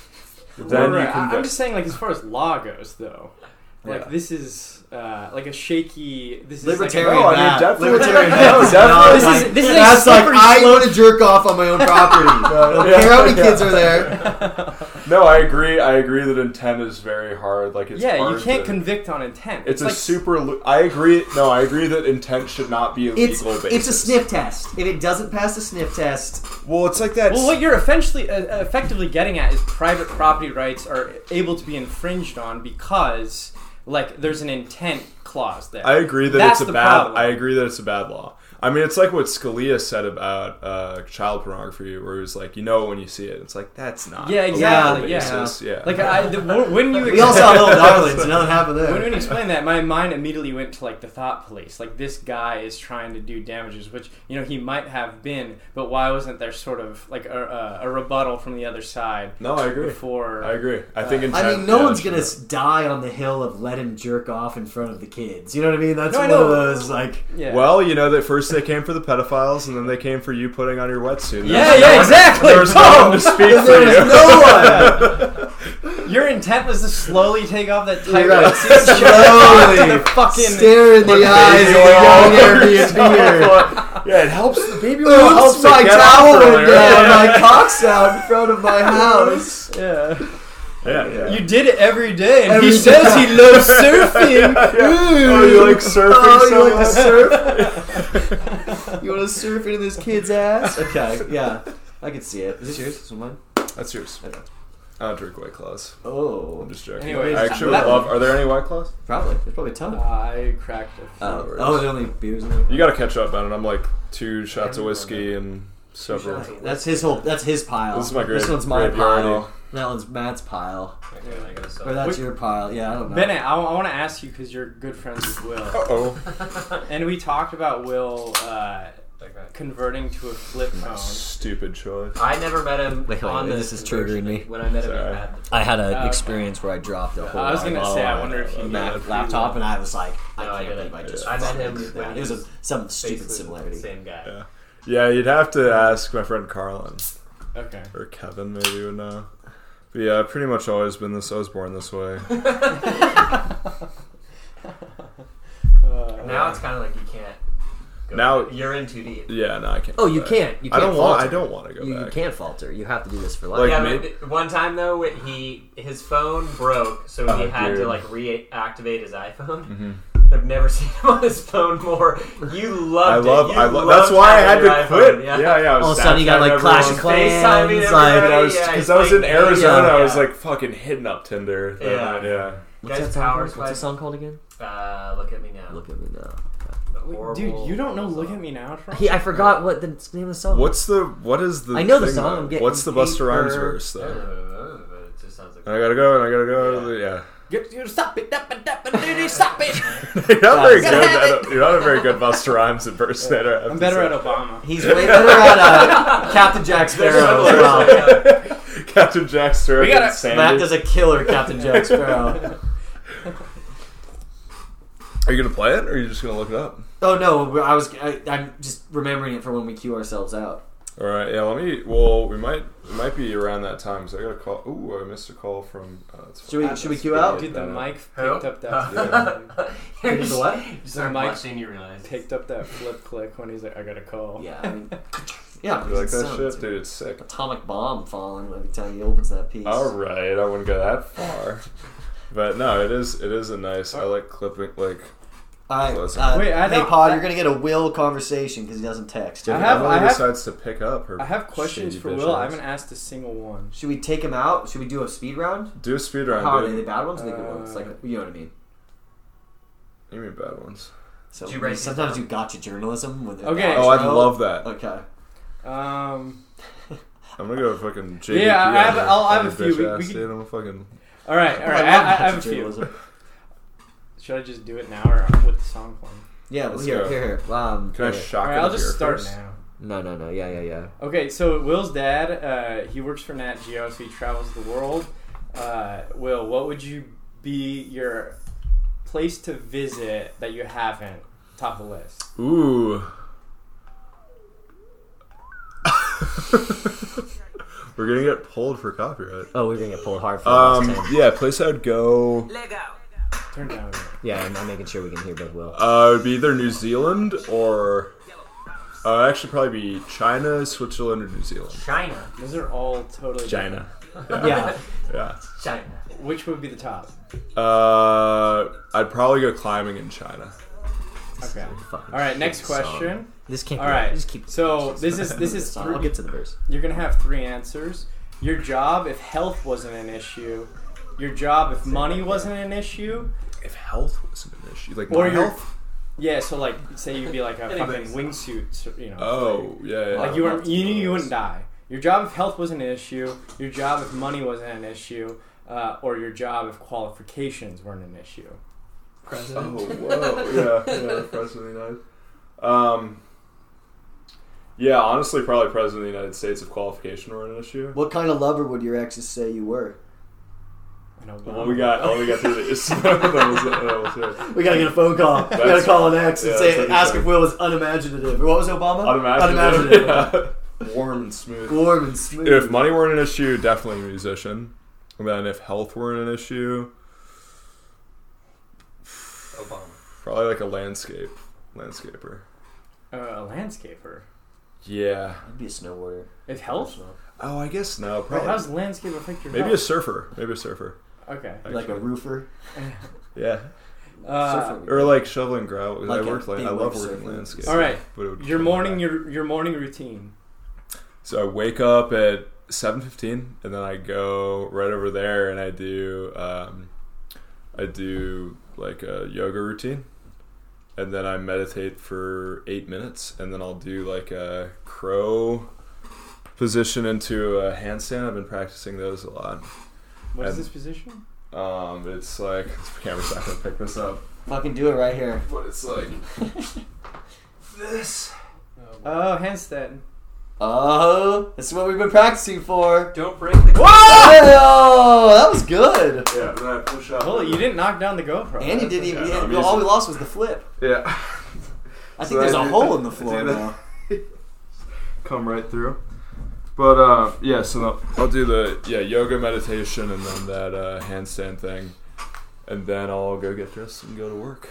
Right, then you right. I- can I'm just saying, like as far as law goes, though, Like Yeah. this is uh, like a shaky. This is Libertarian No, I mean, map. definitely- Libertarian [laughs] no, map is definitely- not This is- like- this is a that's like slippery I slope. want to jerk off on my own [laughs] property. I don't Yeah, care how many yeah. kids are there. No, I agree. I agree that intent is very hard. Like it's Like, yeah, you hard can't to- convict on intent. It's, a like, super. Lo- I agree. No, I agree that intent should not be a It's legal basis. it's a sniff test. If it doesn't pass the sniff test, Well, it's like that. Well, what you're eventually, uh, effectively getting at is private property rights are able to be infringed on because, like, there's an intent clause there. I agree that That's it's a the bad. problem. I agree that it's a bad law. I mean, it's like what Scalia said about uh, child pornography, where he was like, you know, it when you see it, it's like that's not. Yeah, a legal exactly, yeah. basis. yeah. Like, I, the, when you [laughs] we all saw Little Darlings, and nothing happened when you there. explained that, my mind immediately went to like the thought police. Like this guy is trying to do damages, which you know he might have been, but why wasn't there sort of like a, a, a rebuttal from the other side no, I agree. before? I agree. I think intent. I mean, no yeah, one's it gonna should- s die on the hill of let him jerk off in front of the kids. You know what I mean? That's No, I one of know. those like. Yeah. Well, you know that first they came for the pedophiles, and then they came for you putting on your wetsuit. yeah, yeah, exactly. There's no [laughs] one to speak There for was you. [laughs] no one. [laughs] Your intent was to slowly take off that You're tight right. wetsuit [laughs] and show up to the Slowly fucking. stare in the eyes of the young [laughs] Airbnb. Yeah, it helps the baby. oil Oops, helps my it get out towel earlier. went down. My cock's out in front of my house. Yeah. Yeah, yeah. [laughs] You did it every day, and Every [laughs] he says he [laughs] loves surfing. Oh, you like surfing Oh, so you like much? to surf? you want to surf into this kid's ass? Okay, yeah. I can see it. Is this yours? Is this mine? [laughs] That's yours. I don't drink white claws. Oh, I'm just joking. Anyways, I actually that- love. Are there any white claws? probably. There's probably a ton. Uh, I cracked a oh, there's only beers in You there. gotta catch up, man. I'm like two shots of whiskey and several. shots. That's his whole. That's his pile. This is my great. This one's my great pile. urinal. That one's Matt's pile. Okay, I guess so. Or that's We- your pile. Yeah, I don't know. Bennett, I, want to ask you because you're good friends with Will, Uh-oh. and we talked about Will uh, Okay. converting to a flip phone. Stupid choice. I never met him Wait, hold on on, this. this is triggering conversion. me. When I met him, Sorry. he had I had an okay. experience where I dropped a whole. I was gonna lot say, I on wonder if you that knew. laptop, and I was like, I No, I can't didn't. believe I just. I met him did when that. he It was a, was some basically stupid the similarity. Same guy. Yeah. Yeah, you'd have to ask my friend Carlin Okay. or Kevin, maybe would know. But yeah, I've pretty much always been this. I was born [laughs] this way. Uh, Now it's kind of like you can't. Go Now- back. you're in too deep. Yeah, no, I can't. Oh, go you back. can't. You I can't don't want. falter. I don't want to go You, you back. can't falter. You have to do this for life. Like, yeah, maybe- but one time though, it- he his phone broke, so he Oh, had dude. Mm-hmm. to like reactivate his iPhone. I've never [laughs] seen him on his phone more. You I loved love. it. You I love. loved That's why I had having to your iPhone, quit. Yeah, yeah. I was All of a sudden, you got Snapchatting like Clash of everyone. Clans. FaceTiming Like, everybody. I was Yeah, because it's I was in like- Arizona. yeah. I was like fucking hitting up Tinder. that Yeah. night, yeah. what's that Guys, song? power Called? What's that swipe. song called again? Uh, look at me now. Look at me now. The wait, horrible- dude, you don't know "Look at Me Now" from? He, I forgot what the name of the song. What's the? What is the? I know the thing, song, though? I'm getting What's the Buster paper. Rhymes verse I don't though? know, [laughs] but it just sounds like. I gotta go and I gotta go. Yeah, [laughs] [laughs] Get you to stop it, dap it, dap it, dude, stop it. you're not very Gotta good. At a, you're not a very good Buster Rhymes [laughs] impersonator. I have I'm to better say. at [laughs] Obama. He's way better at uh, Captain Jack Sparrow. as well. [laughs] Captain Jack Sparrow. We gotta- and Sandy. Matt does a killer Captain Jack Sparrow. Are you gonna play it or are you just gonna look it up? Oh no, I was I, I'm just remembering it for when we cue ourselves out. All right. Yeah. Let me. Well, we might. It might be around that time. So I got a call. Ooh, I missed a call from. Uh, it's Should we should we cue out? Dude, the mic picked Who? up that. Yeah. flip [laughs] You're Here's just, the what? [laughs] what? You start Mike- watching, you realize. Picked up that flip click when he's like, "I got a call." Yeah, I [laughs] mean, yeah. You like it's that sound. shit, It's an dude? It's sick. Atomic bomb falling every time he opens that piece. All right, I wouldn't go that [laughs] far, but no, it is it is a nice. I like clipping like All right. Listen. Uh, Wait, I hey, don't- Pod, I- you're gonna get a Will conversation because he doesn't text. I have- Emily I have- decides to pick up her. I have questions shitty for bitch Will. I ass. haven't asked a single one. Should we take him out? Should we do a speed round? Do a speed How are round. they? The dude. bad ones, or the good ones? Uh, Like you know what I mean. You mean bad ones? So Did you write these sometimes down? you gotcha journalism with the Okay. gotcha. Oh, I love that. Okay. Um. I'm gonna go fucking. JDP Yeah, I have- on her I'll- I have a fucking few. bitch We- ass, we can- dude. I'm a fucking. All right. All right. I, love I, I have a gotcha few. journalism. Should I just do it now or with the song playing? Yeah, well, Let's here, go. here, here. Um, Can I here. shock All right, it I'll up just here start first? now. no, no, no. Yeah, yeah, yeah. Okay, so Will's dad, uh, he works for Nat Geo, so he travels the world. Uh, Will, what would you be your place to visit that you haven't? Top of the list. Ooh. [laughs] We're Oh, gonna get pulled for copyright. Oh, we're gonna get pulled hard for Um, this. yeah, place I'd go. Turn down again. Yeah, I'm, I'm making sure we can hear both well. Uh, it would be either New Zealand or uh, actually probably be China, Switzerland, or New Zealand. China. Those are all totally. [laughs] Yeah. Yeah. China. Which would be the top? Uh, I'd probably go climbing in China. Okay. All right. Next question. This can't. All be right. right. Just keep. so this is this is Sorry, I'll three- get to the verse. you're gonna have three answers. Your job if health wasn't an issue. Your job if money wasn't an issue. If health wasn't an issue, like Or my your- health. Yeah. So like, say you'd be like a fucking Anyways. wingsuit. so- You know. Oh yeah. yeah. Like you were, you knew you wouldn't die. Your job if health wasn't an issue. Your job if money wasn't an issue. Uh, or your job if qualifications weren't an issue. Oh [laughs] whoa! Yeah, yeah. President of the United. Um. Yeah, honestly, probably president of the United States if qualification were an issue. What kind of lover would your exes say you were? And Obama. Well, we got all we got [laughs] through this. that was, it, that was it. We gotta get a phone call. we gotta That's- call an ex and yeah, say, that's what he ask said. if Will was unimaginative. What was Obama? Unimaginative. Unimaginative. [laughs] yeah. Warm and smooth. Warm and smooth. if money weren't an issue, definitely a musician. And then if health weren't an issue, Obama. probably like a landscape landscaper. Uh, a landscaper. Yeah. I'd be a snowboarder. If health. Oh, I guess no. Right, Probably how's landscape affect your maybe a health? surfer. Maybe a surfer. okay. Like a roofer. Yeah. Uh, Surfer. Or like shoveling gravel. Like I a worked like big I love wave working surfer. landscape. all right. But it would- Your morning, your your morning routine. So I wake up at seven fifteen, and then I go right over there and I do um, I do like a yoga routine, and then I meditate for eight minutes, and then I'll do like a crow position into a handstand. I've been practicing those a lot. What is And- this position? Um, it's like [laughs] the camera's not gonna pick this up, Fucking do it right here. but it's like [laughs] this. Oh, handstand. Oh, this is what we've been practicing for. Don't break the. Ah! Oh, that was good. Yeah, then I push up. Well, you didn't knock down the GoPro. And he That's didn't even. Yeah, he- no, all we lost was the flip. Yeah. [laughs] I So think there's I a did- hole in the I floor [laughs] did that. now. come right through. But uh, yeah, so the, I'll do the yeah yoga meditation and then that uh, handstand thing, and then I'll go get dressed and go to work.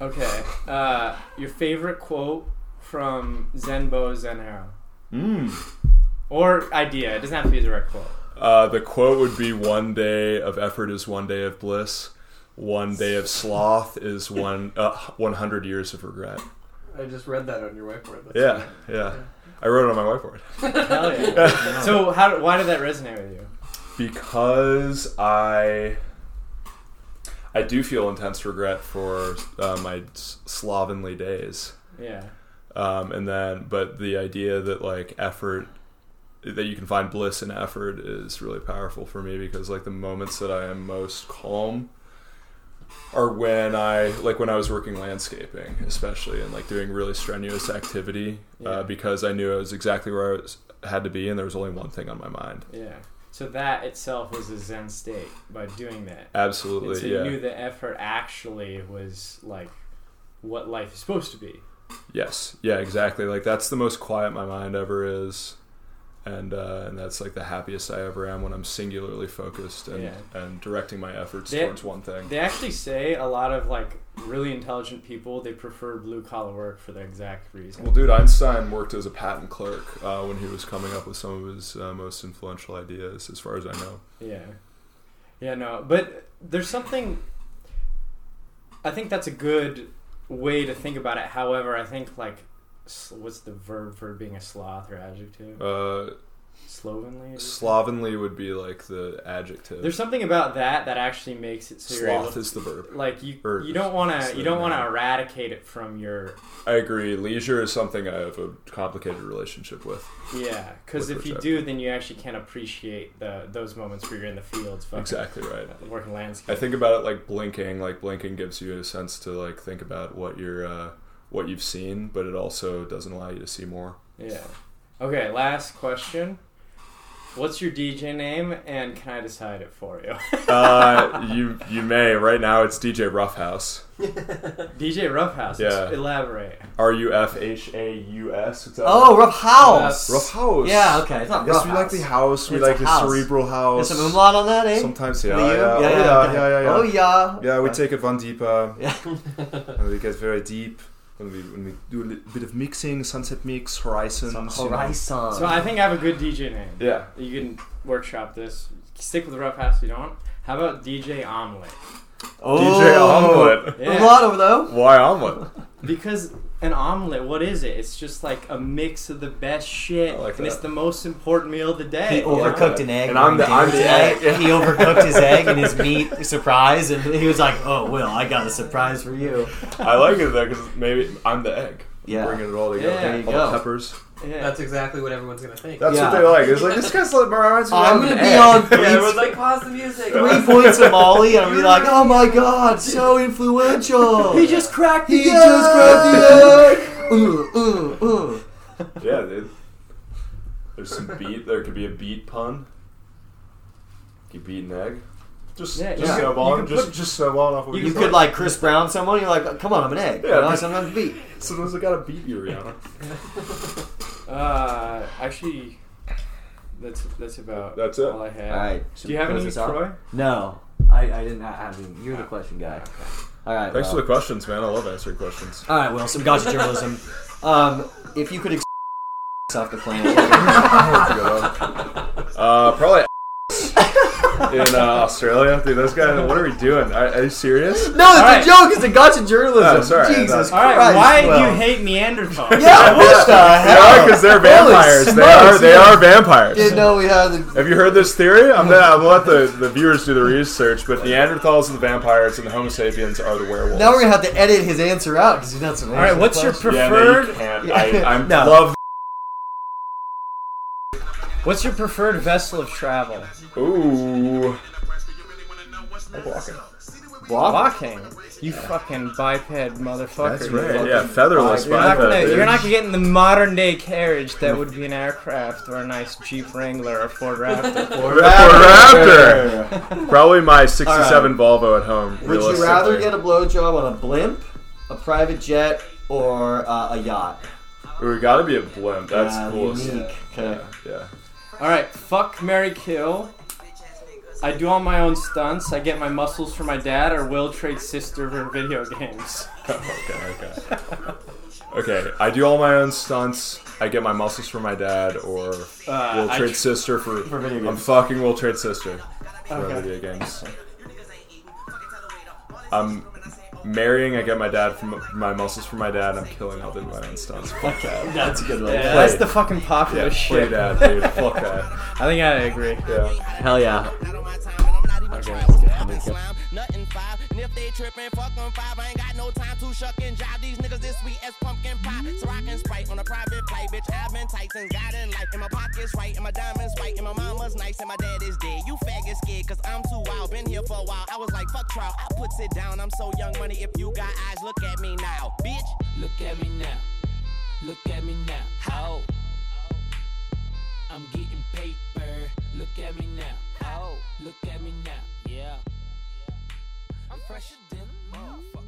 Okay. Uh, your favorite quote from Zenbo Zenhero. Mm. Or idea. It doesn't have to be a direct quote. Uh, the quote would be: "One day of effort is one day of bliss. One day of sloth is one uh, one hundred years of regret." I just read that on your whiteboard. That's Yeah, yeah. I wrote it on my whiteboard. Hell yeah. [laughs] so how? Why did that resonate with you? because I I do feel intense regret for uh, my s- slovenly days, Yeah. um, and then but the idea that like effort that you can find bliss in effort is really powerful for me because like the moments that I am most calm are when I like when I was working landscaping especially and like doing really strenuous activity Yeah. uh, because I knew I was exactly where I was, had to be and there was only one thing on my mind. Yeah. So that itself was a Zen state by doing that. Absolutely, And so yeah. you knew the effort actually was like what life is supposed to be. Yes. Yeah, exactly. Like that's the most quiet my mind ever is. And uh, and that's like the happiest I ever am when I'm singularly focused and, Yeah. and directing my efforts They- towards one thing. They actually say a lot of like really intelligent people they prefer blue collar work for the exact reason. well, dude, Einstein worked as a patent clerk uh, when he was coming up with some of his uh, most influential ideas, as far as I know. Yeah. Yeah, no. But there's something I think that's a good way to think about it. However, I think like s- what's the verb for being a sloth or adjective? Uh, Slovenly. slovenly would be like the adjective. There's something about that that actually makes it so you're able Sloth is the verb. like you Or you don't want just to you the don't want to noun. eradicate it from your I agree. Leisure is something I have a complicated relationship with. yeah because With if you which I- do then you actually can't appreciate the those moments where you're in the fields fucking Exactly right. working landscape I think about it like blinking. Like blinking gives you a sense to like think about what you're uh, what you've seen, [laughs] but it also doesn't allow you to see more. yeah okay last question What's your DJ name, and can I decide it for you? [laughs] Uh, you you may. Right now it's DJ Roughhouse. DJ Roughhouse. Yeah. Elaborate. R U F H A U S. It's, uh, Oh, rough house. Roughhouse. Yeah, okay. It's not Yes, rough we house. like the house. We It's a like the house. cerebral house. There's some umlaut on that, eh? Sometimes, yeah, Liam? yeah, yeah, yeah, yeah, okay. yeah, yeah. Oh yeah. Yeah, we take it one deeper, Yeah. [laughs] and we get very deep. When we when we do a li- bit of mixing, sunset mix, horizons. you know. Horizon. So I think I have a good DJ name. Uh, Yeah. You can workshop this. Stick with the Roughhouse if you don't. How about DJ Omelet? oh. DJ omelet. A lot over though. Why omelet? Because an omelet, what is it? It's just like a mix of the best shit, I like and it's that. the most important meal of the day. He overcooked an egg. And I'm the- one I'm day. the egg, yeah. He overcooked his egg and his meat [laughs] surprise, and he was like, "Oh, Will, I got a surprise for you." I like it though because maybe I'm the egg. Yeah. Bringing it all together. Yeah, there you all go. the peppers. Yeah. That's exactly what everyone's gonna [laughs] think. That's Yeah. what they like. It's like this guy's like reminds me I'm of an gonna be egg. [laughs] on yeah, everyone's three, like, pause the music. three points of Molly, and I'll be like, "Oh my god, [laughs] so influential!" He just cracked the egg. just cracked the egg. ooh, ooh, ooh. Yeah, dude. There's some beat. There could be a beat pun. You beat an egg. Just, Yeah, just yeah. snowball. You can just, put- just snowball off. what You we could do. like Chris Brown someone. You're like, "Come on, I'm an egg." you Yeah, know, but- sometimes beat. Sometimes I gotta beat you, Rihanna. [laughs] Uh, actually, that's that's about That's it. all I have. All right. Do you have any, Troy? No, I, I didn't. I, I mean, you're the question guy. All right. Thanks well. for the questions, man. I love answering questions. All right, Will. Some gotcha [laughs] journalism. Um, if you could ex- [laughs] off the [laughs] planet, Uh, probably [laughs] in uh, Australia, dude. Those guys. What are we doing? Are, are you serious? no, it's Alright. a joke. It's a gotcha journalism. Oh, sorry, I Jesus thought- All right. Christ, why do Will. you hate Neanderthal? [laughs] Yeah, what the Yeah, uh, hell? because they're vampires. They smokes, are. They yeah. are vampires. Didn't know we had the. Have you heard this theory? I'm gonna I'll let the, the viewers do the research, but Neanderthals are the vampires and the Homo sapiens are the werewolves. Now we're gonna have to edit his answer out because he's not so. All right. What's your yeah, no, you preferred? can't. I, I'm No. love. what's your preferred vessel of travel? Ooh, Walking. You fucking biped motherfucker. that's you right. fucking- Yeah, featherless. You're not, biped, gonna, dude. you're not getting the modern day carriage that would be an aircraft or a nice Jeep Wrangler or Ford Raptor. We're gonna- for Raptor. Probably my '67 Volvo at home. Would you realistically. rather get a blowjob on a blimp, a private jet, or uh, a yacht? We gotta be a blimp. That's Uh, cool. as- Unique. Okay. Yeah. Alright, fuck Mary Kill. I do all my own stunts. I get my muscles from my dad or Will trades sister for video games. [laughs] Okay. Okay. Okay. I do all my own stunts. I get my muscles from my dad or Uh, Will I Trade tr- Sister for, video I'm games. fucking Will Trade Sister for Okay. video games. I'm marrying. I get my dad from my muscles from my dad. I'm killing all the my own stunts. Fuck that. That's a good one. Yeah, that's the fucking popular Yeah, play shit. dad, dude. Fuck that. I think I agree. Yeah. Hell yeah. Not on my time, and I'm not even trying to stop and slime. Nothing five. And if they trippin', fuck 'em five. I ain't got no time to shuck and jive. These niggas this sweet as pumpkin pie. So I can sprite on a private flight, bitch. I've been tight since God in life. And my pockets right, and my diamonds white, and my mama's nice, and my dad is dead. You faggot scared, cause I'm too wild. Been here for a while. I was like, fuck trial. I puts it down. I'm so young money. If you got eyes, look at me now, bitch. Look at me now. Look at me now. How? I'm getting paper. Look at me now. How? Look at me now. Yeah. I'm fresher than a motherfucker.